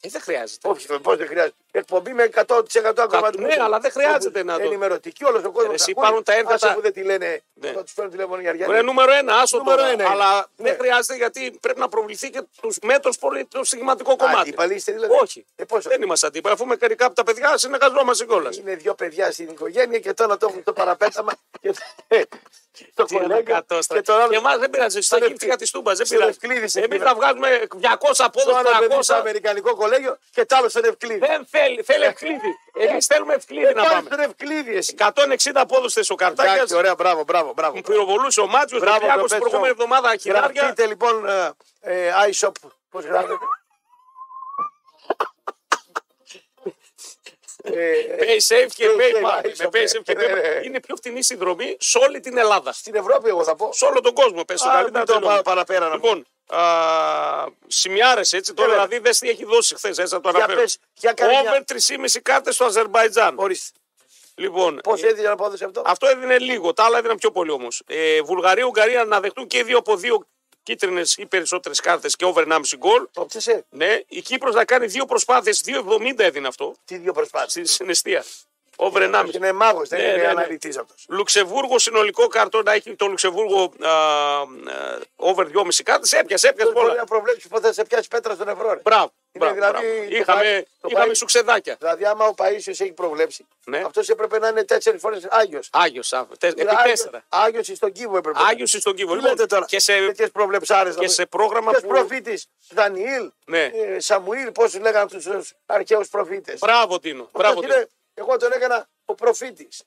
Speaker 1: Ε, δεν χρειάζεται.
Speaker 2: Όχι, πώ δεν χρειάζεται. Εκπομπή με 100% ακόμα.
Speaker 1: Κα- ναι, αλλά δεν χρειάζεται να το-
Speaker 2: Ενημερωτική όλος ο κόσμος.
Speaker 1: Ρε, εσύ πάρουν τα έργα τα-
Speaker 2: που δεν τη λένε.
Speaker 1: Ναι.
Speaker 2: Θα του παίρνουν τηλέφωνο για
Speaker 1: Ωραία,
Speaker 2: αργά.
Speaker 1: νούμερο ένα, άσο
Speaker 2: Νούμερο
Speaker 1: τώρα.
Speaker 2: ένα
Speaker 1: αλλά
Speaker 2: είναι.
Speaker 1: δεν
Speaker 2: Ναι.
Speaker 1: χρειάζεται γιατί πρέπει να προβληθεί και τους μέτρους πολύ το στοιχηματικό κομμάτι.
Speaker 2: Αντίπαλοι είστε δηλαδή.
Speaker 1: Όχι.
Speaker 2: Ε, πόσο.
Speaker 1: Δεν είμαστε αντίπαλοι. Αφού με μερικά από τα παιδιά συνεργαζόμαστε κιόλας.
Speaker 2: Είναι δύο παιδιά στην οικογένεια και τώρα το έχουν το παραπέταμα. και το- το κολέγγα και τον άλλο.
Speaker 1: Και εμάς δεν πειράζει. Στα
Speaker 2: Στον
Speaker 1: γύφτηκα της Τούμπας δεν
Speaker 2: στον
Speaker 1: πειράζει.
Speaker 2: Ευκλήδη
Speaker 1: Εμεί
Speaker 2: εκεί,
Speaker 1: θα βγάζουμε 200
Speaker 2: Το άλλο παιδί
Speaker 1: πόδου,
Speaker 2: στο
Speaker 1: 300.
Speaker 2: Αμερικανικό κολέγιο και το άλλο στον Ευκλήδη.
Speaker 1: Δεν θέλει, θέλει
Speaker 2: Ε.
Speaker 1: ευκλήδη. Εμείς θέλουμε ευκλήδη να
Speaker 2: Πάλι
Speaker 1: πάμε.
Speaker 2: στον Ευκλήδη εσύ.
Speaker 1: 160 πόδους θες ο
Speaker 2: Εντάξει,
Speaker 1: Καρτάκια.
Speaker 2: ωραία, μπράβο, μπράβο, μπράβο.
Speaker 1: Πυροβολούσε ο Μάτσιος.
Speaker 2: Μπράβο,
Speaker 1: Ο Κυριάκο
Speaker 2: Παπέτσο.
Speaker 1: την προηγούμενη εβδομάδα χιλιάρια.
Speaker 2: Γραφτείτε λοιπόν ε, ε, iShop. Πώς γράφετε. Ε, ε,
Speaker 1: Pay safe και
Speaker 2: Pay
Speaker 1: pay
Speaker 2: safe,
Speaker 1: money.
Speaker 2: iShop,
Speaker 1: Με pay safe και
Speaker 2: ναι, ναι,
Speaker 1: pay
Speaker 2: ναι.
Speaker 1: money. Είναι πιο φτηνή συνδρομή σε όλη την Ελλάδα.
Speaker 2: Στην Ευρώπη, εγώ θα πω.
Speaker 1: Σε όλο τον κόσμο πες το
Speaker 2: Α, μην
Speaker 1: καλύτερα.
Speaker 2: το
Speaker 1: τέλος.
Speaker 2: πάω παραπέρα να πω.
Speaker 1: Λοιπόν, α, σημειάρες έτσι. Τώρα
Speaker 2: βέβαια.
Speaker 1: δηλαδή δες τι έχει δώσει χθες, έτσι θα το
Speaker 2: Για
Speaker 1: αναφέρω.
Speaker 2: πες, για κάνε μια-
Speaker 1: Over 3,5 κάρτες στο Αζερβαϊτζάν.
Speaker 2: Ορίστε.
Speaker 1: Λοιπόν,
Speaker 2: Πώς
Speaker 1: ε,
Speaker 2: έδινε απόδοση αυτό.
Speaker 1: αυτό έδινε λίγο, τα άλλα έδιναν πιο πολύ όμως. Ε, Βουλγαρία, Ουγγαρία να δεχτούν και δύο από δύο κίτρινες ή περισσότερες κάρτες και over 1,5 γκολ.
Speaker 2: Το ψεσέ.
Speaker 1: Ναι, η Κύπρος να κάνει δύο προσπάθειες, 2,70 έδινε αυτό,
Speaker 2: Τι δύο προσπάθειες.
Speaker 1: στη συναισθία. Over 1,5.
Speaker 2: Είναι μάγος, δεν
Speaker 1: Ναι, ναι,
Speaker 2: είναι
Speaker 1: ναι.
Speaker 2: αναλυτής αυτός.
Speaker 1: Λουξεμβούργο συνολικό καρτό να έχει το Λουξεμβούργο α, α, over 2,5 κάρτες. Έπιασε, έπιασε
Speaker 2: Δεν μπορεί να
Speaker 1: πολλά.
Speaker 2: προβλέψει πότε θα σε πιάσει πέτρα στον ευρώ. ρε.
Speaker 1: Μπράβο. μπράβο,
Speaker 2: δηλαδή
Speaker 1: μπράβο.
Speaker 2: το
Speaker 1: Είχαμε,
Speaker 2: πάει- το
Speaker 1: είχαμε
Speaker 2: πάει-
Speaker 1: σουξεδάκια.
Speaker 2: Δηλαδή, άμα ο Παίσιος έχει προβλέψει,
Speaker 1: Ναι. Ε,
Speaker 2: αυτός έπρεπε να είναι τέσσερις φορές άγιος.
Speaker 1: Άγιος, επί τέσσερα.
Speaker 2: Άγιος στον κύβο έπρεπε. να είναι.
Speaker 1: Άγιο στον κύβο.
Speaker 2: Τι
Speaker 1: Λοιπόν,
Speaker 2: λέτε τώρα.
Speaker 1: και σε,
Speaker 2: τέτοιες προβλεψάρες,
Speaker 1: και
Speaker 2: να
Speaker 1: σε
Speaker 2: πούμε.
Speaker 1: πρόγραμμα
Speaker 2: Ποιος
Speaker 1: που.
Speaker 2: προφήτης, Δανιήλ,
Speaker 1: Ναι.
Speaker 2: ε, Σαμουήλ, πώς τους λέγανε τους αρχαίους προφήτες.
Speaker 1: Μπράβο, Τίνο. Μπράβο,
Speaker 2: Αυτός
Speaker 1: Τίνο.
Speaker 2: είναι- εγώ τον έκανα ο προφήτης.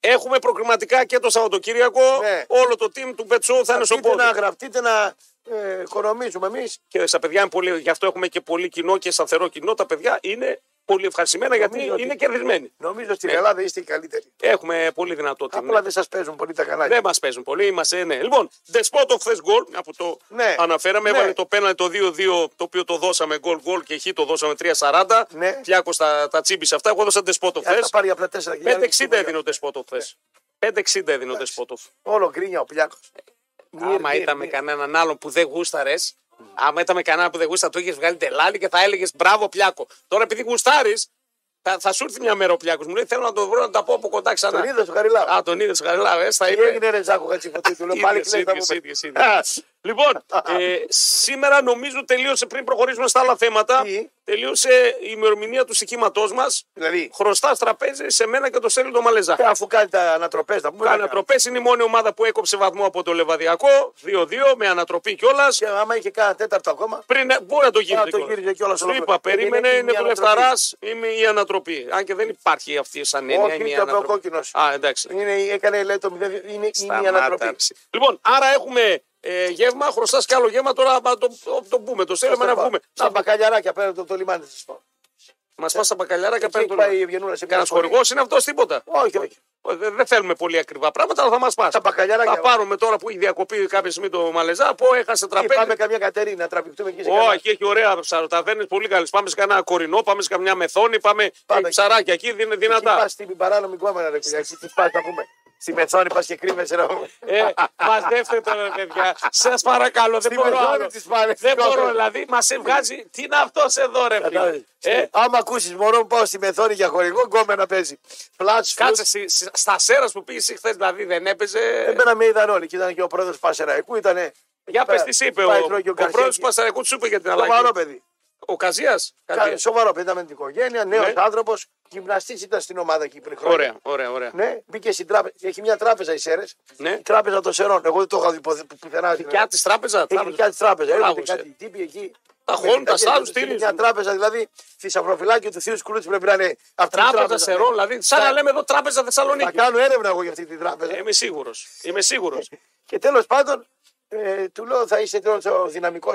Speaker 1: Έχουμε προκριματικά και το Σαββατοκύριακο.
Speaker 2: Ναι.
Speaker 1: Όλο το team του Πετσό θα είναι στο πόδι.
Speaker 2: Γραφτείτε να γραφτείτε να ε, οικονομίζουμε εμείς.
Speaker 1: Και στα παιδιά είναι πολύ. Γι' αυτό έχουμε και πολύ κοινό και σταθερό κοινό. Τα παιδιά είναι πολύ ευχαριστημένα γιατί
Speaker 2: Νομίζω ότι-
Speaker 1: είναι κερδισμένοι.
Speaker 2: Νομίζω
Speaker 1: Ναι.
Speaker 2: στην Ελλάδα είστε οι καλύτεροι.
Speaker 1: Έχουμε πολύ δυνατό team.
Speaker 2: Απλά δεν σας παίζουν πολύ τα κανάλια.
Speaker 1: Δεν μας παίζουν πολύ, είμαστε, ναι. Λοιπόν, Δεσπότο χθε γκολ, από το
Speaker 2: Ναι.
Speaker 1: αναφέραμε,
Speaker 2: Ναι.
Speaker 1: έβαλε το πέναλ το 2-2, το οποίο το δώσαμε γκολ γκολ και χ το δώσαμε 3-40.
Speaker 2: Ναι.
Speaker 1: Πιάκο τα, τα τσίμπησε αυτά. Εγώ έδωσα Δεσπότο
Speaker 2: Αν
Speaker 1: χθε.
Speaker 2: τα Ναι. πάρει απλά τέσσερα χιλιάδες,
Speaker 1: 5-60
Speaker 2: τίποτα.
Speaker 1: έδινε ο Δεσπότο χθε. 5-60 έδινε ο Δεσπότο.
Speaker 2: Όλο γκρίνια ο Πλιάκος. Νιρ,
Speaker 1: Άμα
Speaker 2: νιρ,
Speaker 1: ήταν με
Speaker 2: νιρ.
Speaker 1: κανέναν άλλον που δεν γούσταρες, άμα ήταν με κανέναν που δεν γούσταρε, το είχες βγάλει τελάλι και θα έλεγες μπράβο Πιάκο. Τώρα επειδή γουστάρεις, θα, θα σου έρθει μια μέρα ο Πιάκο. Μου λέει θέλω να τον βρω να τα πω από κοντά ξανά.
Speaker 2: Τον είδες ο Χαριλάου.
Speaker 1: Α, τον είδες, χαριλάω, θα
Speaker 2: Τι
Speaker 1: είπε.
Speaker 2: έγινε ρε Ζάκο Χατζηφωτή, του λέω πάλι
Speaker 1: Ίδιος,
Speaker 2: κλαις, θα
Speaker 1: ίδιος,
Speaker 2: μου πει.
Speaker 1: ίδιος, ίδιος. Λοιπόν, ε, σήμερα νομίζω τελείωσε πριν προχωρήσουμε στα άλλα θέματα.
Speaker 2: Τι?
Speaker 1: Τελείωσε η ημερομηνία του στοιχήματός μας.
Speaker 2: Δηλαδή,
Speaker 1: Χρωστά τραπέζι σε μένα και το στέλνει το Μαλεζά.
Speaker 2: ε, αφού κάνει τα ανατροπές, να πούμε.
Speaker 1: Τα
Speaker 2: να κάνουμε.
Speaker 1: ανατροπές είναι η μόνη ομάδα που έκοψε βαθμό από το Λεβαδιακό. 2-2 με ανατροπή κιόλας.
Speaker 2: Και άμα είχε κάνα τέταρτο ακόμα,
Speaker 1: Πριν ε, μπορεί να το γύριζε.
Speaker 2: Α, το γύριζε κιόλας
Speaker 1: Σου
Speaker 2: ολόκληρο.
Speaker 1: είπα, περίμενε,
Speaker 2: Είναι
Speaker 1: είναι
Speaker 2: η
Speaker 1: δουλευταρά, είμαι η ανατροπή. Αν και δεν υπάρχει αυτή σαν έννοια.
Speaker 2: Όχι,
Speaker 1: είναι η
Speaker 2: το
Speaker 1: ανατροπή.
Speaker 2: κόκκινος.
Speaker 1: Α, εντάξει.
Speaker 2: Είναι, έκανε λέει το 0, είναι, είναι η
Speaker 1: Σταμάτα,
Speaker 2: ανατροπή.
Speaker 1: ρε, εσύ. Λοιπόν, άρα έχουμε ε, γεύμα, χρωστά κι άλλο γεύμα. Τώρα άμα το, το, το πούμε, το στέλνουμε να
Speaker 2: Στα
Speaker 1: βγούμε.
Speaker 2: Στα μπακαλιαράκια πέρα από το λιμάνι τη πω.
Speaker 1: Μας πας στα μπακαλιάρα και
Speaker 2: Ε, Εκεί
Speaker 1: παίρνει
Speaker 2: έχει
Speaker 1: τον.
Speaker 2: πάει η Ευγενούλα σε μια
Speaker 1: Κανένας
Speaker 2: σχολή.
Speaker 1: χορηγός είναι αυτός τίποτα.
Speaker 2: Όχι, όχι.
Speaker 1: Ε, Δεν δεν θέλουμε πολύ ακριβά πράγματα, αλλά θα μας πας.
Speaker 2: Τα μπακαλιάράκια.
Speaker 1: Θα πάρουμε τώρα που έχει διακοπεί κάποια στιγμή το Μαλεζά, πω έχασε
Speaker 2: Εκεί Πάμε
Speaker 1: τραπέζι.
Speaker 2: καμιά κατερίνα, να τραβηχτούμε εκεί σε κανένα.
Speaker 1: Όχι, έχει ωραία ψαροταβέρνε, πολύ καλές. Πάμε σε κανένα κορινό, πάμε σε καμιά μεθόνη, πάμε, ε,
Speaker 2: Πάμε.
Speaker 1: ψαράκια εκεί, δίνε
Speaker 2: Εκεί πα
Speaker 1: δυνατά.
Speaker 2: στην παράνομη κόμμα, ρε παιδιά. Εκεί τι πα, να πούμε. Στη μεθόνη πας και κρύβεσαι να πούμε.
Speaker 1: Ε, μαζεύτε τώρα, ρε παιδιά. Σας παρακαλώ, δεν
Speaker 2: Στη
Speaker 1: μπορώ.
Speaker 2: μεθόνη
Speaker 1: άλλο.
Speaker 2: της πάνε,
Speaker 1: Δεν
Speaker 2: στην
Speaker 1: μπορώ,
Speaker 2: κόκκινη.
Speaker 1: δηλαδή, μας βγάζει. Τι είναι αυτός εδώ, ρε φίλε.
Speaker 2: Κατάλαβες.
Speaker 1: Ε,
Speaker 2: Άμα ακούσεις μωρό μου, πάω στη μεθόνη για χορηγό, κόμμα να παίζει. Φλάτ,
Speaker 1: Κάτσε στη- στη- στα σέρας που πήγες χθες, δηλαδή δεν έπαιζε.
Speaker 2: Εμένα με είδαν όλοι και ήταν και ο πρόεδρος Πασεραϊκού. Ήτανε...
Speaker 1: Για πες
Speaker 2: Πέρα.
Speaker 1: τι είπε ο,
Speaker 2: Πάει,
Speaker 1: ο
Speaker 2: τρώει και ο Γκαρσία
Speaker 1: πρόεδρο του
Speaker 2: εκεί.
Speaker 1: Πασαρικού, του είπε για την αλλαγή.
Speaker 2: Σοβαρό παιδί.
Speaker 1: Ο Καζίας.
Speaker 2: Κα- Σοβαρό παιδί, ήταν με την οικογένεια, νέος
Speaker 1: Ναι.
Speaker 2: άνθρωπος, γυμναστής ήταν στην ομάδα εκεί πριν χρόνια.
Speaker 1: Ωραία, ωραία, ωραία.
Speaker 2: Ναι, μπήκε στην τράπεζα. Έχει μια τράπεζα οι Σέρες.
Speaker 1: Ναι.
Speaker 2: Η τράπεζα των Σερών. Εγώ δεν το είχα δει ποθε- που- πουθενά. στην
Speaker 1: Δικιά
Speaker 2: Ελλάδα.
Speaker 1: τη τράπεζα.
Speaker 2: ναι. Έχει
Speaker 1: τράπεζα.
Speaker 2: δικιά τη τράπεζα. Έρχονται
Speaker 1: Μπράβο,
Speaker 2: κάτι
Speaker 1: Σέρ.
Speaker 2: οι τύποι εκεί.
Speaker 1: Τα
Speaker 2: με
Speaker 1: χώνουν,
Speaker 2: τα
Speaker 1: τα
Speaker 2: χέρια
Speaker 1: σάρουν,
Speaker 2: τους. Είναι
Speaker 1: στηρίζουν.
Speaker 2: Μια τράπεζα δηλαδή θησαυροφυλάκιο του Θείου Σκρούτ πρέπει να είναι αυτή η
Speaker 1: Τράπεζα
Speaker 2: ναι.
Speaker 1: Σερών, δηλαδή. Σαν να
Speaker 2: Θα-
Speaker 1: λέμε εδώ τράπεζα
Speaker 2: Θα
Speaker 1: Θεσσαλονίκη.
Speaker 2: κάνω έρευνα εγώ για αυτή την τράπεζα.
Speaker 1: Ε, Είμαι σίγουρος. Είμαι σίγουρος.
Speaker 2: Και τέλος πάντων, ε, του λέω θα είσαι τόσο δυναμικό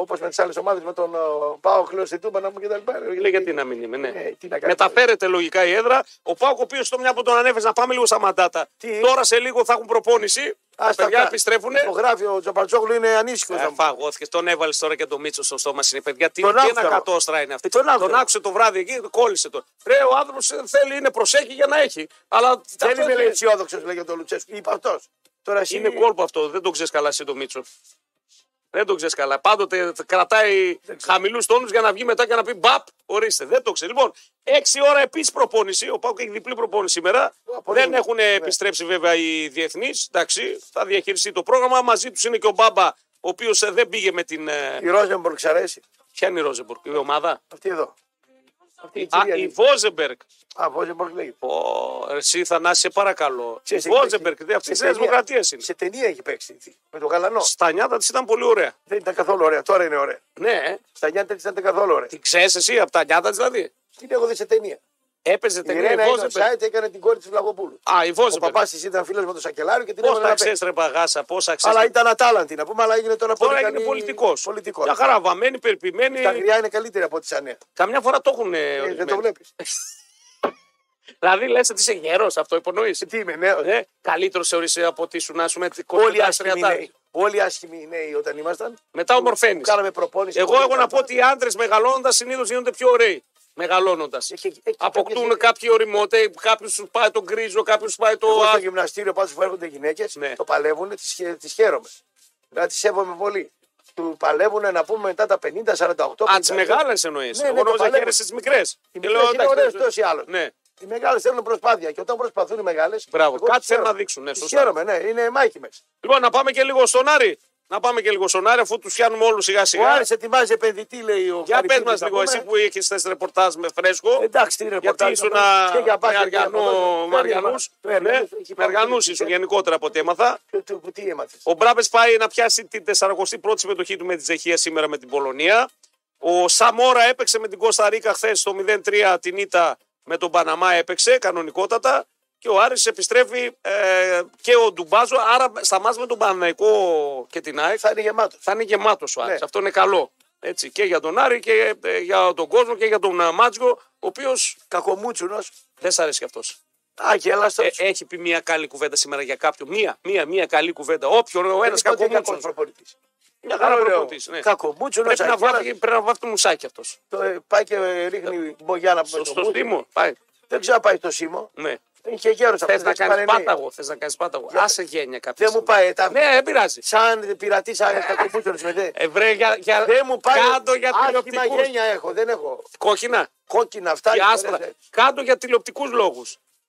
Speaker 2: όπως με τις άλλες ομάδες με τον ε, Πάο Κλέο στην Τούμπα να μου κτλ.
Speaker 1: Λέει γιατί να μην είμαι, ναι.
Speaker 2: Ε, τι να κάνουμε.
Speaker 1: Μεταφέρεται λογικά η έδρα. Ο Πάουκ, ο οποίος το μια που τον ανέβησε, να πάμε λίγο στα μαντάτα.
Speaker 2: Τι?
Speaker 1: Τώρα σε λίγο θα έχουν προπόνηση. Τα παιδιά Ε, επιστρέφουν.
Speaker 2: Το γράφει ο Τζαπαρτζόγλου είναι ανήσυχος.
Speaker 1: Φαγώθηκες, τον έβαλες τώρα και το Μίτσο στο στόμα στην παιδιά. Τι
Speaker 2: Τον
Speaker 1: τι
Speaker 2: άκουσα
Speaker 1: ένα
Speaker 2: εγώ.
Speaker 1: κατόστρα είναι αυτή.
Speaker 2: Ε, τον άκουσα.
Speaker 1: άκουσε το βράδυ εκεί, κόλλησε τον. Ρε, ο άνθρωπος θέλει, είναι προσέχει για να έχει. Αλλά
Speaker 2: Δεν
Speaker 1: αυτό
Speaker 2: είμαι αισιόδοξος, λέγεται ο Λουτσέσκου. Είπε αυτός. Τώρα εσύ
Speaker 1: Είναι κόλπο αυτό. Δεν το ξέρεις καλά εσύ το Μίτσο. Δεν το ξέρεις καλά. Πάντοτε κρατάει χαμηλούς τόνους για να βγει μετά και να πει μπαπ. Ορίστε. Δεν το ξέρεις. Λοιπόν, 6 ώρα επίσης προπόνηση. Ο Πάουκ έχει διπλή προπόνηση σήμερα.
Speaker 2: πολύ
Speaker 1: Δεν
Speaker 2: ωραία.
Speaker 1: έχουν επιστρέψει βέβαια οι διεθνείς. Εντάξει, θα διαχειριστεί το πρόγραμμα. Μαζί τους είναι και ο Μπάμπα, ο οποίος δεν πήγε με την. ε,
Speaker 2: Η Ρόζεμπορξ αρέσει.
Speaker 1: Ποια είναι η Ρόζεμπορκ, η ομάδα.
Speaker 2: Αυτή εδώ. Αυτή η
Speaker 1: Α,
Speaker 2: κυρία.
Speaker 1: η
Speaker 2: λέει.
Speaker 1: Βόζεμπερκ.
Speaker 2: Α, Ρόζεμπορξ λέγεται.
Speaker 1: Ω, Εσύ Θανάση, σε παρακαλώ. Η
Speaker 2: Ξέρεις, έχει
Speaker 1: Βόζεμπερκ,
Speaker 2: παίξει.
Speaker 1: αυτή τη
Speaker 2: Σε
Speaker 1: Νέα
Speaker 2: ταινία-
Speaker 1: Δημοκρατία είναι.
Speaker 2: Σε ταινία έχει παίξει. Με τον Γαλανό.
Speaker 1: Στα νιάτα της ήταν πολύ ωραία.
Speaker 2: Δεν ήταν καθόλου ωραία. Τώρα είναι ωραία.
Speaker 1: Ναι, ε.
Speaker 2: Στα Γιάννη δεν ήταν καθόλου ωραία.
Speaker 1: την ξέρεις εσύ από τα νιάτα της δηλαδή.
Speaker 2: Την έχω δει σε ταινία.
Speaker 1: Έπαιζε
Speaker 2: Η
Speaker 1: ταινία η
Speaker 2: Ρένα ήταν
Speaker 1: Βόζεμπερκ.
Speaker 2: site, έκανε την κόρη της Βλαγοπούλου.
Speaker 1: Α, η
Speaker 2: Ο
Speaker 1: Βόζεμπερκ.
Speaker 2: παπάς της ήταν φίλος με τον Σακελάριο και την
Speaker 1: Πώς
Speaker 2: έβαλε
Speaker 1: τα
Speaker 2: να παίξει.
Speaker 1: ξέρει, ρε Παγάσα, πώ τα ξέρεις.
Speaker 2: Αλλά ήταν ατάλλαντη να πούμε, αλλά έγινε τώρα πολύ
Speaker 1: Τώρα
Speaker 2: καλή-
Speaker 1: έγινε πολιτικός.
Speaker 2: πολιτικός.
Speaker 1: Μια χαραβαμένη, περιποιημένη.
Speaker 2: Τα γριά είναι καλύτερη από τη Σανέα.
Speaker 1: Καμιά φορά το έχουν.
Speaker 2: Ε, δεν Ε, το βλέπεις.
Speaker 1: Δηλαδή λες ότι είσαι γέρος, αυτό Ε, υπονοείς.
Speaker 2: Τι είμαι, νέο.
Speaker 1: Ε, καλύτερος θεωρείς από ότι σου να σου με
Speaker 2: Όλοι άσχημοι είναι. Όλοι οι άσχημοι νέοι όταν ήμασταν.
Speaker 1: Μετά ομορφαίνεις.
Speaker 2: Κάναμε προπόνηση.
Speaker 1: Εγώ έχω να πω ότι οι άντρες μεγαλώνοντας συνήθως γίνονται πιο ωραίοι. Μεγαλώνοντας.
Speaker 2: Έχει- έχει-
Speaker 1: Αποκτούν
Speaker 2: έχει-
Speaker 1: κάποιοι οριμότε, κάποιος του πάει τον γκρίζο, κάποιος του πάει το.
Speaker 2: Εγώ στο
Speaker 1: α-
Speaker 2: γυμναστήριο πάντως που έρχονται γυναίκες,
Speaker 1: Ναι.
Speaker 2: το παλεύουν, τι χαι, τις χαίρομαι. Δηλαδή τις σέβομαι πολύ. Του παλεύουν να πούμε μετά τα 50, 48.
Speaker 1: Α, τις
Speaker 2: 50.
Speaker 1: μεγάλες εννοείς.
Speaker 2: Ναι, ναι,
Speaker 1: Εγώ
Speaker 2: το
Speaker 1: νόμιζα
Speaker 2: παλεύω.
Speaker 1: χαίρεσαι τις μικρές.
Speaker 2: Οι μικρές είναι ωραίες τόσο ή άλλως.
Speaker 1: Ναι.
Speaker 2: Οι μεγάλες θέλουν προσπάθεια και όταν προσπαθούν οι μεγάλες.
Speaker 1: Μπράβο, κάτι θέλουν να δείξουν, ναι, σωστά.
Speaker 2: Χαίρομαι, ναι, είναι μάχημες.
Speaker 1: Λοιπόν, να πάμε και λίγο στον Άρη. Να πάμε και λίγο στον Άρη, αφού τους πιάνουμε όλους σιγά
Speaker 2: Ο
Speaker 1: σιγά.
Speaker 2: Άρης ετοιμάζει επενδυτή, λέει ο
Speaker 1: Για πε
Speaker 2: Χαριτούνης,
Speaker 1: μας
Speaker 2: να
Speaker 1: λίγο,
Speaker 2: πούμε.
Speaker 1: εσύ που είχες θες ρεπορτάζ με φρέσκο.
Speaker 2: Εντάξει, τι ρεπορτάζ.
Speaker 1: Γιατί ήσουν
Speaker 2: να πούμε, και για μπάσκετ, και για ποδόσφαιρο.
Speaker 1: με αργανού.
Speaker 2: Το Αργανούς έχει
Speaker 1: Με
Speaker 2: πάρει
Speaker 1: αργανού
Speaker 2: την
Speaker 1: Ναι, ήσουν
Speaker 2: τρίτη.
Speaker 1: γενικότερα από ό,τι έμαθα.
Speaker 2: Του- Ε, του- που Τι έμαθες.
Speaker 1: Ο Μπράμπε πάει να πιάσει την 41η συμμετοχή του με τη Τσεχία σήμερα με την Πολωνία. Ο Σαμόρα έπαιξε με την Κωνσταντίνα χθες στο 0-3 την ήττα με τον Παναμά έπαιξε κανονικότατα. Και ο Άρης επιστρέφει ε, και ο Ντουμπάζο. Άρα στα μάτς με τον Παναναϊκό και την ΑΕΚ
Speaker 2: Θα είναι γεμάτο.
Speaker 1: θα είναι γεμάτος ο Άρης.
Speaker 2: Ναι.
Speaker 1: Αυτό είναι καλό. Έτσι, και για τον Άρη και ε, για τον κόσμο και για τον ε, Μάτζικο, ο οποίος
Speaker 2: Κακομούτσουνο.
Speaker 1: δεν σ' αρέσει κι αυτός.
Speaker 2: Α, και έλα στο.
Speaker 1: Ε, έχει πει μια καλή κουβέντα σήμερα για κάποιον. Μία, μία, μία καλή κουβέντα. Όποιον,
Speaker 2: Ε,
Speaker 1: ο ένας
Speaker 2: λοιπόν,
Speaker 1: κακομούτσο. Μια χαρά προπονητής, ναι.
Speaker 2: Κακομούτσουνο.
Speaker 1: Πρέπει να βάφει, πρέπει να βάφει το μουσάκι αυτός.
Speaker 2: Πάει και ε, ρίχνει μπογιά να πούμε.
Speaker 1: Στο,
Speaker 2: το
Speaker 1: στο
Speaker 2: μούτσο.
Speaker 1: στήμο. Πάει.
Speaker 2: Δεν ξέρω αν πάει στο Σίμω.
Speaker 1: Ναι.
Speaker 2: Είναι και γέρος αυτός.
Speaker 1: Θες να κάνει
Speaker 2: δεν ξέρω αν είναι.
Speaker 1: πάταγο. Θες να κάνεις πάταγο. Άσε γένεια κάποια.
Speaker 2: Δεν μου
Speaker 1: στιγμή.
Speaker 2: πάει. τα-
Speaker 1: Ναι, δεν πειράζει.
Speaker 2: Σαν πειρατής, σαν κακομούτσουνο με δε.
Speaker 1: Ε, βρε, για, για...
Speaker 2: Δεν μου πάει.
Speaker 1: Κάντο για
Speaker 2: Άσχημα
Speaker 1: τηλεοπτικούς.
Speaker 2: γένια έχω, δεν έχω.
Speaker 1: Κόκκινα.
Speaker 2: Κόκκινα αυτά.
Speaker 1: Και
Speaker 2: είναι
Speaker 1: άσπρα.
Speaker 2: ωραίες.
Speaker 1: Κάντο για τηλεοπτικούς λόγους.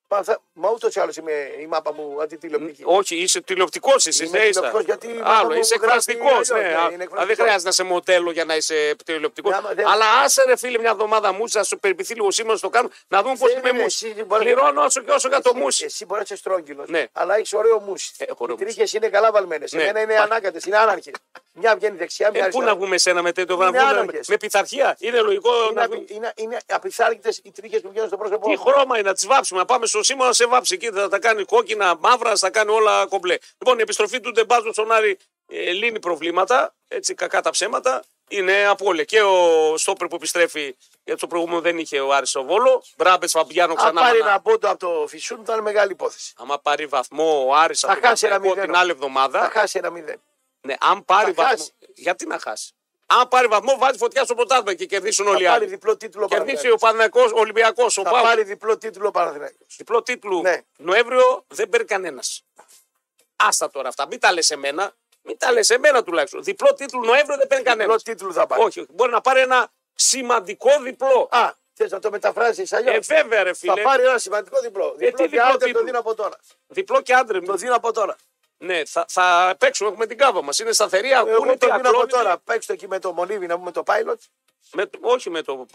Speaker 2: Μα, θα- μα ούτως ή άλλως είμαι η μάπα μου αντιτηλεοπτική.
Speaker 1: Όχι, είσαι τηλεοπτικός, είσαι.
Speaker 2: Είμαι
Speaker 1: δεν είσαι.
Speaker 2: τηλεοπτικός, γιατί η μαμά
Speaker 1: Άλλο,
Speaker 2: μου
Speaker 1: είσαι
Speaker 2: γράφει
Speaker 1: εκφραστικός.
Speaker 2: αλλιώς, ναι,
Speaker 1: Ναι,
Speaker 2: είναι
Speaker 1: Α,
Speaker 2: εκφραστικός.
Speaker 1: δεν χρειάζεται να είσαι μοντέλο για να είσαι τηλεοπτικός.
Speaker 2: Ναι, άμα δεν-
Speaker 1: Αλλά άσε ρε φίλε μια εβδομάδα μουσα, σου περιποιηθεί λίγο σήμερα να το κάνουμε, να δούμε πώς
Speaker 2: Δεν
Speaker 1: είμαι
Speaker 2: είναι,
Speaker 1: μουσ.
Speaker 2: εσύ μπορείς-
Speaker 1: Πληρώνω όσο και όσο για το
Speaker 2: Εσύ-
Speaker 1: μουσ.
Speaker 2: Εσύ μπορείς να είσαι στρόγγυλος.
Speaker 1: Ναι.
Speaker 2: Αλλά έχεις ωραίο μουσι.
Speaker 1: Ε, έχω ωραίο
Speaker 2: Οι τρίχες είναι καλά βαλμένες.
Speaker 1: Ναι.
Speaker 2: Εμένα είναι ανάκατες, είναι άναρχες. Μια βγαίνει δεξιά, μια
Speaker 1: Ε, πού
Speaker 2: αριστερά.
Speaker 1: να βγούμε σένα με τέτοιο να
Speaker 2: Είναι
Speaker 1: βγούμε με,
Speaker 2: άναρχες.
Speaker 1: με πειθαρχία. Είναι λογικό
Speaker 2: Είναι,
Speaker 1: να
Speaker 2: απει,
Speaker 1: βγούμε.
Speaker 2: είναι, είναι απειθάρκητες οι τρίχες που βγαίνουν στο πρόσωπό
Speaker 1: Τι
Speaker 2: μου.
Speaker 1: χρώμα είναι να τις βάψουμε. Να πάμε στο σήμα να σε βάψει. Εκεί θα τα κάνει κόκκινα, μαύρα, θα τα κάνει όλα κομπλέ. Λοιπόν, η επιστροφή του Ντεμπάζο στον Άρη ε, λύνει προβλήματα. Έτσι, κακά τα ψέματα. Είναι απόλυτα. Και ο Στόπερ που επιστρέφει, γιατί στο προηγούμενο δεν είχε ο Άρης στο Βόλο. Μπράμπες Φαμπιάνο
Speaker 2: Αν
Speaker 1: ξανά.
Speaker 2: πάρει
Speaker 1: μάνα.
Speaker 2: ένα πόντο από το φυσούν, θα είναι μεγάλη υπόθεση.
Speaker 1: Άμα πάρει βαθμό ο Άρης από τον
Speaker 2: χάσει ένα
Speaker 1: Παναθηναϊκό
Speaker 2: μηδέν.
Speaker 1: την άλλη εβδομάδα.
Speaker 2: Θα χάσει ένα μηδέν.
Speaker 1: Ναι, αν πάρει
Speaker 2: Θα
Speaker 1: βαθμό.
Speaker 2: χάσει.
Speaker 1: Γιατί να χάσει. Αν πάρει βαθμό, βάζει φωτιά στο πρωτάθλημα και κερδίσουν όλοι οι
Speaker 2: Θα πάρει
Speaker 1: άλλοι.
Speaker 2: διπλό τίτλο ο
Speaker 1: Κερδίσει
Speaker 2: Παναθηναϊκός.
Speaker 1: ο Παναθηναϊκός, ο Ολυμπιακός, ο
Speaker 2: Θα
Speaker 1: Πάο.
Speaker 2: πάρει διπλό τίτλο ο Παναθηναϊκός.
Speaker 1: Διπλό τίτλου
Speaker 2: Ναι.
Speaker 1: Νοέμβριο δεν παίρνει κανένας. Άστα τώρα αυτά. Μην τα λες εμένα. Μην τα λες εμένα τουλάχιστον. Διπλό τίτλου Νοέμβριο δεν παίρνει κανένας.
Speaker 2: Διπλό τίτλο θα πάρει.
Speaker 1: Όχι, όχι. Μπορεί να πάρει ένα σημαντικό διπλό.
Speaker 2: Α, θες να το μεταφράσεις
Speaker 1: Ε,
Speaker 2: αλλιώ.
Speaker 1: βέβαια, ρε φίλε. Ε,
Speaker 2: Θα πάρει ένα σημαντικό διπλό.
Speaker 1: τι
Speaker 2: Διπλό και
Speaker 1: διπλό
Speaker 2: άντε το
Speaker 1: τίτλο.
Speaker 2: δίνω από τώρα.
Speaker 1: Διπλό και άντρε.
Speaker 2: Το δίνω από τώρα.
Speaker 1: Ναι, θα, θα παίξουμε. Έχουμε την κάβα μας. Είναι σταθερή. ακούνε
Speaker 2: Εγώ
Speaker 1: τι
Speaker 2: το δίνω από
Speaker 1: ακλόνητη.
Speaker 2: τώρα. Παίξτε εκεί με το μολύβι να πούμε το pilot.
Speaker 1: Με, το- όχι με το.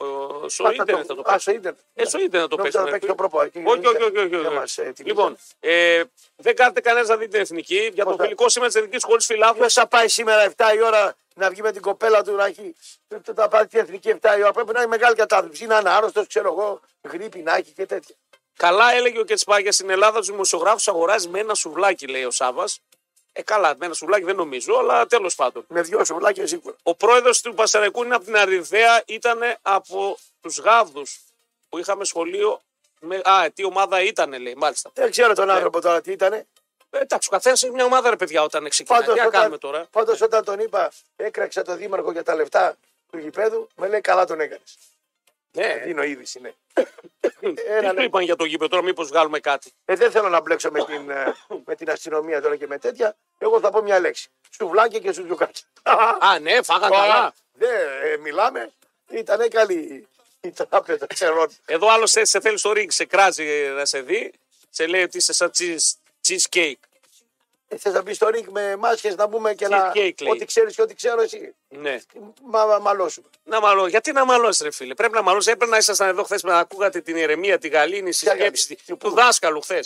Speaker 1: ε, Στο
Speaker 2: Πάτα
Speaker 1: ίντερνετ θα το
Speaker 2: Α,
Speaker 1: παίξουμε.
Speaker 2: στο ίντερνετ.
Speaker 1: Ε, στο ίντερνετ να το
Speaker 2: Νόμιζα
Speaker 1: παίξουμε.
Speaker 2: να παίξει το προπό. Εκεί
Speaker 1: Όχι, όχι,
Speaker 2: δεν-
Speaker 1: όχι. όχι,
Speaker 2: δεν
Speaker 1: όχι.
Speaker 2: μας, ε, τι
Speaker 1: λοιπόν, ε, δεν κάνετε κανένας να δείτε την εθνική. Για το
Speaker 2: Πώς θα-
Speaker 1: φιλικό σήμερα της εθνικής χωρίς φιλάθλου.
Speaker 2: Ποιος θα πάει σήμερα 7 η ώρα να βγει με την κοπέλα του να έχει. το- το- Τα πάρει την εθνική 7 η ώρα. Πρέπει να έχει μεγάλη κατάθλιψη. Να είναι άρρωστο, ξέρω εγώ, γρήπη να έχει και τέτοια.
Speaker 1: Καλά έλεγε ο Κετσπάγια στην Ελλάδα τους δημοσιογράφους αγοράζει με ένα σουβλάκι, λέει ο Σάβα. Ε, καλά, με ένα σουβλάκι δεν νομίζω, αλλά τέλος πάντων.
Speaker 2: Με δυο σουβλάκια σίγουρα.
Speaker 1: Ο πρόεδρος του Πασαραϊκού είναι από την Αριδαία, ήταν από τους Γάβδους που είχαμε σχολείο. Με, α, τι ομάδα ήταν, λέει, μάλιστα.
Speaker 2: Δεν ξέρω
Speaker 1: Ναι.
Speaker 2: τον άνθρωπο τώρα τι ήταν.
Speaker 1: Ε, εντάξει, ο καθένας έχει μια ομάδα, ρε παιδιά, όταν ξεκινάει.
Speaker 2: Πάντως
Speaker 1: Ε, Τι να κάνουμε
Speaker 2: όταν,
Speaker 1: τώρα. Ε.
Speaker 2: πάντως όταν τον είπα, έκραξα το δήμαρχο για τα λεφτά του γηπέδου, με λέει καλά τον έκανες.
Speaker 1: Ναι,
Speaker 2: Δίνω είδηση, ναι.
Speaker 1: τι
Speaker 2: Ένα,
Speaker 1: του
Speaker 2: ναι.
Speaker 1: είπαν για το γήπεδο, τώρα μήπως βγάλουμε κάτι.
Speaker 2: Ε, δεν θέλω να μπλέξω με την, ε, με την αστυνομία τώρα και με τέτοια. Εγώ θα πω μια λέξη. Σουβλάκια και σουτζουκάκια.
Speaker 1: Α, ναι, φάγαν καλά.
Speaker 2: Δεν ε, μιλάμε. Ήταν καλή η τράπεζα ξερών.
Speaker 1: Εδώ άλλος σε, σε θέλει στο ρίγκ, σε κράζει ε, να σε δει, σε λέει ότι είσαι σαν cheese, cheesecake.
Speaker 2: Ε, Θες να μπεις στο ρίκ με μάσκες να πούμε και να.
Speaker 1: Cheesecake, λέει.
Speaker 2: Ό,τι ξέρεις και ό,τι ξέρω εσύ.
Speaker 1: Ναι.
Speaker 2: Μα, μα μαλώσουμε.
Speaker 1: Να μαλώ. Γιατί να μαλώσεις, ρε φίλε. Πρέπει να μαλώσεις. Έπρεπε να ήσασταν εδώ χθες να ακούγατε την ηρεμία, τη γαλήνη, στη
Speaker 2: Ποια
Speaker 1: σκέψη
Speaker 2: γαλήνη?
Speaker 1: του δάσκαλου χθες.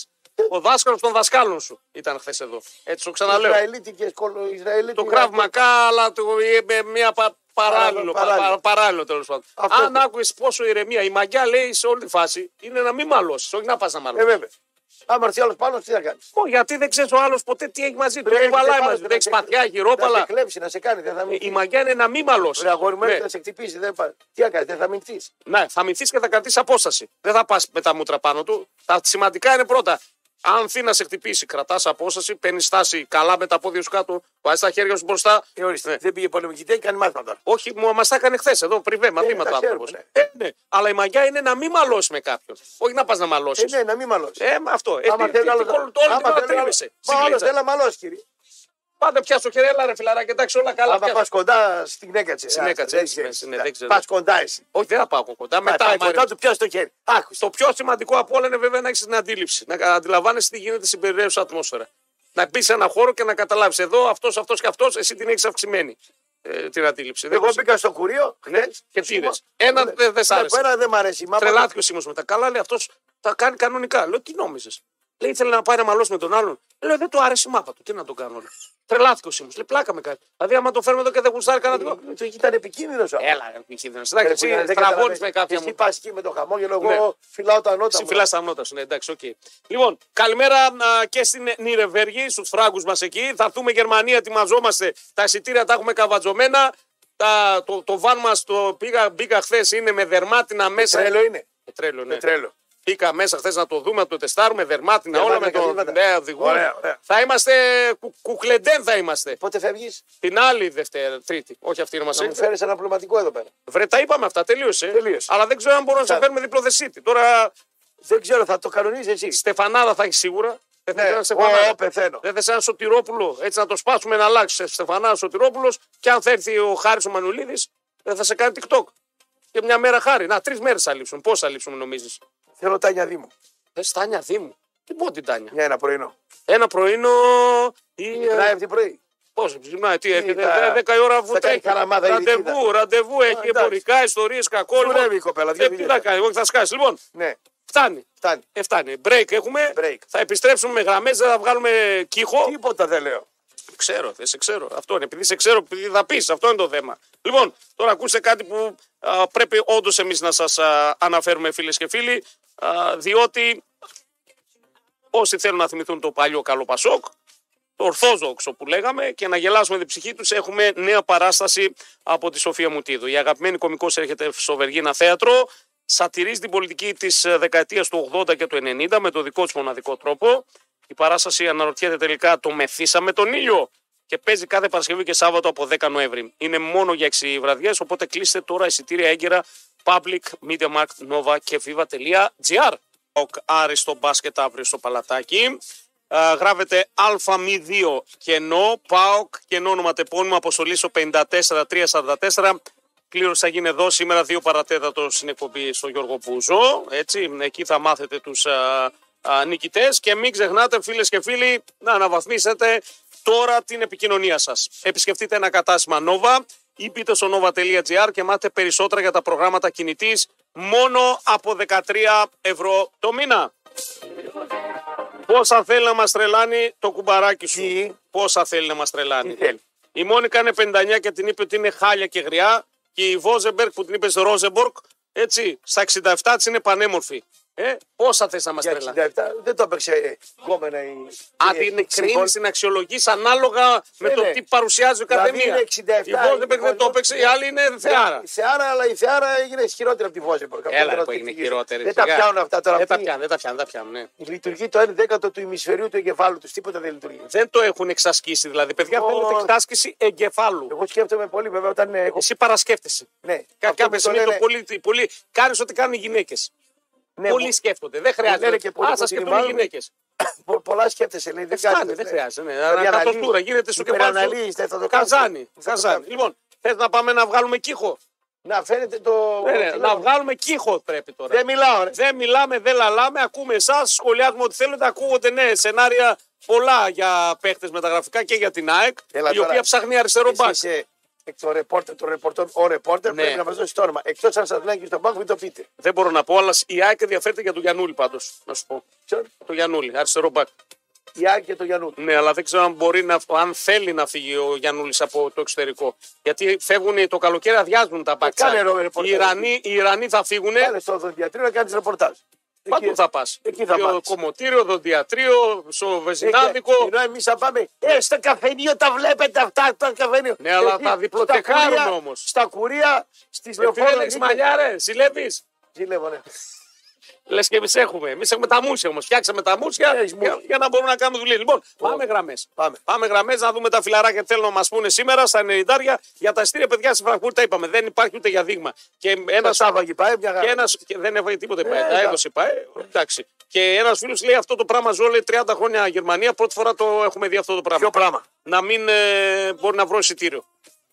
Speaker 1: Ο δάσκαλος των δασκάλων σου ήταν χθες εδώ. Έτσι το ξαναλέω.
Speaker 2: Ισραηλίτικε κολο... Ισραηλίτικες-
Speaker 1: Το κραβ μακά, αλλά το, ε, ε, μια πα, παράλληλο, πα,
Speaker 2: Παράλληλο.
Speaker 1: πα- παράλληλο τέλος πάντων.
Speaker 2: Αυτό
Speaker 1: Αν
Speaker 2: είναι.
Speaker 1: άκουγε πόσο ηρεμία, η μαγιά λέει σε όλη τη φάση είναι να μην μαλώσεις, όχι να πας να μαλώσεις.
Speaker 2: Ε, βέβαια. Άμα έρθει άλλος πάνω, τι θα κάνεις.
Speaker 1: Ω, γιατί δεν ξέρεις ο άλλος ποτέ τι έχει μαζί του. Δεν βαλάει μαζί του. Δεν έχει σπαθιά,
Speaker 2: Να σε
Speaker 1: γυρόπαλα.
Speaker 2: κλέψει, να σε κάνει. Δεν θα
Speaker 1: Η
Speaker 2: μηνθεί.
Speaker 1: μαγιά είναι να μην μαλώσεις.
Speaker 2: Ρε αγόρι μου,
Speaker 1: Ναι.
Speaker 2: έρχεται να σε χτυπήσει. Δεν... πα- Τι θα κάνεις, δεν θα μηνθείς.
Speaker 1: Ναι, θα μυθεί και θα κρατήσεις απόσταση. Δεν θα πας με τα μούτρα πάνω του. Τα σημαντικά είναι πρώτα. Αν θεί να σε χτυπήσει, κρατάς απόσταση, παίρνεις στάση καλά με τα πόδια σου κάτω, βάζεις τα χέρια σου μπροστά.
Speaker 2: Ε, ορίστε,
Speaker 1: Ναι.
Speaker 2: δεν πήγε πολεμική, τι έχει κάνει μάθημα τώρα. Ε,
Speaker 1: Όχι, μου μας τα έκανε χθες εδώ, πριβέ, μαθήματα
Speaker 2: τα
Speaker 1: άνθρωπο.
Speaker 2: χαίρομαι,
Speaker 1: Ε, ναι. Αλλά η μαγιά είναι να μην μαλώσεις με κάποιον. Όχι να πας να μαλώσεις.
Speaker 2: Ε, ναι, να μην μαλώσεις.
Speaker 1: Ε, μα αυτό. Ε, τι-
Speaker 2: Άμα
Speaker 1: τι-
Speaker 2: θέλει
Speaker 1: τι-
Speaker 2: άλλο.
Speaker 1: όλη την
Speaker 2: άμα
Speaker 1: ώρα
Speaker 2: θέλει άλλο-
Speaker 1: τρίμεσαι.
Speaker 2: Μα άλλος
Speaker 1: Συγκλίτσα.
Speaker 2: θέλει να μαλώσεις,
Speaker 1: Ε,
Speaker 2: κύριε.
Speaker 1: Πάντα πιάσω το χέρι, έλα ρε φιλαράκι, εντάξει, όλα καλά.
Speaker 2: Άμα
Speaker 1: πιάσω.
Speaker 2: πας κοντά στην γυναίκα τη.
Speaker 1: Στην γυναίκα της, έτσι, ναι, ναι, δεν ξέρω.
Speaker 2: Πας κοντά εσύ.
Speaker 1: Όχι, δεν θα πάω κοντά.
Speaker 2: Μετά,
Speaker 1: Μετά, άμα-
Speaker 2: κοντά του πιάσει το χέρι. Άκουσε.
Speaker 1: Ε, Το πιο σημαντικό από όλα είναι βέβαια να έχεις την αντίληψη. Να αντιλαμβάνεσαι τι γίνεται στην περιραίουσα ατμόσφαιρα. Να μπεις σε έναν χώρο και να καταλάβεις εδώ αυτός, αυτός και αυτός, εσύ την έχεις αυξημένη ε, την αντίληψη. Δεν
Speaker 2: Εγώ
Speaker 1: ξέρω. Ναι,
Speaker 2: μπήκα στο κουρίο χθες.
Speaker 1: και τι είδες. Ένα δεν- δεν σ' άρεσε.
Speaker 2: Ένα δεν μ' αρέσει. Μα
Speaker 1: Τρελάθηκε ο Σίμω μετά. Καλά, λέει αυτός τα κάνει κανονικά. Λέω τι νόμιζες. Λέει ήθελε να πάει να μαλώσει με τον άλλον. Λέω δεν του άρεσε η μάπα του. Τι να τον κάνω. Λέει. Τρελάθηκε ο Σίμω. Λέει πλάκα με κάνει. Δηλαδή άμα το φέρουμε εδώ και δεν γουστάρει κανένα.
Speaker 2: μάλλον Ήταν επικίνδυνος αυτό.
Speaker 1: Ε, Έλα, ρε, μη κίνδυνος.
Speaker 2: Ρε,
Speaker 1: Εντάξει,
Speaker 2: φίλε, δεν
Speaker 1: τραβώνεις
Speaker 2: καταλαβαίνεις.
Speaker 1: με κάποια
Speaker 2: Εσύ
Speaker 1: μου.
Speaker 2: πας εκεί με το χαμόγελο.
Speaker 1: Ναι.
Speaker 2: Εγώ φυλάω τα νότα.
Speaker 1: Εσύ
Speaker 2: μου.
Speaker 1: φυλά τα μνότα σου, ναι, εντάξει, οκ. Λοιπόν, καλημέρα α, και στην Νιρεβέργη, στους φράγκους μας εκεί. Θα έρθουμε Γερμανία, ετοιμαζόμαστε. Τα εισιτήρια τα έχουμε καβατζωμένα. Τα, το, το βαν μας το πήγα, μπήκα χθες, είναι με δερμάτινα μέσα.
Speaker 2: Τρέλο είναι.
Speaker 1: Πετρέλαιο, ναι.
Speaker 2: Πετρέλαιο.
Speaker 1: Μπήκα μέσα χθες να το δούμε, να το τεστάρουμε. Δερμάτινα, όλα με
Speaker 2: Δερμάτινα
Speaker 1: τον
Speaker 2: καθίσματα.
Speaker 1: νέο οδηγό.
Speaker 2: Ωραία, ωραία.
Speaker 1: Θα είμαστε κου, κουκλεντέν, θα είμαστε.
Speaker 2: Πότε φεύγεις.
Speaker 1: Την άλλη Δευτέρα, Τρίτη. Όχι αυτή είναι μας
Speaker 2: Να μου φέρεις ένα πνευματικό εδώ πέρα.
Speaker 1: Βρε, τα είπαμε αυτά, τελείωσε.
Speaker 2: Τελείωσε.
Speaker 1: Αλλά δεν ξέρω αν μπορούμε να σε
Speaker 2: Τα-
Speaker 1: φέρουμε διπλό δεσίτη. Τώρα
Speaker 2: Δεν ξέρω, θα το κανονίζεις εσύ.
Speaker 1: Στεφανάδα θα έχεις σίγουρα. Δεν θα
Speaker 2: Ναι.
Speaker 1: ένα Στεφανάδα.
Speaker 2: Ω, πεθαίνω.
Speaker 1: Δεν θες ένα Σωτηρόπουλο. Έτσι να το σπάσουμε να αλλάξει. ε, Στεφανάδα Σωτηρόπουλος. Και αν θα έρθει ο Χάρης ο Μανουλίδης, δεν θα σε κάνει TikTok. Και μια μέρα χάρη. Να, τρεις μέρες θα λείψουν. Πώς θα λείψουν, νομίζεις.
Speaker 2: Θέλω Τάνια Δήμου.
Speaker 1: Θες Τάνια Δήμου. Τι πω την Τάνια.
Speaker 2: Για ένα πρωινό.
Speaker 1: Ένα πρωινό. Ή,
Speaker 2: Γυρνάει αυτή πρωί.
Speaker 1: Πώς, ξυπνάει, τι έχει.
Speaker 2: θα-
Speaker 1: δε- Δέκα η ώρα
Speaker 2: θα κάνει
Speaker 1: βουτάει.
Speaker 2: χαραμάδα η
Speaker 1: Ραντεβού,
Speaker 2: Ρικίδα.
Speaker 1: ραντεβού έχει.
Speaker 2: εντάξει.
Speaker 1: Εμπορικά, ιστορίες, κακόλμα.
Speaker 2: Δουλεύει η κοπέλα,
Speaker 1: Ε,
Speaker 2: δύο
Speaker 1: Τι θα
Speaker 2: δουλεύει.
Speaker 1: κάνει, όχι θα σκάσει. Λοιπόν,
Speaker 2: Ναι,
Speaker 1: φτάνει.
Speaker 2: φτάνει.
Speaker 1: Ε, φτάνει. Break έχουμε.
Speaker 2: Break.
Speaker 1: Θα επιστρέψουμε με γραμμές, δεν θα βγάλουμε κύχο.
Speaker 2: Τίποτα δεν λέω.
Speaker 1: Ξέρω, δεν σε ξέρω. Αυτό είναι. Επειδή σε ξέρω, επειδή θα πεις. Αυτό είναι το θέμα. Λοιπόν, τώρα ακούστε κάτι που α, πρέπει όντως εμείς να σας αναφέρουμε, φίλες και φίλοι. α, διότι όσοι θέλουν να θυμηθούν το παλιό καλό Πασόκ, το ορθόδοξο που λέγαμε και να γελάσουμε την ψυχή τους έχουμε νέα παράσταση από τη Σοφία Μουτίδου. Η αγαπημένη κομικός έρχεται στο Βεργίνα Θέατρο, σατυρίζει την πολιτική της ε, δεκαετίας του 80 και του 90 με το δικό της μοναδικό τρόπο. Η παράσταση αναρωτιέται τελικά το μεθύσαμε τον ήλιο και παίζει κάθε Παρασκευή και Σάββατο από 10 Νοέμβρη. Είναι μόνο για 6 βραδιές, οπότε κλείστε τώρα εισιτήρια έγκαιρα public, media market, nova και viva.gr. Ο Άρης στο μπάσκετ αύριο στο παλατάκι. Α, γράβεται ΑΜ2 κενό, ΠΑΟΚ, κενό ονοματεπώνυμο, αποστολή στο 54344. Κλήρωση θα γίνει εδώ σήμερα, 2 παρατέτατο στην εκπομπή στο Γιώργο Μπούζο. Έτσι, εκεί θα μάθετε τους α, α, νικητές. Και μην ξεχνάτε, φίλες και φίλοι, να αναβαθμίσετε τώρα την επικοινωνία σας. Επισκεφτείτε ένα κατάστημα Nova ή μπείτε στο nova.gr και μάθετε περισσότερα για τα προγράμματα κινητής μόνο από 13 ευρώ το μήνα. Πόσα θέλει να μας τρελάνει το κουμπαράκι σου.
Speaker 2: Τι?
Speaker 1: Πόσα θέλει να μας τρελάνει.
Speaker 2: Τι θέλει.
Speaker 1: Η Μόνικα είναι 59 και την είπε ότι είναι χάλια και γριά. Και η Βόζεμπερκ που την είπε στο Ρόζεμπορκ, έτσι, στα 67 της είναι πανέμορφη. Ε, πόσα θες να μας
Speaker 2: Για
Speaker 1: τρελάνει.
Speaker 2: 67 δεν το έπαιξε ε, κόμενα η.
Speaker 1: Αν
Speaker 2: η- η-
Speaker 1: την κρίνει,
Speaker 2: συμβολ-
Speaker 1: την αξιολογεί ανάλογα με
Speaker 2: Ναι,
Speaker 1: το
Speaker 2: ναι.
Speaker 1: τι παρουσιάζει ο κάθε
Speaker 2: Δηλαδή
Speaker 1: μία.
Speaker 2: είναι 67,
Speaker 1: Η Βόζεμπερκ δεν το
Speaker 2: λοιπόν,
Speaker 1: έπαιxe, η άλλη είναι θεάρα.
Speaker 2: Η Θεάρα, αλλά η Θεάρα έγινε χειρότερη από τη Βόζεμπορκ. Αυτό
Speaker 1: Έλα
Speaker 2: δεν
Speaker 1: ρε,
Speaker 2: το
Speaker 1: που έγινε
Speaker 2: εξηγήσω.
Speaker 1: χειρότερη.
Speaker 2: Δεν τα
Speaker 1: σιγά.
Speaker 2: πιάνουν αυτά τώρα.
Speaker 1: Δεν τα
Speaker 2: Αυτοί
Speaker 1: πιάνουν, δεν τα πιάνουν. δεν τα πιάνουν, ναι.
Speaker 2: Λειτουργεί το 1 δέκατο του ημισφαιρίου του εγκεφάλου τους. Τίποτα δεν λειτουργεί.
Speaker 1: Δεν το έχουν εξασκήσει δηλαδή. Παιδιά,
Speaker 2: Εγώ-
Speaker 1: θέλετε εξάσκηση εγκεφάλου.
Speaker 2: Εγώ σκέφτομαι πολύ βέβαια όταν ε, έχω.
Speaker 1: Εσύ παρασκέφτεσαι.
Speaker 2: Ναι,
Speaker 1: Κα-
Speaker 2: αυτό που
Speaker 1: Κάποια
Speaker 2: το
Speaker 1: στιγμή το
Speaker 2: λένε-
Speaker 1: πολύ. πολύ κάνεις ό,τι κάνουν οι γυναίκες.
Speaker 2: ναι,
Speaker 1: πολλοί
Speaker 2: μου-
Speaker 1: σκέφτονται. Δεν
Speaker 2: λένε
Speaker 1: χρειάζεται.
Speaker 2: και πολλοί
Speaker 1: Α,
Speaker 2: που
Speaker 1: σα
Speaker 2: την
Speaker 1: σκεφτούν οι
Speaker 2: βάλουν.
Speaker 1: γυναίκες.
Speaker 2: πο- πολλά σκέφτεσαι. Λέει, δεν
Speaker 1: Δεν Ε, φτάνει,
Speaker 2: κάθεσαι,
Speaker 1: δεν
Speaker 2: ναι.
Speaker 1: χρειάζεται. Ναι.
Speaker 2: Δηλαδή,
Speaker 1: Ανακατοστούρα
Speaker 2: αναλύεις,
Speaker 1: γίνεται στο κεφάλι. σου.
Speaker 2: υπεραναλύεις, δεν θα το κάνεις.
Speaker 1: Καζάνι.
Speaker 2: Θα το
Speaker 1: καζάνι.
Speaker 2: κάνεις.
Speaker 1: Λοιπόν, θες να πάμε να βγάλουμε κύχο.
Speaker 2: Να φαίνεται το.
Speaker 1: Ναι, ναι,
Speaker 2: τι
Speaker 1: να
Speaker 2: λέω.
Speaker 1: βγάλουμε κύχο πρέπει τώρα.
Speaker 2: Δεν μιλάω, ρε.
Speaker 1: Δεν μιλάμε, δεν λαλάμε, ακούμε εσάς, σχολιάζουμε ό,τι θέλετε. Ακούγονται ναι, σενάρια πολλά για παίχτες μεταγραφικά και για την ΑΕΚ,
Speaker 2: Έλα
Speaker 1: η
Speaker 2: τώρα.
Speaker 1: οποία ψάχνει αριστερό
Speaker 2: Εσύ
Speaker 1: μπακ.
Speaker 2: είσαι εκ των ρεπόρτερ των ρεπορτών, ο ρεπόρτερ
Speaker 1: Ναι.
Speaker 2: πρέπει να μα δώσει το όνομα. Εκτός αν σας λένε και στον πάγκο, μην το πείτε.
Speaker 1: Δεν μπορώ να πω, αλλά η ΑΕΚ ενδιαφέρεται για τον Γιανούλη πάντως. Να σου πω.
Speaker 2: Ποιον,
Speaker 1: Το Γιανούλη, αριστερό μπακ.
Speaker 2: η Άκη και το Γιαννού.
Speaker 1: Ναι, αλλά δεν ξέρω αν, μπορεί να, αν θέλει να φύγει ο Γιανούλης από το εξωτερικό. Γιατί φεύγουν το καλοκαίρι, αδειάζουν τα μπαξά.
Speaker 2: Ε, κάνε ρόβερ,
Speaker 1: Οι
Speaker 2: πορτάρι.
Speaker 1: Ιρανοί, οι Ιρανοί θα φύγουν.
Speaker 2: Πάνε στο δοντιατρίο να κάνεις ρεπορτάζ.
Speaker 1: Παντού Ναι. θα πας.
Speaker 2: εκεί θα
Speaker 1: Στο
Speaker 2: πας.
Speaker 1: κομμωτήριο, δοντιατρίο, στο βεζινάδικο.
Speaker 2: Ενώ εμείς θα πάμε. Ε, στο καφενείο τα βλέπετε αυτά. Το καφενείο.
Speaker 1: Ναι, αλλά
Speaker 2: Εκεί,
Speaker 1: θα διπλοτεκάρουν
Speaker 2: στα κουρία-
Speaker 1: όμως.
Speaker 2: Στα κουρία, στις
Speaker 1: Ε, Φίλε,
Speaker 2: λεωφόρες.
Speaker 1: έχεις μαλλιά, ρε, ζηλεύεις.
Speaker 2: Ζηλεύω, ναι.
Speaker 1: Λες και εμείς έχουμε. Εμείς έχουμε τα μουσια όμως. Φτιάξαμε τα μουσια
Speaker 2: Έχεις
Speaker 1: για,
Speaker 2: μουσια.
Speaker 1: για να μπορούμε να κάνουμε δουλειά. Λοιπόν, πάμε γραμμές.
Speaker 2: Πάμε.
Speaker 1: Πάμε γραμμές να δούμε τα φιλαράκια τι θέλουν να μας πούνε σήμερα στα 90 για τα εισιτήρια παιδιά στη Φραγκούρ. Τα είπαμε. Δεν υπάρχει ούτε για δείγμα. Και ένας
Speaker 2: Ένα Σάββαγγι πάει, μια
Speaker 1: και
Speaker 2: χαρά.
Speaker 1: ένας, και δεν έβαγε τίποτα η ΠΑΕ.
Speaker 2: Ε,
Speaker 1: Τα
Speaker 2: τα-
Speaker 1: έδωσε η ΠΑΕ. Εντάξει. Και ένας φίλος λέει αυτό το πράγμα ζω λέει 30 χρόνια Γερμανία. Πρώτη φορά το έχουμε δει αυτό το πράγμα.
Speaker 2: Ποιο πράγμα.
Speaker 1: Να μην ε, μπορεί να βρω εισιτήριο.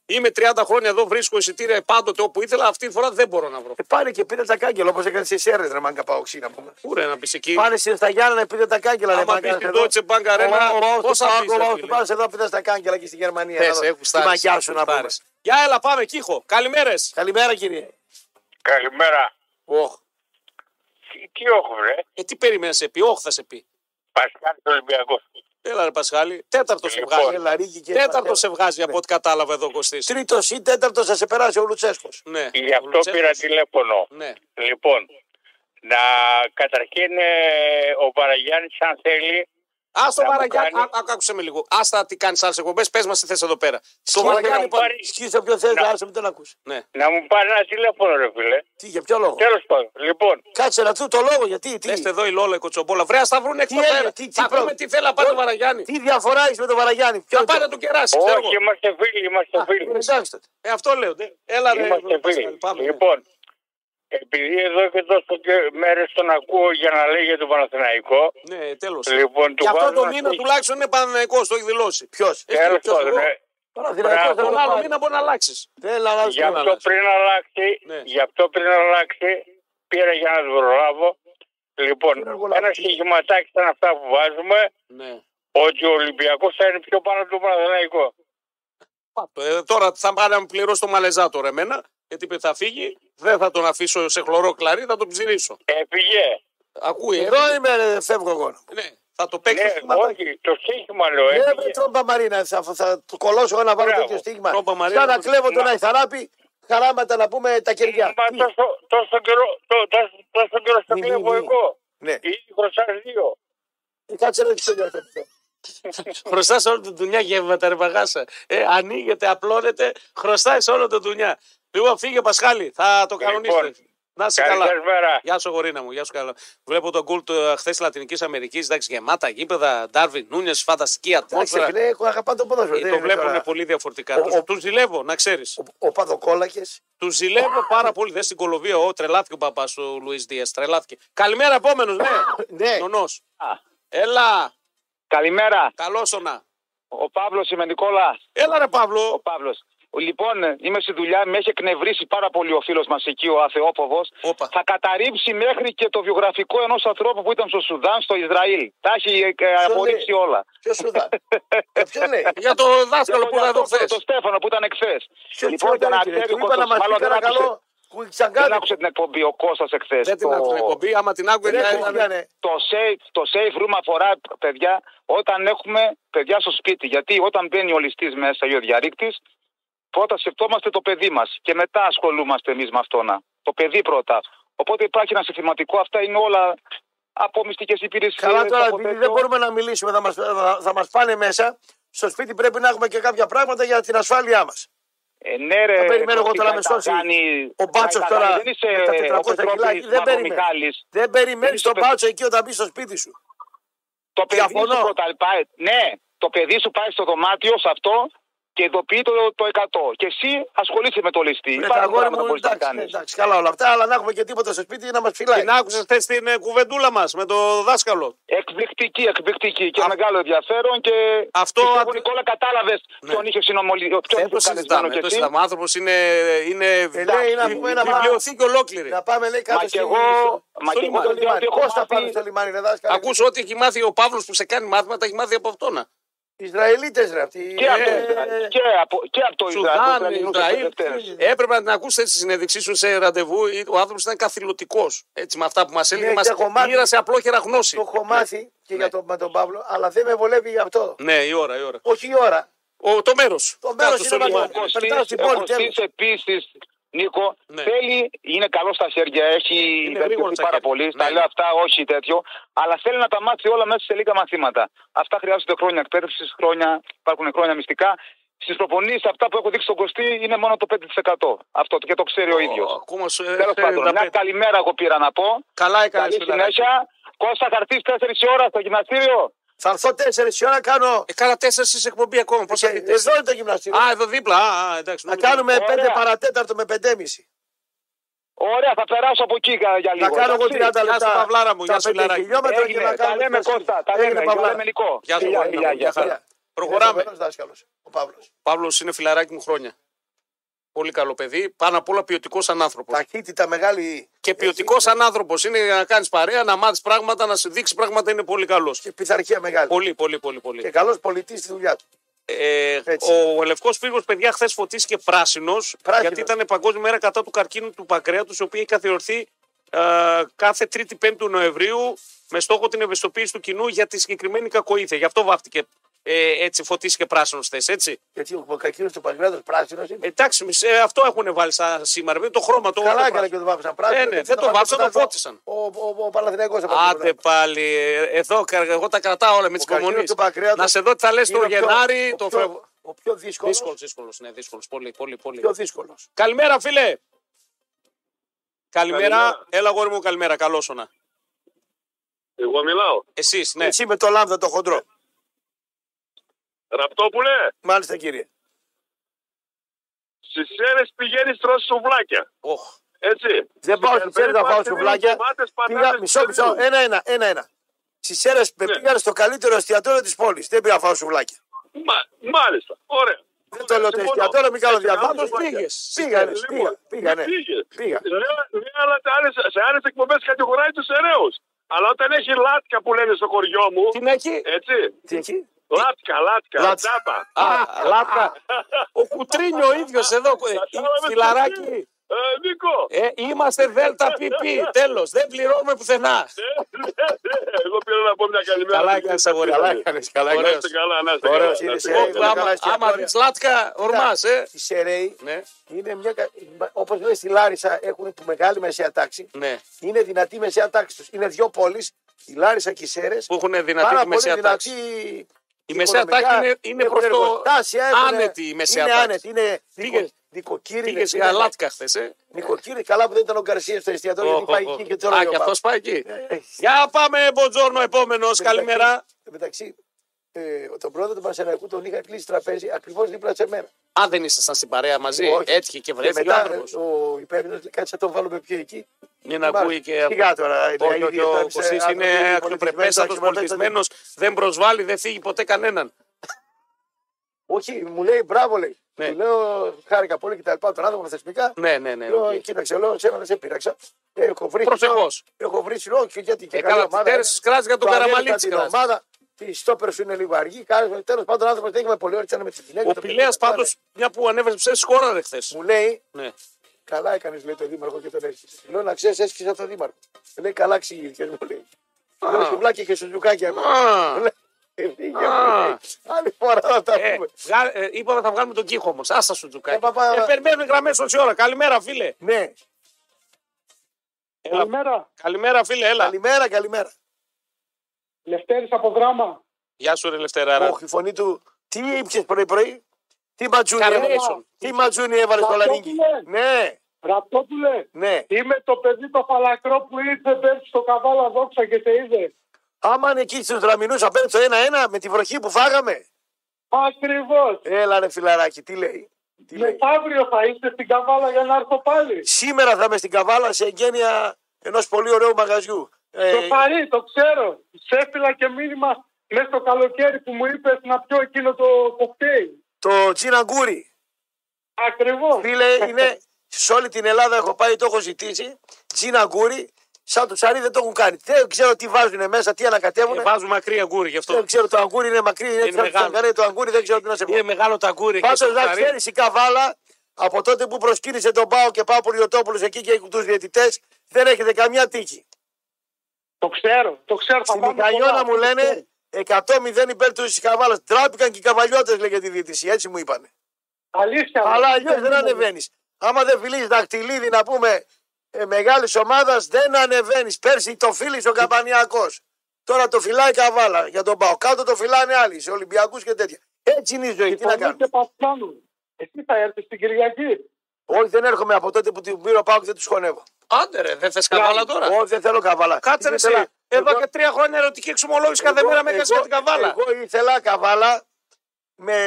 Speaker 1: Είμαι 30 χρόνια εδώ, βρίσκω εισιτήρια πάντοτε όπου ήθελα. Αυτή τη φορά δεν μπορώ να βρω.
Speaker 2: Ε, πάνε και πήρε τα κάγκελα όπως έκανε εσύ έρευνε, ρε Μάγκα Παοξή να πούμε.
Speaker 1: Πού ρε να πεις εκεί.
Speaker 2: Πάνε στην- στα Γιάννα πήρε τα κάγκελα. ρε
Speaker 1: Ε, Άμα
Speaker 2: Μάγκα,
Speaker 1: πεις την
Speaker 2: εδώ.
Speaker 1: Deutsche Bank Arena,
Speaker 2: Ο λαός του
Speaker 1: πόσα
Speaker 2: Πάου,
Speaker 1: πεις,
Speaker 2: ο
Speaker 1: ρε
Speaker 2: λαός
Speaker 1: φίλε.
Speaker 2: του Πάου, εδώ πήρε τα κάγκελα και στη Γερμανία.
Speaker 1: Θες,
Speaker 2: εδώ.
Speaker 1: έχουν
Speaker 2: Τη
Speaker 1: στάρεις,
Speaker 2: μαγιά σου
Speaker 1: έχουν
Speaker 2: να πούμε.
Speaker 1: στάρεις. Για έλα, πάμε, κύχο. Καλημέρες.
Speaker 2: Καλημέρα κύριε.
Speaker 3: Καλημέρα.
Speaker 1: Οχ.
Speaker 3: Τι, τι έχω βρε,
Speaker 1: Ε, τι περίμενε σε πει, Όχ, θα σε πει.
Speaker 3: Πασχάλης Ολυμπιακός.
Speaker 1: Έλα, ρε Πασχάλη. Τέταρτο σε
Speaker 3: Λοιπόν.
Speaker 1: βγάζει.
Speaker 2: Ελαρίκη και
Speaker 1: Τέταρτο σε βγάζει
Speaker 2: Ναι.
Speaker 1: από ό,τι κατάλαβα εδώ, Κωστής.
Speaker 2: Τρίτος ή τέταρτος θα σε περάσει ο Λουτσέσκος.
Speaker 1: Ναι.
Speaker 3: Γι'
Speaker 1: Ο
Speaker 3: αυτό
Speaker 1: Λουτσέσκος.
Speaker 3: πήρα τηλέφωνο.
Speaker 1: Ναι.
Speaker 3: Λοιπόν, να καταρχήν ε, ο Παραγιάννης αν θέλει
Speaker 1: Ας το
Speaker 3: Να μου
Speaker 1: Μαραγιάννη,
Speaker 3: κάνει-
Speaker 1: α- α- άκουσε με λίγο. Άστα τι κάνεις άλλες εκπομπές, πες μας τι θες εδώ πέρα. Στο
Speaker 2: Σκύλο,
Speaker 1: Μαραγιάννη
Speaker 3: μου
Speaker 1: πάλι.
Speaker 3: πάρει-
Speaker 2: Σκίσε ποιο θες,
Speaker 3: Να.
Speaker 2: άρεσε μην τον ακούσει.
Speaker 1: Ναι.
Speaker 3: να μου πάρεις ένα τηλέφωνο ρε φίλε.
Speaker 2: Τι, για ποιο λόγο.
Speaker 3: Τέλος πάντων, λοιπόν,
Speaker 2: Κάτσε να του το λόγο, γιατί. Τι,
Speaker 1: Δέστε εδώ η Λόλα η Κοτσομπόλα. Βρέα, θα βρουν
Speaker 2: Τι
Speaker 1: εκτό
Speaker 2: έγινε,
Speaker 1: αέρα.
Speaker 2: τι- τι
Speaker 1: Θα πούμε
Speaker 2: πρόβλημα.
Speaker 1: τι θέλει να πάρει το Μαραγιάννη.
Speaker 2: τι διαφορά έχεις με τον Βαραγιάννη.
Speaker 1: Θα
Speaker 2: Ποιο είναι το-
Speaker 1: πάει να του κεράσει. ξέρω εγώ.
Speaker 3: όχι είμαστε φίλοι, είμαστε
Speaker 2: Α,
Speaker 3: φίλοι.
Speaker 2: Εντάξει τότε.
Speaker 1: Ε, αυτό λέω. ναι. Έλα, ρε.
Speaker 3: Είμαστε
Speaker 1: Πασχάλη,
Speaker 3: φίλοι.
Speaker 1: πάμε, ναι.
Speaker 3: Λοιπόν, επειδή εδώ και τόσο και μέρες τον ακούω για να λέει για τον Παναθηναϊκό,
Speaker 1: Ναι, τέλος.
Speaker 3: λοιπόν, του
Speaker 1: Και αυτό
Speaker 3: βάζω
Speaker 1: το
Speaker 3: να
Speaker 1: μήνα
Speaker 3: στήσει-
Speaker 1: τουλάχιστον είναι Παναναϊκό, το έχει δηλώσει.
Speaker 2: Ποιος.
Speaker 1: Ε,
Speaker 3: Τέλος
Speaker 1: ποιος
Speaker 3: πάντων,
Speaker 1: εγώ.
Speaker 3: ε,
Speaker 2: Παναθηναϊκός
Speaker 3: Μπράβο.
Speaker 2: θα
Speaker 1: Τον
Speaker 2: το
Speaker 1: άλλο
Speaker 2: πάρει.
Speaker 1: μήνα μπορεί να αλλάξεις.
Speaker 2: Θέλω να
Speaker 3: Γι'
Speaker 2: αλλάξω.
Speaker 3: αυτό πριν αλλάξει,
Speaker 1: Ναι.
Speaker 3: γι' αυτό πριν αλλάξει, πήρα για να το προλάβω. Λοιπόν,
Speaker 2: Κύριε Αργολάκη,
Speaker 3: ένα
Speaker 2: τι-
Speaker 3: στοιχηματάκι ήταν αυτά που βάζουμε,
Speaker 1: Ναι.
Speaker 3: ότι ο Ολυμπιακός θα είναι πιο πάνω από τον Παναθηναϊκό.
Speaker 1: Πάτο. Ε, τώρα θα πάνε να μου πληρώσει το μαλεζάτο εμένα, γιατί είπε, θα φύγει, δεν θα τον αφήσω σε χλωρό κλαρί, θα τον ψηρίσω.
Speaker 3: Έφυγε.
Speaker 1: Ακούει, ε,
Speaker 2: Εδώ είμαι, ρε, φεύγω εγώ.
Speaker 1: ναι, θα το παίξει.
Speaker 3: Ναι, όχι, το στοίχημα λέω.
Speaker 2: Ε, με
Speaker 3: Έφυγε.
Speaker 2: τρόμπα Μαρίνα, θα, θα του κολώσω εγώ να βάλω
Speaker 3: Μπράβο.
Speaker 2: τέτοιο στίγμα.
Speaker 1: Τρόμπα Μαρίνα,
Speaker 2: Σαν να
Speaker 1: το-
Speaker 2: κλέβω τον
Speaker 3: να-
Speaker 2: Αϊθαράπη, χαράματα να πούμε τα κεριά.
Speaker 3: Μα
Speaker 2: Τι,
Speaker 3: τόσο, τόσο καιρό, το, τόσο, τόσο καιρό στο
Speaker 2: Μη, μη,
Speaker 3: κλέβω
Speaker 2: μη.
Speaker 3: εγώ.
Speaker 2: Ναι,
Speaker 3: Ήδη χρωστάς δύο.
Speaker 2: Ε, κάτσε να τελειώσω. αυτό.
Speaker 1: Χρωστάς όλο τον δουλειά γεύματα, ρε παγάσα. Ε, ανοίγεται, απλώνεται, χρωστάει όλο τον δουλειά. Λοιπόν, φύγε Πασχάλη, θα το κανονίσετε.
Speaker 3: Λοιπόν,
Speaker 1: να είσαι καλά.
Speaker 3: Καλή μέρα.
Speaker 1: Γεια σου, γορίνα μου. Γεια σου, καλά. Βλέπω τον ε, κουλτ χθες της Λατινικής Αμερικής. Εντάξει, γεμάτα γήπεδα. Ντάρβιν Νούνιες, φανταστική
Speaker 2: Εντάξει,
Speaker 1: ατμόσφαιρα.
Speaker 2: φίλε, έχω αγαπά το ποδόσφαιρο.
Speaker 1: Ε,
Speaker 2: δεν
Speaker 1: το
Speaker 2: είναι
Speaker 1: βλέπουν
Speaker 2: τώρα.
Speaker 1: πολύ διαφορετικά.
Speaker 2: Ο-
Speaker 1: Τους,
Speaker 2: ο-
Speaker 1: τους ζηλεύω, να ξέρεις.
Speaker 2: Ο Παδοκόλακες.
Speaker 1: Τους ζηλεύω πάρα πολύ. Δε στην Κολοβία, ο τρελάθηκε ο παπάς του Λουίς Δίας. Τρελάθηκε. Καλημέρα, επόμενος, ναι.
Speaker 2: Ναι,
Speaker 1: Νονός.
Speaker 4: Α.
Speaker 1: Έλα,
Speaker 4: Καλημέρα.
Speaker 1: καλώς όνα.
Speaker 4: Ο Παύλος είμαι Νικόλα.
Speaker 1: Έλα, ρε Παύλο.
Speaker 4: Ο Παύλος. Λοιπόν, είμαι στη δουλειά. Με έχει εκνευρίσει πάρα πολύ ο φίλος μας εκεί, ο Αθεόποβο.
Speaker 1: Όπα.
Speaker 4: Θα καταρρύψει μέχρι και το βιογραφικό ενός ανθρώπου που ήταν στο Σουδάν, στο Ισραήλ. Τα έχει ε, απορρίψει
Speaker 2: λέει?
Speaker 4: όλα.
Speaker 2: ποιος σου δά. Για Ποιος λέει.
Speaker 1: Για το δάσκαλο που
Speaker 4: Για
Speaker 1: ήταν εδώ
Speaker 4: τον
Speaker 1: χθες.
Speaker 4: Λοιπόν, Το Στέφανο που ήταν εχθές.
Speaker 2: Ποιος
Speaker 4: Λοιπόν,
Speaker 2: ήταν
Speaker 4: ήταν
Speaker 2: κύριε. Του
Speaker 4: ατέρικο.
Speaker 2: είπα να μα πει
Speaker 4: Μάλλον δεν άκουσε,
Speaker 2: παρακαλώ.
Speaker 4: δεν
Speaker 2: Κουιτσαγκάδη.
Speaker 4: άκουσε την εκπομπή ο Κώστας εχθές.
Speaker 1: Δεν την άκουγε την εκπομπή. Άμα την άκουγε,
Speaker 2: Δεν
Speaker 1: θα
Speaker 2: έχουν
Speaker 1: ήταν.
Speaker 2: πιάνε.
Speaker 4: το safe, το safe room αφορά, παιδιά, όταν έχουμε παιδιά στο σπίτι. Γιατί όταν μπαίνει ο ληστής μέσα ή ο διαρρήκτης, πρώτα σκεφτόμαστε το παιδί μας και μετά ασχολούμαστε εμείς με αυτό. Να. Το παιδί πρώτα. Οπότε υπάρχει ένα συστηματικό. Αυτά είναι όλα από μυστικές υπηρεσίες.
Speaker 2: Καλά τώρα,
Speaker 4: από
Speaker 2: επειδή
Speaker 4: τέτοιο.
Speaker 2: δεν μπορούμε να μιλήσουμε, θα μας, θα, θα μας πάνε μέσα. Στο σπίτι πρέπει να έχουμε και κάποια πράγματα για την ασφάλειά μας.
Speaker 4: Ε, ναι, ρε,
Speaker 2: Θα περιμένω εγώ τώρα να με
Speaker 4: Κωστή,
Speaker 2: σώσει.
Speaker 4: Καϊταγάνη,
Speaker 2: Ο Μπάτσος
Speaker 4: Καϊταγάνη,
Speaker 2: τώρα
Speaker 4: Δεν είσαι
Speaker 2: με τα 400
Speaker 4: όπως
Speaker 2: κιλά,
Speaker 4: τρώει
Speaker 2: δεν
Speaker 4: ο
Speaker 2: περιμένει.
Speaker 4: Μιχάλης.
Speaker 2: Δεν περιμένεις
Speaker 4: Είσαι
Speaker 2: τον
Speaker 4: παιδί.
Speaker 2: μπάτσο εκεί όταν μπει στο σπίτι σου.
Speaker 4: Το παιδί
Speaker 2: Διαφωνώ.
Speaker 4: σου πρώτα πάει. Ναι, το παιδί σου πάει στο δωμάτιο σε αυτό και ειδοποιεί το, το 100. Και εσύ ασχολείσαι με το ληστή.
Speaker 2: Ναι, τα
Speaker 4: Υπάρχουν
Speaker 2: αγόρι
Speaker 4: πράγματα
Speaker 2: μου,
Speaker 4: που μπορείς να
Speaker 2: εντάξει,
Speaker 4: κάνεις.
Speaker 2: εντάξει, καλά όλα αυτά, αλλά να έχουμε και τίποτα στο σπίτι να μας φυλάει.
Speaker 1: Την άκουσες χθες την ε, κουβεντούλα μας με το δάσκαλο.
Speaker 4: Εκπληκτική, εκπληκτική και
Speaker 1: Α-
Speaker 4: μεγάλο ενδιαφέρον. Και
Speaker 1: Αυτό
Speaker 4: πιστεύω,
Speaker 1: αντι-
Speaker 4: Νικόλα, κατάλαβες ποιον είχε συνομοληθεί. Ποιον
Speaker 1: Δεν Ε, το
Speaker 4: είχες καλεσμένο
Speaker 1: συζητάμε.
Speaker 4: και
Speaker 1: Το
Speaker 4: εσύ.
Speaker 1: συζητάμε. Ο άνθρωπος είναι. είναι
Speaker 2: Ε, λέει, να
Speaker 1: βι-
Speaker 2: πούμε ένα
Speaker 1: βιβλιοθήκη ολόκληρη.
Speaker 2: Να πάμε, λέει, κάτω
Speaker 4: Μα κι
Speaker 2: στη-
Speaker 4: εγώ,
Speaker 2: στο-
Speaker 4: μα
Speaker 2: στο
Speaker 4: κι εγώ
Speaker 2: λιμάνι.
Speaker 4: δεν ξέρω τι έχω
Speaker 2: Πώς θα
Speaker 4: μάθει.
Speaker 2: πάμε στο λιμάνι, ρε δάσκαλε.
Speaker 1: Ακούς ό,τι έχει μάθει ο Παύλος που σε κάνει μάθηματα, έχει μάθει από αυτόν.
Speaker 2: Ισραηλίτες, ρε αυτοί.
Speaker 4: Και, από,
Speaker 1: Ε,
Speaker 4: το Ισραήλ, και, από, και από το Ισραήλ. που
Speaker 1: Σουδάν,
Speaker 4: τρελαίνουν
Speaker 1: Ισραήλ.
Speaker 4: τελευταίες.
Speaker 1: Έπρεπε να την ακούσετε στη συνέντευξή σου σε ραντεβού. Ο άνθρωπος ήταν καθηλωτικός. Έτσι, με αυτά που μας έλεγε,
Speaker 2: Ναι, και έχω
Speaker 1: μα
Speaker 2: μάθει-
Speaker 1: μοίρασε απλόχερα γνώση.
Speaker 2: Το έχω
Speaker 4: Ναι.
Speaker 2: μάθει και για τον, με τον Παύλο, αλλά δεν με βολεύει αυτό.
Speaker 1: Ναι, η ώρα, η ώρα.
Speaker 2: Όχι η ώρα.
Speaker 1: Ο, το μέρος.
Speaker 2: Το μέρος είναι
Speaker 4: Ο
Speaker 2: βαριά. Περνάω στην πόλη, τέλος.
Speaker 4: Κωστής επίσης, Νίκο,
Speaker 1: Ναι.
Speaker 4: θέλει, είναι καλός στα χέρια, έχει
Speaker 1: γρήγορο
Speaker 4: βελτιωθεί
Speaker 1: στα
Speaker 4: πάρα
Speaker 1: χέρια.
Speaker 4: πολύ.
Speaker 1: Ναι,
Speaker 4: Τα λέω
Speaker 1: ναι.
Speaker 4: αυτά, όχι τέτοιο. Αλλά θέλει να τα μάθει όλα μέσα σε λίγα μαθήματα. Αυτά χρειάζονται χρόνια εκπαίδευσης, χρόνια, υπάρχουν χρόνια μυστικά. Στις προπονίε αυτά που έχω δείξει στον Κωστή είναι μόνο το 5%. Αυτό και το ξέρει ο ίδιος.
Speaker 1: Ακόμα σου ε,
Speaker 4: Τέλος πάντων, μια καλημέρα εγώ πήρα να πω.
Speaker 1: Καλά έκανε
Speaker 4: Καλή συνέχεια. Κώστα χαρτί 4 η ώρα στο γυμναστήριο.
Speaker 2: Θα έρθω 4 η ώρα κάνω.
Speaker 1: Έκανα τέσσερι σε εκπομπή ακόμα. Πώς θα
Speaker 2: Και
Speaker 1: δείτε.
Speaker 2: Ε, Εδώ είναι το γυμναστήριο.
Speaker 1: Α, εδώ δίπλα. Α, α, εντάξει.
Speaker 2: Να κάνουμε
Speaker 4: Ωραία.
Speaker 2: 5 παρατέταρτο με 5,5.
Speaker 4: Ωραία, θα περάσω από εκεί για για λίγο.
Speaker 2: Να κάνω εγώ 30
Speaker 4: Λοιπόν, εντάξει.
Speaker 2: λεπτά.
Speaker 1: Γεια σου, Παυλάρα μου.
Speaker 2: τα
Speaker 1: Γεια σου,
Speaker 2: 5
Speaker 1: Λαράκη.
Speaker 2: χιλιόμετρα και να
Speaker 4: Έγινε, τα
Speaker 2: κάνω.
Speaker 4: λέμε Κώστα, τα λέμε,
Speaker 2: Παυλάρα.
Speaker 4: για λεμενικό.
Speaker 1: Γεια σου, Παυλάρα,
Speaker 4: γεια,
Speaker 1: γεια
Speaker 4: γεια,
Speaker 1: χαρά.
Speaker 4: γεια.
Speaker 1: Προχωράμε.
Speaker 2: Είναι φοβερός δάσκαλος, ο Παύλος.
Speaker 1: Παύλος είναι φιλαράκι μου χρόνια. Πολύ καλό παιδί. Πάνω απ' όλα ποιοτικός ανάνθρωπος.
Speaker 2: Ταχύτητα μεγάλη.
Speaker 1: Και ποιοτικό ανάνθρωπος είναι για να κάνεις παρέα, να μάθεις πράγματα, να σου δείξει πράγματα είναι πολύ καλός.
Speaker 2: Και πειθαρχία μεγάλη.
Speaker 1: Πολύ, πολύ, πολύ. πολύ.
Speaker 2: Και καλός πολιτής στη δουλειά του.
Speaker 1: Ε,
Speaker 2: Έτσι.
Speaker 1: ο Λευκός Φίγκο, παιδιά, χθες φωτίστηκε πράσινος,
Speaker 2: Πράσινος.
Speaker 1: γιατί ήταν Παγκόσμια Μέρα κατά του καρκίνου του Παγκρέατος, η οποία έχει καθιερωθεί ε, κάθε 3η-5η του Νοεμβρίου με στόχο την ευαισθητοποίηση του κοινού για τη συγκεκριμένη κακοήθεια. Γι' αυτό βάφτηκε ε, έτσι, φωτίστηκε πράσινο χθε, έτσι. Ε,
Speaker 2: Γιατί ο κακίνος του Παγκράτο πράσινος είναι.
Speaker 1: Εντάξει, μισέ, αυτό έχουν βάλει σαν σήμερα, με το χρώμα το
Speaker 2: Καλά
Speaker 1: το
Speaker 2: έκανε
Speaker 1: πράσινο.
Speaker 2: και το βάψαν πράσινο.
Speaker 1: Ναι, ναι,
Speaker 2: Έτσι
Speaker 1: δεν το
Speaker 2: θα βάλει
Speaker 1: βάψαν, το
Speaker 2: μετά
Speaker 1: φώτισαν.
Speaker 2: Ο, ο, ο Παναθηναϊκός έπαθε το
Speaker 1: Άντε
Speaker 2: πρωτάθλημα.
Speaker 1: πάλι, ε, εδώ κα- εγώ τα κρατάω όλα με τι
Speaker 2: καρκίνος
Speaker 1: κομμονίε.
Speaker 2: του Παγκρέατος
Speaker 1: Να σε δω τι θα λες
Speaker 2: Είναι
Speaker 1: το
Speaker 2: ο πιο-
Speaker 1: Γενάρη,
Speaker 2: ο
Speaker 1: το
Speaker 2: πιο-
Speaker 1: Φεβρουάριο.
Speaker 2: Ο πιο δύσκολος.
Speaker 1: Δύσκολος, δύσκολος, ναι, δύσκολος. Πολύ, πολύ, πολύ.
Speaker 2: Πιο δύσκολος.
Speaker 1: Καλημέρα, φίλε. Καλημέρα.
Speaker 5: Καλημέρα.
Speaker 1: Έλα, γόρι μου, καλημέρα. Καλό σου να.
Speaker 5: Εγώ μιλάω.
Speaker 1: Εσείς, ναι.
Speaker 2: Εσύ με το λάμδα το χοντρό.
Speaker 5: Ραπτόπουλε,
Speaker 2: Μάλιστα κύριε.
Speaker 5: στις αίρες πηγαίνεις τρώσει σουβλάκια.
Speaker 1: Οχ.
Speaker 5: Έτσι.
Speaker 2: Δεν πάω στις αίρες να φάω σουβλάκια. Πήγα μισό μισό. Ένα-ένα. ένα-ένα. Στις αίρες με
Speaker 5: Ναι.
Speaker 2: πήγαν στο καλύτερο εστιατόριο της πόλης. Δεν πήγα να φάω σουβλάκια.
Speaker 5: Μάλιστα. Ωραία. λοιπόν,
Speaker 2: Δεν το λέω το εστιατόριο, μην κάνω
Speaker 5: Έτσι,
Speaker 2: διαβάθμιση.
Speaker 5: κάπως
Speaker 1: πήγες.
Speaker 2: Πήγα, ναι,
Speaker 5: Λοιπόν,
Speaker 2: πήγα, πήγα, ναι.
Speaker 5: πήγες.
Speaker 2: Πήγα.
Speaker 5: Λέω- λέω, αλλά σε άλλες- σε άλλες εκπομπές κατηγοράει τους αιρέους. Αλλά όταν έχει λάτκα που λένε στο χωριό μου.
Speaker 1: Την έχει.
Speaker 5: Έτσι.
Speaker 2: Τι εκεί.
Speaker 5: Λάτκα, λάτκα.
Speaker 2: Λάτκα.
Speaker 5: Τσάπα.
Speaker 1: Α, λάπα. Ο Κουτρίνιο ο ίδιος εδώ. ε,
Speaker 5: Κατάλαβες,
Speaker 1: Φιλαράκι.
Speaker 5: Ε, Νίκο.
Speaker 1: Ε, είμαστε Δέλτα ΠΠ. Τέλος. Δεν πληρώνουμε πουθενά.
Speaker 5: ε, Εγώ πήρα να πω μια καλημέρα.
Speaker 1: Καλά έκανε, αγόρι. μου.
Speaker 2: Καλά έκανες, καλά
Speaker 5: Να
Speaker 1: Ωραίος.
Speaker 5: είστε καλά, να είστε
Speaker 2: Ωραίος,
Speaker 5: καλά.
Speaker 2: είδες,
Speaker 5: Να είστε καλά.
Speaker 2: ε, καλά
Speaker 1: Άμα, άμα
Speaker 2: εστιατόρια.
Speaker 1: δεις λάτκα, ορμάς, ε.
Speaker 2: Στη Σερέη
Speaker 1: Ναι,
Speaker 2: είναι μια. Όπω λέει στη Λάρισα έχουν που μεγάλη μεσαία τάξη.
Speaker 1: ναι.
Speaker 2: Είναι δυνατή η μεσαία τάξη τους. Είναι δύο πόλεις, η Λάρισα και οι Σέρε.
Speaker 1: Που έχουν δυνατή
Speaker 2: Πάρα
Speaker 1: τη
Speaker 2: πολύ
Speaker 1: μεσαία
Speaker 2: δυνατή.
Speaker 1: τάξη. Η μεσαία
Speaker 2: οικονομικά,
Speaker 1: τάξη είναι- είναι
Speaker 2: έχουν
Speaker 1: προς το
Speaker 2: εργοστάσια, έχουν-
Speaker 1: άνετη η μεσαία
Speaker 2: είναι
Speaker 1: τάξη.
Speaker 2: άνετη, είναι
Speaker 1: Πήγες-
Speaker 2: νοικοκύρινες,
Speaker 1: Πήγες
Speaker 2: είναι-
Speaker 1: για λάτκα χθες, ε.
Speaker 2: νοικοκύρινες. καλά που δεν ήταν ο Γκαρσίας στο εστιατόριο, γιατί πάει εκεί και τώρα.
Speaker 1: Α, και αυτός πάει εκεί.
Speaker 2: Ε,
Speaker 1: Για πάμε, Μποτζόρνο, επόμενος. Καλημέρα.
Speaker 2: Μεταξύ, ε, τον πρόεδρο του Παναθηναϊκού τον είχα κλείσει τραπέζι ακριβώς δίπλα σε μένα.
Speaker 1: Αν δεν ήσασταν στην παρέα μαζί,
Speaker 2: Όχι.
Speaker 1: έτυχε και βρέθηκε ο
Speaker 2: μετά ε,
Speaker 1: άνθρωπος.
Speaker 2: ο υπεύθυνος κάτσε να τον βάλουμε πιο εκεί.
Speaker 1: Μην ακούει και.
Speaker 2: Σιγά τώρα. είναι
Speaker 1: Όχι, όχι,
Speaker 2: ίδιες
Speaker 1: ο
Speaker 2: τάξεις,
Speaker 1: Κωστή
Speaker 2: άνθρωποι,
Speaker 1: είναι
Speaker 2: πολιτισμένοι,
Speaker 1: αξιοπρεπέστατο,
Speaker 2: τάξεις, πολιτισμένοι.
Speaker 1: πολιτισμένο, δεν προσβάλλει, δεν θίγει ποτέ κανέναν.
Speaker 2: Όχι, μου λέει μπράβο, λέει.
Speaker 1: Ναι.
Speaker 2: Του λέω χάρηκα πολύ και τα λοιπά. Τον άνθρωπο θεσμικά.
Speaker 1: Ναι, ναι, ναι.
Speaker 2: Λέω,
Speaker 1: οκ.
Speaker 2: κοίταξε, λέω, σένα δεν σε πείραξα. Ε, Έχω βρει.
Speaker 1: Προσεχώς.
Speaker 2: Έχω βρει σειρό και γιατί και
Speaker 1: Ε, καλά,
Speaker 2: ομάδα,
Speaker 1: τι τέρες
Speaker 2: ε.
Speaker 1: της κράτης για τον
Speaker 2: Το
Speaker 1: Καραμαλή
Speaker 2: ανέβηκα
Speaker 1: της
Speaker 2: την
Speaker 1: κράτης.
Speaker 2: ομάδα. Τι στόπερ σου είναι λίγο αργή. Τέλος πάντων, άνθρωπος δεν είχαμε πολύ ώρα. Ήταν με τη γυναίκα.
Speaker 1: Ο
Speaker 2: το παιδί,
Speaker 1: Πηλέα
Speaker 2: τα
Speaker 1: πάντως, μια που ανέβασε ψεύδι, σκόραρε χθες.
Speaker 2: λοιπά. Μου λέει,
Speaker 1: Ναι.
Speaker 2: καλά έκανες, λέει το Δήμαρχο και τον έσκησε. Λέω, να ξέρεις, έσκησε τον Δήμαρχο. Μου Λέει, καλά ξηγήθηκε, μου λέει. Λέω, σουβλάκι και σουζουκάκι. «Ε,
Speaker 1: Α, Α.
Speaker 2: Άλλη φορά θα τα
Speaker 1: ε,
Speaker 2: πούμε.
Speaker 1: βγα- ε, Είπαμε θα βγάλουμε τον κύχο όμω. Άστα σου
Speaker 2: Ε,
Speaker 1: τζουκάκι.
Speaker 2: παπά.
Speaker 1: Ε, Περιμένουμε γραμμές όση ώρα. Καλημέρα, φίλε.
Speaker 2: Ναι,
Speaker 1: Έλα.
Speaker 6: Καλημέρα.
Speaker 1: Καλημέρα, φίλε, έλα.
Speaker 2: καλημέρα, καλημέρα.
Speaker 6: Λευτέρης από δράμα.
Speaker 1: Γεια σου, ρε Λευτεράρα.
Speaker 2: Όχι, η φωνή του. Τι ήπιε πρωί-πρωί. Τι ματζούνι
Speaker 1: Carnation.
Speaker 2: έβαλε. Τι ματζούνι έβαλε στο λαρίκι.
Speaker 6: Καρδιόπουλε.
Speaker 2: Ναι,
Speaker 6: Ραπτόπουλε,
Speaker 2: ναι.
Speaker 6: είμαι το παιδί το φαλακρό που ήρθε πέρσι στο καβάλα δόξα και σε είδες.
Speaker 2: Άμα είναι εκεί στους δραμινούς απέναντι στο ένα-ένα με τη βροχή που φάγαμε.
Speaker 6: Ακριβώς.
Speaker 2: Έλα ρε φιλαράκι, τι λέει. Ε, Τι λέει.
Speaker 6: Μεθαύριο θα είστε στην καβάλα για να έρθω πάλι.
Speaker 2: Σήμερα θα είμαι στην Καβάλα σε εγγένεια ενός πολύ ωραίου μαγαζιού.
Speaker 6: Το
Speaker 2: Ε,
Speaker 6: χαρί, το ξέρω. Σε έφυλα και μήνυμα μέσα στο καλοκαίρι που μου είπες να πιω εκείνο το κοκτέιλ.
Speaker 2: το Τζιναγκούρι.
Speaker 6: Ακριβώς. Ε,
Speaker 2: Φίλε, είναι σε όλη την Ελλάδα έχω πάει, το έχω ζητήσει. Τζιναγκούρι, σαν του Σαρί δεν το έχουν κάνει. Δεν ξέρω τι βάζουν μέσα, τι ανακατεύουν.
Speaker 1: Ε, Βάζουμε ακρή αγκούρι γι'
Speaker 2: δεν
Speaker 1: αυτό.
Speaker 2: ξέρω, το αγκούρι είναι μακρύ, είναι, σαν
Speaker 1: μεγάλο.
Speaker 2: τσαγκάρι, το αγκούρι δεν ξέρω τι να σε πω.
Speaker 1: Είναι μεγάλο τα αγκούρι. εκεί στο
Speaker 2: Πάντω να
Speaker 1: κουτάρι.
Speaker 2: ξέρεις η Καβάλα από τότε που προσκύνησε τον Πάο και πάω Πολιοτόπουλος εκεί και τους διαιτητές, δεν έχετε καμιά τύχη.
Speaker 6: Το ξέρω, το ξέρω.
Speaker 2: Στην
Speaker 6: πάμε
Speaker 2: Μικαλιώνα
Speaker 6: πολλά.
Speaker 2: μου λένε 100-0 υπέρ του τη Καβάλας. Τράπηκαν και οι καβαλιώτες, λέγε τη διαιτησία, έτσι μου είπανε.
Speaker 6: Αλήθεια.
Speaker 2: Αλλά
Speaker 6: αλήθεια,
Speaker 2: αλλιώς δεν
Speaker 6: είναι.
Speaker 2: ανεβαίνεις. Άμα δεν φιλεί δαχτυλίδι, να πούμε ε, μεγάλης ομάδας, δεν ανεβαίνεις. Πέρσι το φίλησε ο Καμπανιακός. Τώρα το φυλάει η Καβάλα για τον Πάο. Κάτω το φυλάνε άλλοι, σε Ολυμπιακούς και τέτοια. Έτσι είναι η ζωή. Τι να
Speaker 6: Συμφωνούν
Speaker 2: κάνουμε.
Speaker 6: και παθιάνουν. Εσύ θα έρθεις την Κυριακή.
Speaker 2: Όχι, δεν έρχομαι από τότε που την πήρε ο Πάοκ, δεν τους χωνεύω. Δηλαδή,
Speaker 1: Άντε ρε, δεν θες καβάλα τώρα.
Speaker 2: Όχι, δεν θέλω καβάλα.
Speaker 1: Κάτσε ρε
Speaker 2: Ήθελα-
Speaker 1: εσύ. Ε, Εδώ
Speaker 2: εγώ-
Speaker 1: και τρία χρόνια ερωτική εξομολόγηση κάθε
Speaker 2: εγώ-
Speaker 1: μέρα με έκανες
Speaker 2: εγώ-
Speaker 1: για την καβάλα.
Speaker 2: Εγώ ήθελα καβάλα με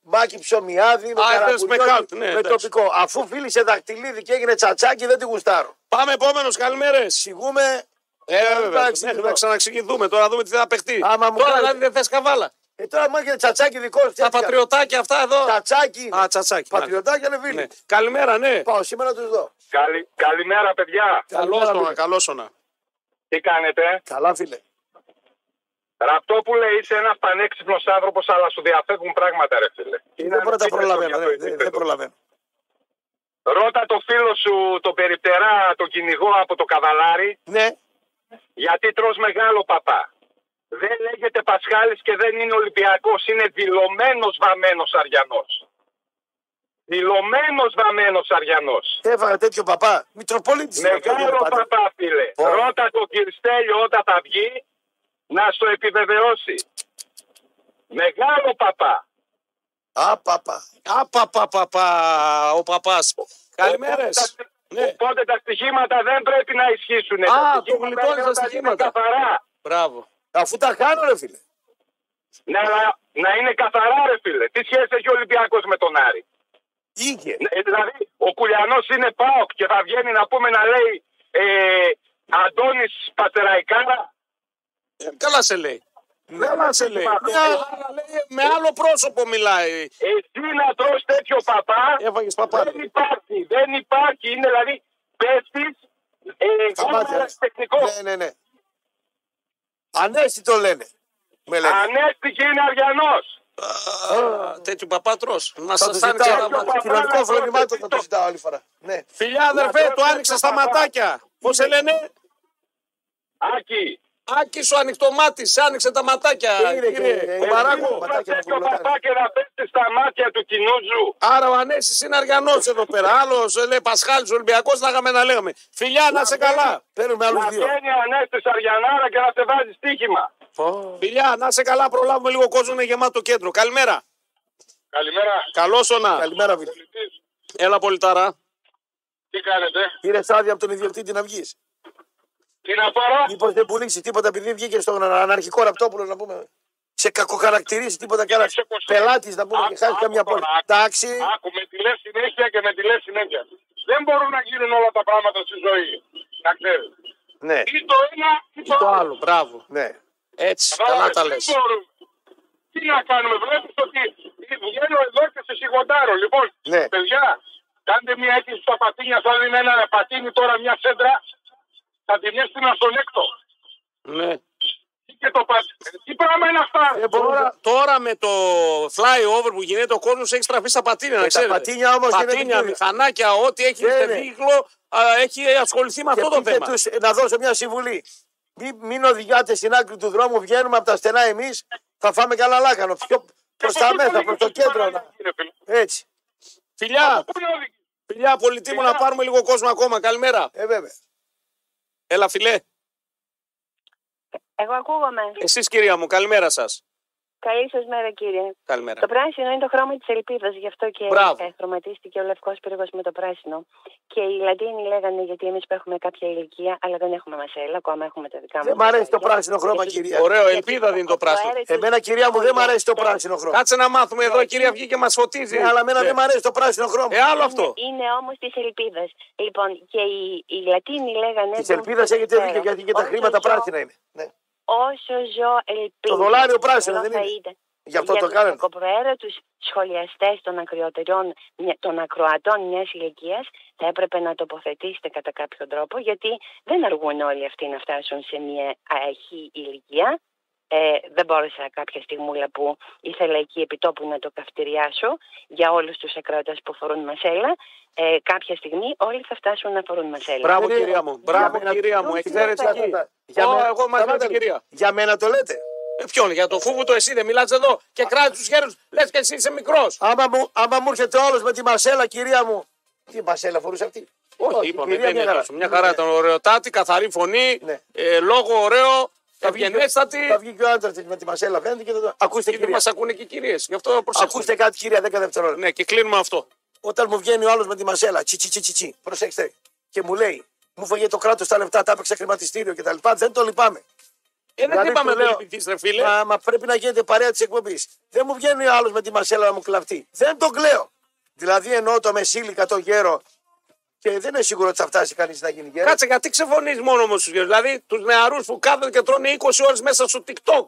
Speaker 2: μπάκι ψωμιάδι, με,
Speaker 1: Α, θες
Speaker 2: καραγκουνιώδη,
Speaker 1: με καλτ, ναι,
Speaker 2: με
Speaker 1: εντάξει.
Speaker 2: τοπικό. Αφού φίλησε δαχτυλίδι και έγινε τσατσάκι, δεν τη γουστάρω.
Speaker 1: Πάμε επόμενος, καλημέρες.
Speaker 2: Σιγούμε.
Speaker 1: Ε, βέβαια.
Speaker 2: εντάξει,
Speaker 1: Μέχρι
Speaker 2: εδώ.
Speaker 1: να ξαναξηγηθούμε, τώρα να δούμε τι θα παιχτεί.
Speaker 2: Άμα μου
Speaker 1: Τώρα
Speaker 2: κάνετε-
Speaker 1: δηλαδή δεν θες καβάλα.
Speaker 2: Ε, τώρα μου έρχεται τσατσάκι δικό σου.
Speaker 1: Τα
Speaker 2: τέτοια.
Speaker 1: πατριωτάκια αυτά εδώ.
Speaker 2: Τσατσάκι. είναι.
Speaker 1: Α, τσατσάκι. μάλιστα.
Speaker 2: Πατριωτάκια είναι φίλοι.
Speaker 1: Ναι. Καλημέρα, ναι.
Speaker 2: Πάω σήμερα τους δω.
Speaker 3: Καλη, καλημέρα, παιδιά.
Speaker 1: Καλώς
Speaker 2: Καλημέρα,
Speaker 1: όνα,
Speaker 2: φίλε.
Speaker 1: καλώς όνα.
Speaker 3: Τι κάνετε.
Speaker 2: Καλά, φίλε.
Speaker 3: Ραπτόπουλε, είσαι ένας πανέξυπνος άνθρωπος, αλλά σου διαφεύγουν πράγματα, ρε φίλε.
Speaker 2: δεν μπορώ να τα
Speaker 3: ανεπίτρεπτο
Speaker 2: προλαβαίνω.
Speaker 3: για
Speaker 2: Δεν
Speaker 3: το
Speaker 2: δεν- δεν
Speaker 3: επίπεδο.
Speaker 2: προλαβαίνω.
Speaker 3: Ρώτα το φίλο σου, τον περιπτερά, τον κυνηγό από το καβαλάρι,
Speaker 2: Ναι,
Speaker 3: γιατί τρως μεγάλο παπά. Δεν λέγεται Πασχάλης και δεν είναι Ολυμπιακός, είναι δηλωμένος βαμμένος Αριανός. Δηλωμένος βαμμένος Αριανός.
Speaker 2: έφαγα τέτοιο παπά. Μητροπολίτη.
Speaker 1: Ναι,
Speaker 3: Μεγάλο παπά, φίλε.
Speaker 2: Πω.
Speaker 3: Ρώτα τον Κυριστέλιο όταν θα βγει να στο επιβεβαιώσει. Μεγάλο παπά.
Speaker 2: Α, παπά.
Speaker 1: Απαπαπαπα, ο παπάς. Καλημέρε.
Speaker 3: Οπότε τα-
Speaker 1: Ναι,
Speaker 3: Οπότε τα στοιχήματα δεν πρέπει να ισχύσουν.
Speaker 1: Α,
Speaker 3: τα
Speaker 1: το γλιτώνεις τα
Speaker 3: είναι όταν είναι
Speaker 1: στοιχήματα.
Speaker 3: Καθαρά.
Speaker 1: μπράβο.
Speaker 2: Αφού τα κάνω, ρε φίλε.
Speaker 3: Ναι, αλλά να είναι καθαρά, ρε φίλε. Τι σχέση έχει ο Ολυμπιακός με τον Άρη.
Speaker 2: Είχε.
Speaker 3: Ε, Δηλαδή, ο Κουλιανός είναι ΠΑΟΚ και θα βγαίνει να πούμε να λέει ε, Αντώνης Πατεραϊκάρα.
Speaker 1: Ε, Καλά σε λέει.
Speaker 3: Ναι,
Speaker 1: Καλά σε λέει.
Speaker 3: μα-
Speaker 2: Ναι,
Speaker 1: Με άλλα Ναι, λέει, Με άλλο πρόσωπο μιλάει.
Speaker 3: Εσύ να τρως τέτοιο παπά.
Speaker 1: Έφαγε παπά.
Speaker 3: Δεν υπάρχει. Δεν υπάρχει. Είναι δηλαδή πέφτεις. Ε,
Speaker 2: Σταμάτε,
Speaker 3: κόμμα
Speaker 2: ρε.
Speaker 3: τεχνικός.
Speaker 2: Ναι, ναι, ναι. Ανέστη το λένε. Με λένε.
Speaker 3: Ανέστηκε είναι Αριανός.
Speaker 1: Α, Τέτοιου ε, παπά τρως. Να
Speaker 2: Ε, Θα
Speaker 1: σας
Speaker 2: το
Speaker 1: άνοιξε τα
Speaker 2: ζητάω.
Speaker 1: μάτια.
Speaker 3: παπά.
Speaker 2: Κοινωνικό
Speaker 3: να
Speaker 2: φρονημάτο
Speaker 3: τρως
Speaker 2: θα το
Speaker 3: το-
Speaker 2: ζητάω άλλη φορά. Ναι.
Speaker 1: Φιλιά, αδερφέ,
Speaker 3: Να
Speaker 1: του
Speaker 3: τρως
Speaker 1: άνοιξε
Speaker 3: τέτοιο
Speaker 1: στα
Speaker 3: παπά.
Speaker 1: ματάκια. Πώς σε λένε,
Speaker 3: Άκη.
Speaker 1: Άκη σου ανοιχτό μάτι, σε άνοιξε τα ματάκια.
Speaker 2: Κύριε,
Speaker 1: Κύριε ε,
Speaker 2: κύριε,
Speaker 1: Κουμπαράκο.
Speaker 2: κύριε. ματάκια που
Speaker 3: τέτοιο
Speaker 2: πουλάνε.
Speaker 3: παπά και να πέφτει στα μάτια του κοινού σου.
Speaker 1: Άρα ο Ανέσης είναι αριανό εδώ πέρα. Άλλος λέει Πασχάλης Ολυμπιακός, να είχαμε να λέγαμε. Φιλιά, να σε καλά.
Speaker 2: Παίρνουμε άλλους
Speaker 3: Να
Speaker 2: δύο.
Speaker 3: βγαίνει ο Ανέστης Αριανάρα και να σε βάζει στοίχημα.
Speaker 1: Φιλιά, να σε καλά, προλάβουμε λίγο κόσμο, είναι γεμάτο κέντρο. Καλημέρα.
Speaker 5: Καλημέρα.
Speaker 1: Καλώς όνα.
Speaker 2: Καλημέρα, φίλε.
Speaker 1: Έλα, Πολιτάρα.
Speaker 5: Τι κάνετε.
Speaker 2: Πήρες άδεια από τον ιδιοκτήτη να βγεις.
Speaker 5: Τι να πάρω.
Speaker 2: Μήπως δεν πουλήσει τίποτα επειδή βγήκε στον αναρχικό ραπτόπουλο να πούμε. Σε κακοκαρακτηρίσει τίποτα κανένα.
Speaker 5: σε κοστίζει.
Speaker 2: Πελάτης να πούμε
Speaker 5: Άκου,
Speaker 2: και χάσει
Speaker 5: άκου
Speaker 2: καμιά
Speaker 5: τώρα,
Speaker 2: πόλη.
Speaker 5: άκου.
Speaker 2: Τάξη.
Speaker 5: Άκου με τη λες συνέχεια και με τη λες συνέχεια. Δεν μπορούν να γίνουν όλα τα πράγματα στη ζωή. Να ξέρεις.
Speaker 2: Ναι,
Speaker 5: Ή το ένα ή
Speaker 6: Λοιπόν,
Speaker 5: το,
Speaker 1: Το
Speaker 5: άλλο.
Speaker 1: άλλο, μπράβο.
Speaker 2: ναι.
Speaker 1: Έτσι,
Speaker 5: Κατάλαβες,
Speaker 1: καλά τα
Speaker 5: δεν
Speaker 1: λες.
Speaker 5: μπορούμε. Τι να κάνουμε, βλέπεις ότι βγαίνω εδώ και σε σιγοντάρω. Λοιπόν,
Speaker 2: Ναι.
Speaker 5: παιδιά, κάντε μια έκκληση στα πατίνια. Θα δίνει ένα πατίνι τώρα μια σέντρα. Θα την έστεινα στον έκτο.
Speaker 1: Ναι.
Speaker 5: Και το πατ... Τι πράγμα είναι αυτά.
Speaker 2: Ε,
Speaker 5: Ε,
Speaker 1: Τώρα, τώρα με το flyover που γίνεται, ο κόσμος έχει στραφεί στα πατίνια. Να
Speaker 2: Ε, τα
Speaker 1: ξέρετε.
Speaker 2: πατίνια όμως είναι
Speaker 1: Πατίνια,
Speaker 2: δικαιούχα.
Speaker 1: μηχανάκια, ό,τι έχει
Speaker 2: Ναι,
Speaker 1: σε
Speaker 2: ναι.
Speaker 1: δίχλο, α, έχει ασχοληθεί με
Speaker 2: Και
Speaker 1: αυτό το
Speaker 2: πείτε
Speaker 1: θέμα.
Speaker 2: τους, ε, να δώσω μια συμβουλή. Μην, μην οδηγάτε στην άκρη του δρόμου, βγαίνουμε από τα στενά εμείς, θα φάμε καλά λάκανο. Πιο προ τα μέσα, προς το κέντρο. να- Έτσι.
Speaker 1: Φιλιά, φιλιά, πολιτή μου, να πάρουμε λίγο κόσμο ακόμα. Καλημέρα.
Speaker 2: Ε, βέβαια.
Speaker 1: Έλα, φιλέ.
Speaker 7: Εγώ ακούγομαι.
Speaker 1: Εσείς, κυρία μου, καλημέρα σας.
Speaker 7: Καλή σας μέρα, κύριε.
Speaker 2: Ναι.
Speaker 1: Καλημέρα.
Speaker 7: Το πράσινο είναι το χρώμα της ελπίδας, γι' αυτό και
Speaker 1: Μπράβο.
Speaker 7: ε, χρωματίστηκε ο λευκός πύργος με το πράσινο. Και οι Λαντίνοι λέγανε γιατί εμείς που έχουμε κάποια ηλικία, αλλά δεν έχουμε μασέλα, ακόμα έχουμε τα δικά μα.
Speaker 2: Δεν μ' αρέσει το πράσινο χρώμα, κυρία.
Speaker 1: Ωραίο, ελπίδα δίνει το πράσινο.
Speaker 2: Εμένα, κυρία μου, δεν μ' αρέσει το πράσινο χρώμα.
Speaker 1: Κάτσε να μάθουμε εδώ, η κυρία βγήκε και μας φωτίζεις.
Speaker 2: Ναι, αλλά εμένα
Speaker 1: Ναι.
Speaker 2: δεν μ' αρέσει το πράσινο χρώμα.
Speaker 1: Ε, άλλο αυτό.
Speaker 7: Είναι όμως της ελπίδας. Λοιπόν, και οι, οι Λατίνοι λέγανε.
Speaker 2: Της
Speaker 7: «Dum
Speaker 2: ελπίδα
Speaker 7: pro
Speaker 2: έχετε δίκιο
Speaker 7: spero».
Speaker 2: γιατί και τα
Speaker 7: Όσο
Speaker 2: χρήματα
Speaker 7: ζω-
Speaker 2: πράσινα είναι. Ναι.
Speaker 7: Όσο ζω
Speaker 2: Το
Speaker 7: ελπίζω.
Speaker 2: δολάριο πράσινο
Speaker 7: καλό
Speaker 2: δεν
Speaker 7: θα
Speaker 2: είναι.
Speaker 7: ήταν.
Speaker 2: Γι' αυτό
Speaker 7: για
Speaker 2: το
Speaker 7: τους
Speaker 2: κάνανε.
Speaker 7: κακοπροαίρετους σχολιαστές των ακροατών, των ακροατών μιας ηλικίας θα έπρεπε να τοποθετήσετε κατά κάποιο τρόπο γιατί δεν αργούν όλοι αυτοί να φτάσουν σε μια αεχή ηλικία. Ε, δεν μπόρεσα κάποια στιγμούλα που ήθελα εκεί επιτόπου να το καυτηριάσω για όλους τους ακροατές που φορούν μασέλα. Ε, κάποια στιγμή όλοι θα φτάσουν να φορούν μασέλα.
Speaker 1: Μπράβο,
Speaker 2: Ναι, ναι.
Speaker 1: κυρία μου. Μπράβο,
Speaker 2: Για μένα-
Speaker 1: κυρία μου. Εξαιρετική.
Speaker 2: Για
Speaker 1: Ω,
Speaker 2: μένα-
Speaker 1: Εγώ μαζί με
Speaker 2: Σταμάτα
Speaker 1: την
Speaker 2: λίγο.
Speaker 1: κυρία.
Speaker 2: Για μένα το λέτε.
Speaker 1: Ε, ποιον, για το φούβο του εσύ δεν μιλάς εδώ και κράτησε τους χέρους. Λες και εσύ είσαι μικρός.
Speaker 2: Άμα μου, άμα μου έρχεται όλος με τη μασέλα, κυρία μου. Τι μασέλα φορούσε αυτή.
Speaker 1: Όχι,
Speaker 2: η
Speaker 1: είπαμε,
Speaker 2: κυρία
Speaker 1: δεν είναι τόσο. Μια χαρά ήταν ωραιοτάτη, καθαρή φωνή,
Speaker 2: Ναι.
Speaker 1: ε, λόγο ωραίο.
Speaker 2: Θα βγει και-
Speaker 1: Ευγενέστατη.
Speaker 2: Θα βγει και ο άντρα με τη μασέλα απέναντι και θα το. Ακούστε,
Speaker 1: Γιατί
Speaker 2: κυρία.
Speaker 1: μας ακούνε και οι κυρίες. Γι' αυτό προσέξτε.
Speaker 2: Ακούστε κάτι, κυρία, 10 δευτερόλεπτα.
Speaker 1: Ναι, και κλείνουμε αυτό.
Speaker 2: Όταν μου βγαίνει ο άλλος με τη μασέλα, τσι, τσι, τσι, τσι, τσι, προσέξτε, και μου λέει, μου φαγε το κράτος τα λεφτά, τα έπαιξε χρηματιστήριο κτλ. Δεν το λυπάμαι.
Speaker 1: Ε, δεν
Speaker 2: Δηλαδή,
Speaker 1: είπαμε
Speaker 2: του λέω,
Speaker 1: λέω... ρε φίλε.
Speaker 2: Μα, μα πρέπει να γίνεται παρέα της εκπομπής. Δεν μου βγαίνει ο άλλος με τη μασέλα να μου κλαφτεί. Δεν τον κλαίω. Δηλαδή εννοώ το μεσήλικα, το γέρο. Και δεν είναι σίγουρο ότι θα φτάσει κανείς να γίνει γέρος.
Speaker 1: Κάτσε, γιατί ξεφωνείς μόνο με τους γύρου. Δηλαδή τους νεαρούς που κάθονται και τρώνε 20 ώρες μέσα στο TikTok.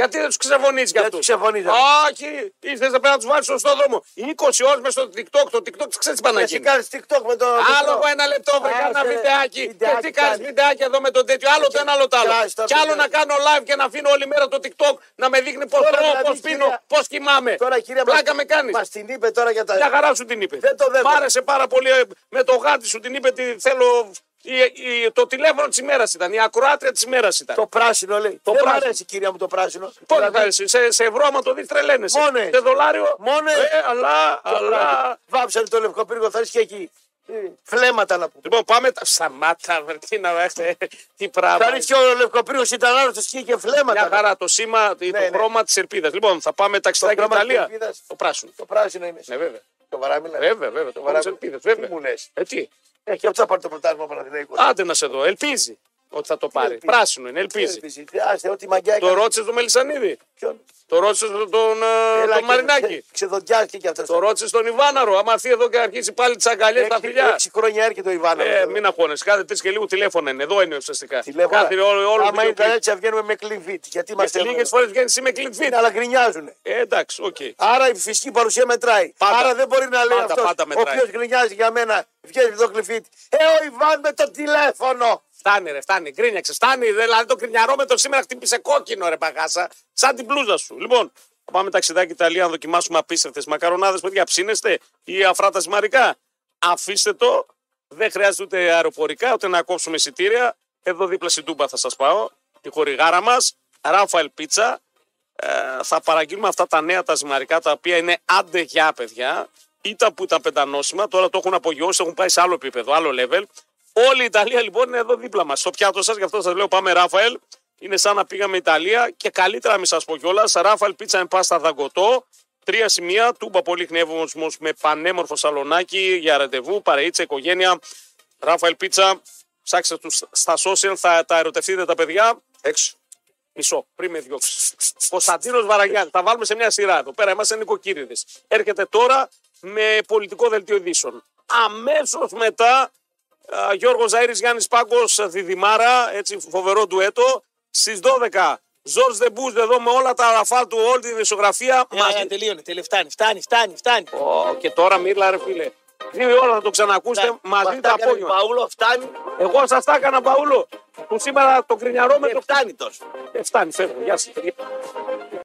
Speaker 1: Γιατί δεν τους ξεφωνείς για
Speaker 2: Δεν
Speaker 1: αυτούς.
Speaker 2: τους ξεφωνίζω.
Speaker 1: Όχι, ήρθες να πρέπει να τους βάλεις σωστό δρόμο. 20 ώρε μέσα στο TikTok, το TikTok της ξέρεις
Speaker 2: Και
Speaker 1: παναγία.
Speaker 2: εσύ κάνεις TikTok με τον.
Speaker 1: Άλλο από ένα λεπτό, βρήκα
Speaker 2: Ε, Άσε,
Speaker 1: ένα
Speaker 2: ρε,
Speaker 1: βιντεάκι. Και
Speaker 2: βιντεάκι
Speaker 1: τι κάνεις
Speaker 2: κάνεις.
Speaker 1: βιντεάκι εδώ με τον τέτοιο. Άλλο το ένα, άλλο το άλλο.
Speaker 2: Κάτσε, τα
Speaker 1: Και άλλο
Speaker 2: βιντεά.
Speaker 1: να κάνω live και να αφήνω όλη μέρα το TikTok να με δείχνει πώς
Speaker 2: Τώρα,
Speaker 1: τρώω,
Speaker 2: δηλαδή,
Speaker 1: πώ
Speaker 2: κυρία-
Speaker 1: πίνω, πώς κοιμάμαι.
Speaker 2: Τώρα κυρία
Speaker 1: Πλάκα με κάνεις.
Speaker 2: Μας την είπε τώρα για
Speaker 1: Μια
Speaker 2: τα.
Speaker 1: χαρά σου την είπε.
Speaker 2: Δεν το δέχομαι.
Speaker 1: Μ' άρεσε πάρα πολύ ε, με το γάτι σου την είπε. Τι θέλω. η- η- το τηλέφωνο της ημέρας ήταν. Η ακροάτρια της ημέρας ήταν.
Speaker 2: Το πράσινο λέει. Το δεν
Speaker 1: πράσινο.
Speaker 2: μου αρέσει κυρία μου το πράσινο.
Speaker 1: Πώς
Speaker 2: Δηλαδή,
Speaker 1: θα αρέσει, σε, σε ευρώ, άμα το δεις, τρελαίνεσαι.
Speaker 2: Μόνο έτσι.
Speaker 1: Σε δολάριο.
Speaker 2: Μόνο
Speaker 1: Ε,
Speaker 2: έτσι.
Speaker 1: αλλά.
Speaker 2: το πράσινο.
Speaker 1: αλλά...
Speaker 2: Βάψανε το λευκό πύργο, θα έρθει και εκεί. Ε, Φλέματα να πούμε.
Speaker 1: Λοιπόν, πάμε. τα- Σταμάτα, βρε, τι να έχετε. Τι πράγμα.
Speaker 2: Θα έρθει και ο λευκό πύργος ήταν άρρωστος και είχε φλέματα.
Speaker 1: Μια
Speaker 2: να πούμε.
Speaker 1: χαρά το σήμα, το
Speaker 2: ναι.
Speaker 1: χρώμα της ελπίδας. Λοιπόν, θα πάμε ταξιδάκι
Speaker 2: χρώμα της
Speaker 1: Ιταλία.
Speaker 2: ελπίδας.
Speaker 1: Το πράσινο.
Speaker 2: Το πράσινο είναι.
Speaker 1: Ναι, βέβαια.
Speaker 2: Σοβαρά μιλάμε.
Speaker 1: Βέβαια, βέβαια. Το χρώμα της ελπίδας. Βέβαια.
Speaker 2: Τι μου λες.
Speaker 1: Ε, τι.
Speaker 2: Ε, και αυτό θα πάρει το πρωτάθλημα Παναθηναϊκός.
Speaker 1: Άντε να σε δω. Ελπίζει ότι θα το πάρει.
Speaker 2: ελπίζει.
Speaker 1: Πράσινο είναι, ελπίζει.
Speaker 2: Άστε, ό,τι μαγκιά
Speaker 1: Το
Speaker 2: έκανε.
Speaker 1: ρώτησες το Μελισανίδη.
Speaker 2: Ποιον.
Speaker 1: Το ρώτησες τον, τον, ε,
Speaker 2: Έλα
Speaker 1: τον
Speaker 2: και
Speaker 1: Μαρινάκη.
Speaker 2: ξε- Ξεδοντιάστηκε και αυτός.
Speaker 1: Το ρώτησες τον Ιβάναρο. Άμα έρθει εδώ και αρχίσει πάλι τις αγκαλιές τα φιλιά.
Speaker 2: Έξι χρόνια έρχεται ο Ιβάνα.
Speaker 1: Ε, μην αγχώνεσαι. Κάθε τρεις και λίγο τηλέφωνα είναι. Εδώ είναι ουσιαστικά.
Speaker 2: Τηλέφωνα.
Speaker 1: Κάθε όλο, όλο
Speaker 2: Άμα
Speaker 1: βίντεο
Speaker 2: ήταν
Speaker 1: κλικ.
Speaker 2: έτσι, θα βγαίνουμε με κλειβίτ. Γιατί είμαστε.
Speaker 1: Και λίγε
Speaker 2: εδώ.
Speaker 1: φορές βγαίνεις με κλειδί.
Speaker 2: Είναι, αλλά γκρινιάζουν.
Speaker 1: Ε, εντάξει, οκ.
Speaker 2: Άρα η φυσική παρουσία μετράει.
Speaker 1: Πάντα.
Speaker 2: Άρα δεν μπορεί να λέει
Speaker 1: Πάντα,
Speaker 2: αυτός
Speaker 1: πάντα
Speaker 2: ο
Speaker 1: μετράει.
Speaker 2: οποίος γκρινιάζει για μένα. Βγαίνει με το κλειβίτ. Ε, ο Ιβάν με το τηλέφωνο.
Speaker 1: Φτάνει, ρε, φτάνει. Γκρίνιαξε. Φτάνει. Δε- Δηλαδή το κρινιαρόμετρο σήμερα χτύπησε κόκκινο, ρε παγάσα. Σαν την πλούζα σου. Λοιπόν, θα πάμε ταξιδάκι Ιταλία να δοκιμάσουμε απίστευτες μακαρονάδες. Παιδιά, ψήνεστε ή αφράτα μαρικά. Αφήστε το. Δεν χρειάζεται ούτε αεροπορικά, ούτε να κόψουμε εισιτήρια. Εδώ δίπλα στην Τούμπα θα σας πάω. Τη χορηγάρα μας. Ράφαελ Πίτσα. Ε, θα παραγγείλουμε αυτά τα νέα τα ζυμαρικά τα οποία είναι άντε για παιδιά. Ήταν που ήταν πεντανόσημα, τώρα το έχουν απογειώσει, το έχουν πάει σε άλλο επίπεδο, άλλο level. Όλη η Ιταλία λοιπόν είναι εδώ δίπλα μας. Στο πιάτο σας, γι' αυτό σας λέω πάμε Ράφαελ. Είναι σαν να πήγαμε Ιταλία και καλύτερα μην σας πω κιόλας. Ράφαελ Πίτσα and Pasta Δαγκωτό. Τρία σημεία, τούμπα πολυχνεύμο με πανέμορφο σαλονάκι για ραντεβού, παρείτσα, οικογένεια. Ράφαελ Πίτσα, ψάξτε τους στα social, θα τα ερωτευτείτε τα παιδιά. Έξω. Μισό, πριν με διώξει. Κωνσταντίνος Βαραγιάννη. Τα βάλουμε σε μια σειρά εδώ πέρα. Είμαστε νοικοκύριδες. Έρχεται τώρα με πολιτικό δελτίο ειδήσεων. Αμέσως μετά α, Γιώργος Ζαήρη Γιάννης Πάγκος Διδημάρα. Έτσι φοβερό ντουέτο. Στις 12 Ζόρζ Δεμπούζ εδώ με όλα τα αραφά του, όλη την ισογραφία.
Speaker 2: Ε,
Speaker 1: μαζί.
Speaker 8: Μα Ε, τελείωνε, τελείωνε. Φτάνει, φτάνει, φτάνει. φτάνει.
Speaker 1: Ω, και τώρα μίλα, ρε φίλε. Δύο ώρα θα το ξανακούσετε
Speaker 2: Ναι,
Speaker 1: μαζί τα απόγευμα.
Speaker 8: Παύλο, φτάνει,
Speaker 1: Εγώ σας τα
Speaker 2: Ε,
Speaker 1: έκανα, Παούλο, που σήμερα το κρινιαρόμετρο
Speaker 8: φτάνει τόσο.
Speaker 1: ε, φτάνει, φεύγω. Γεια σας.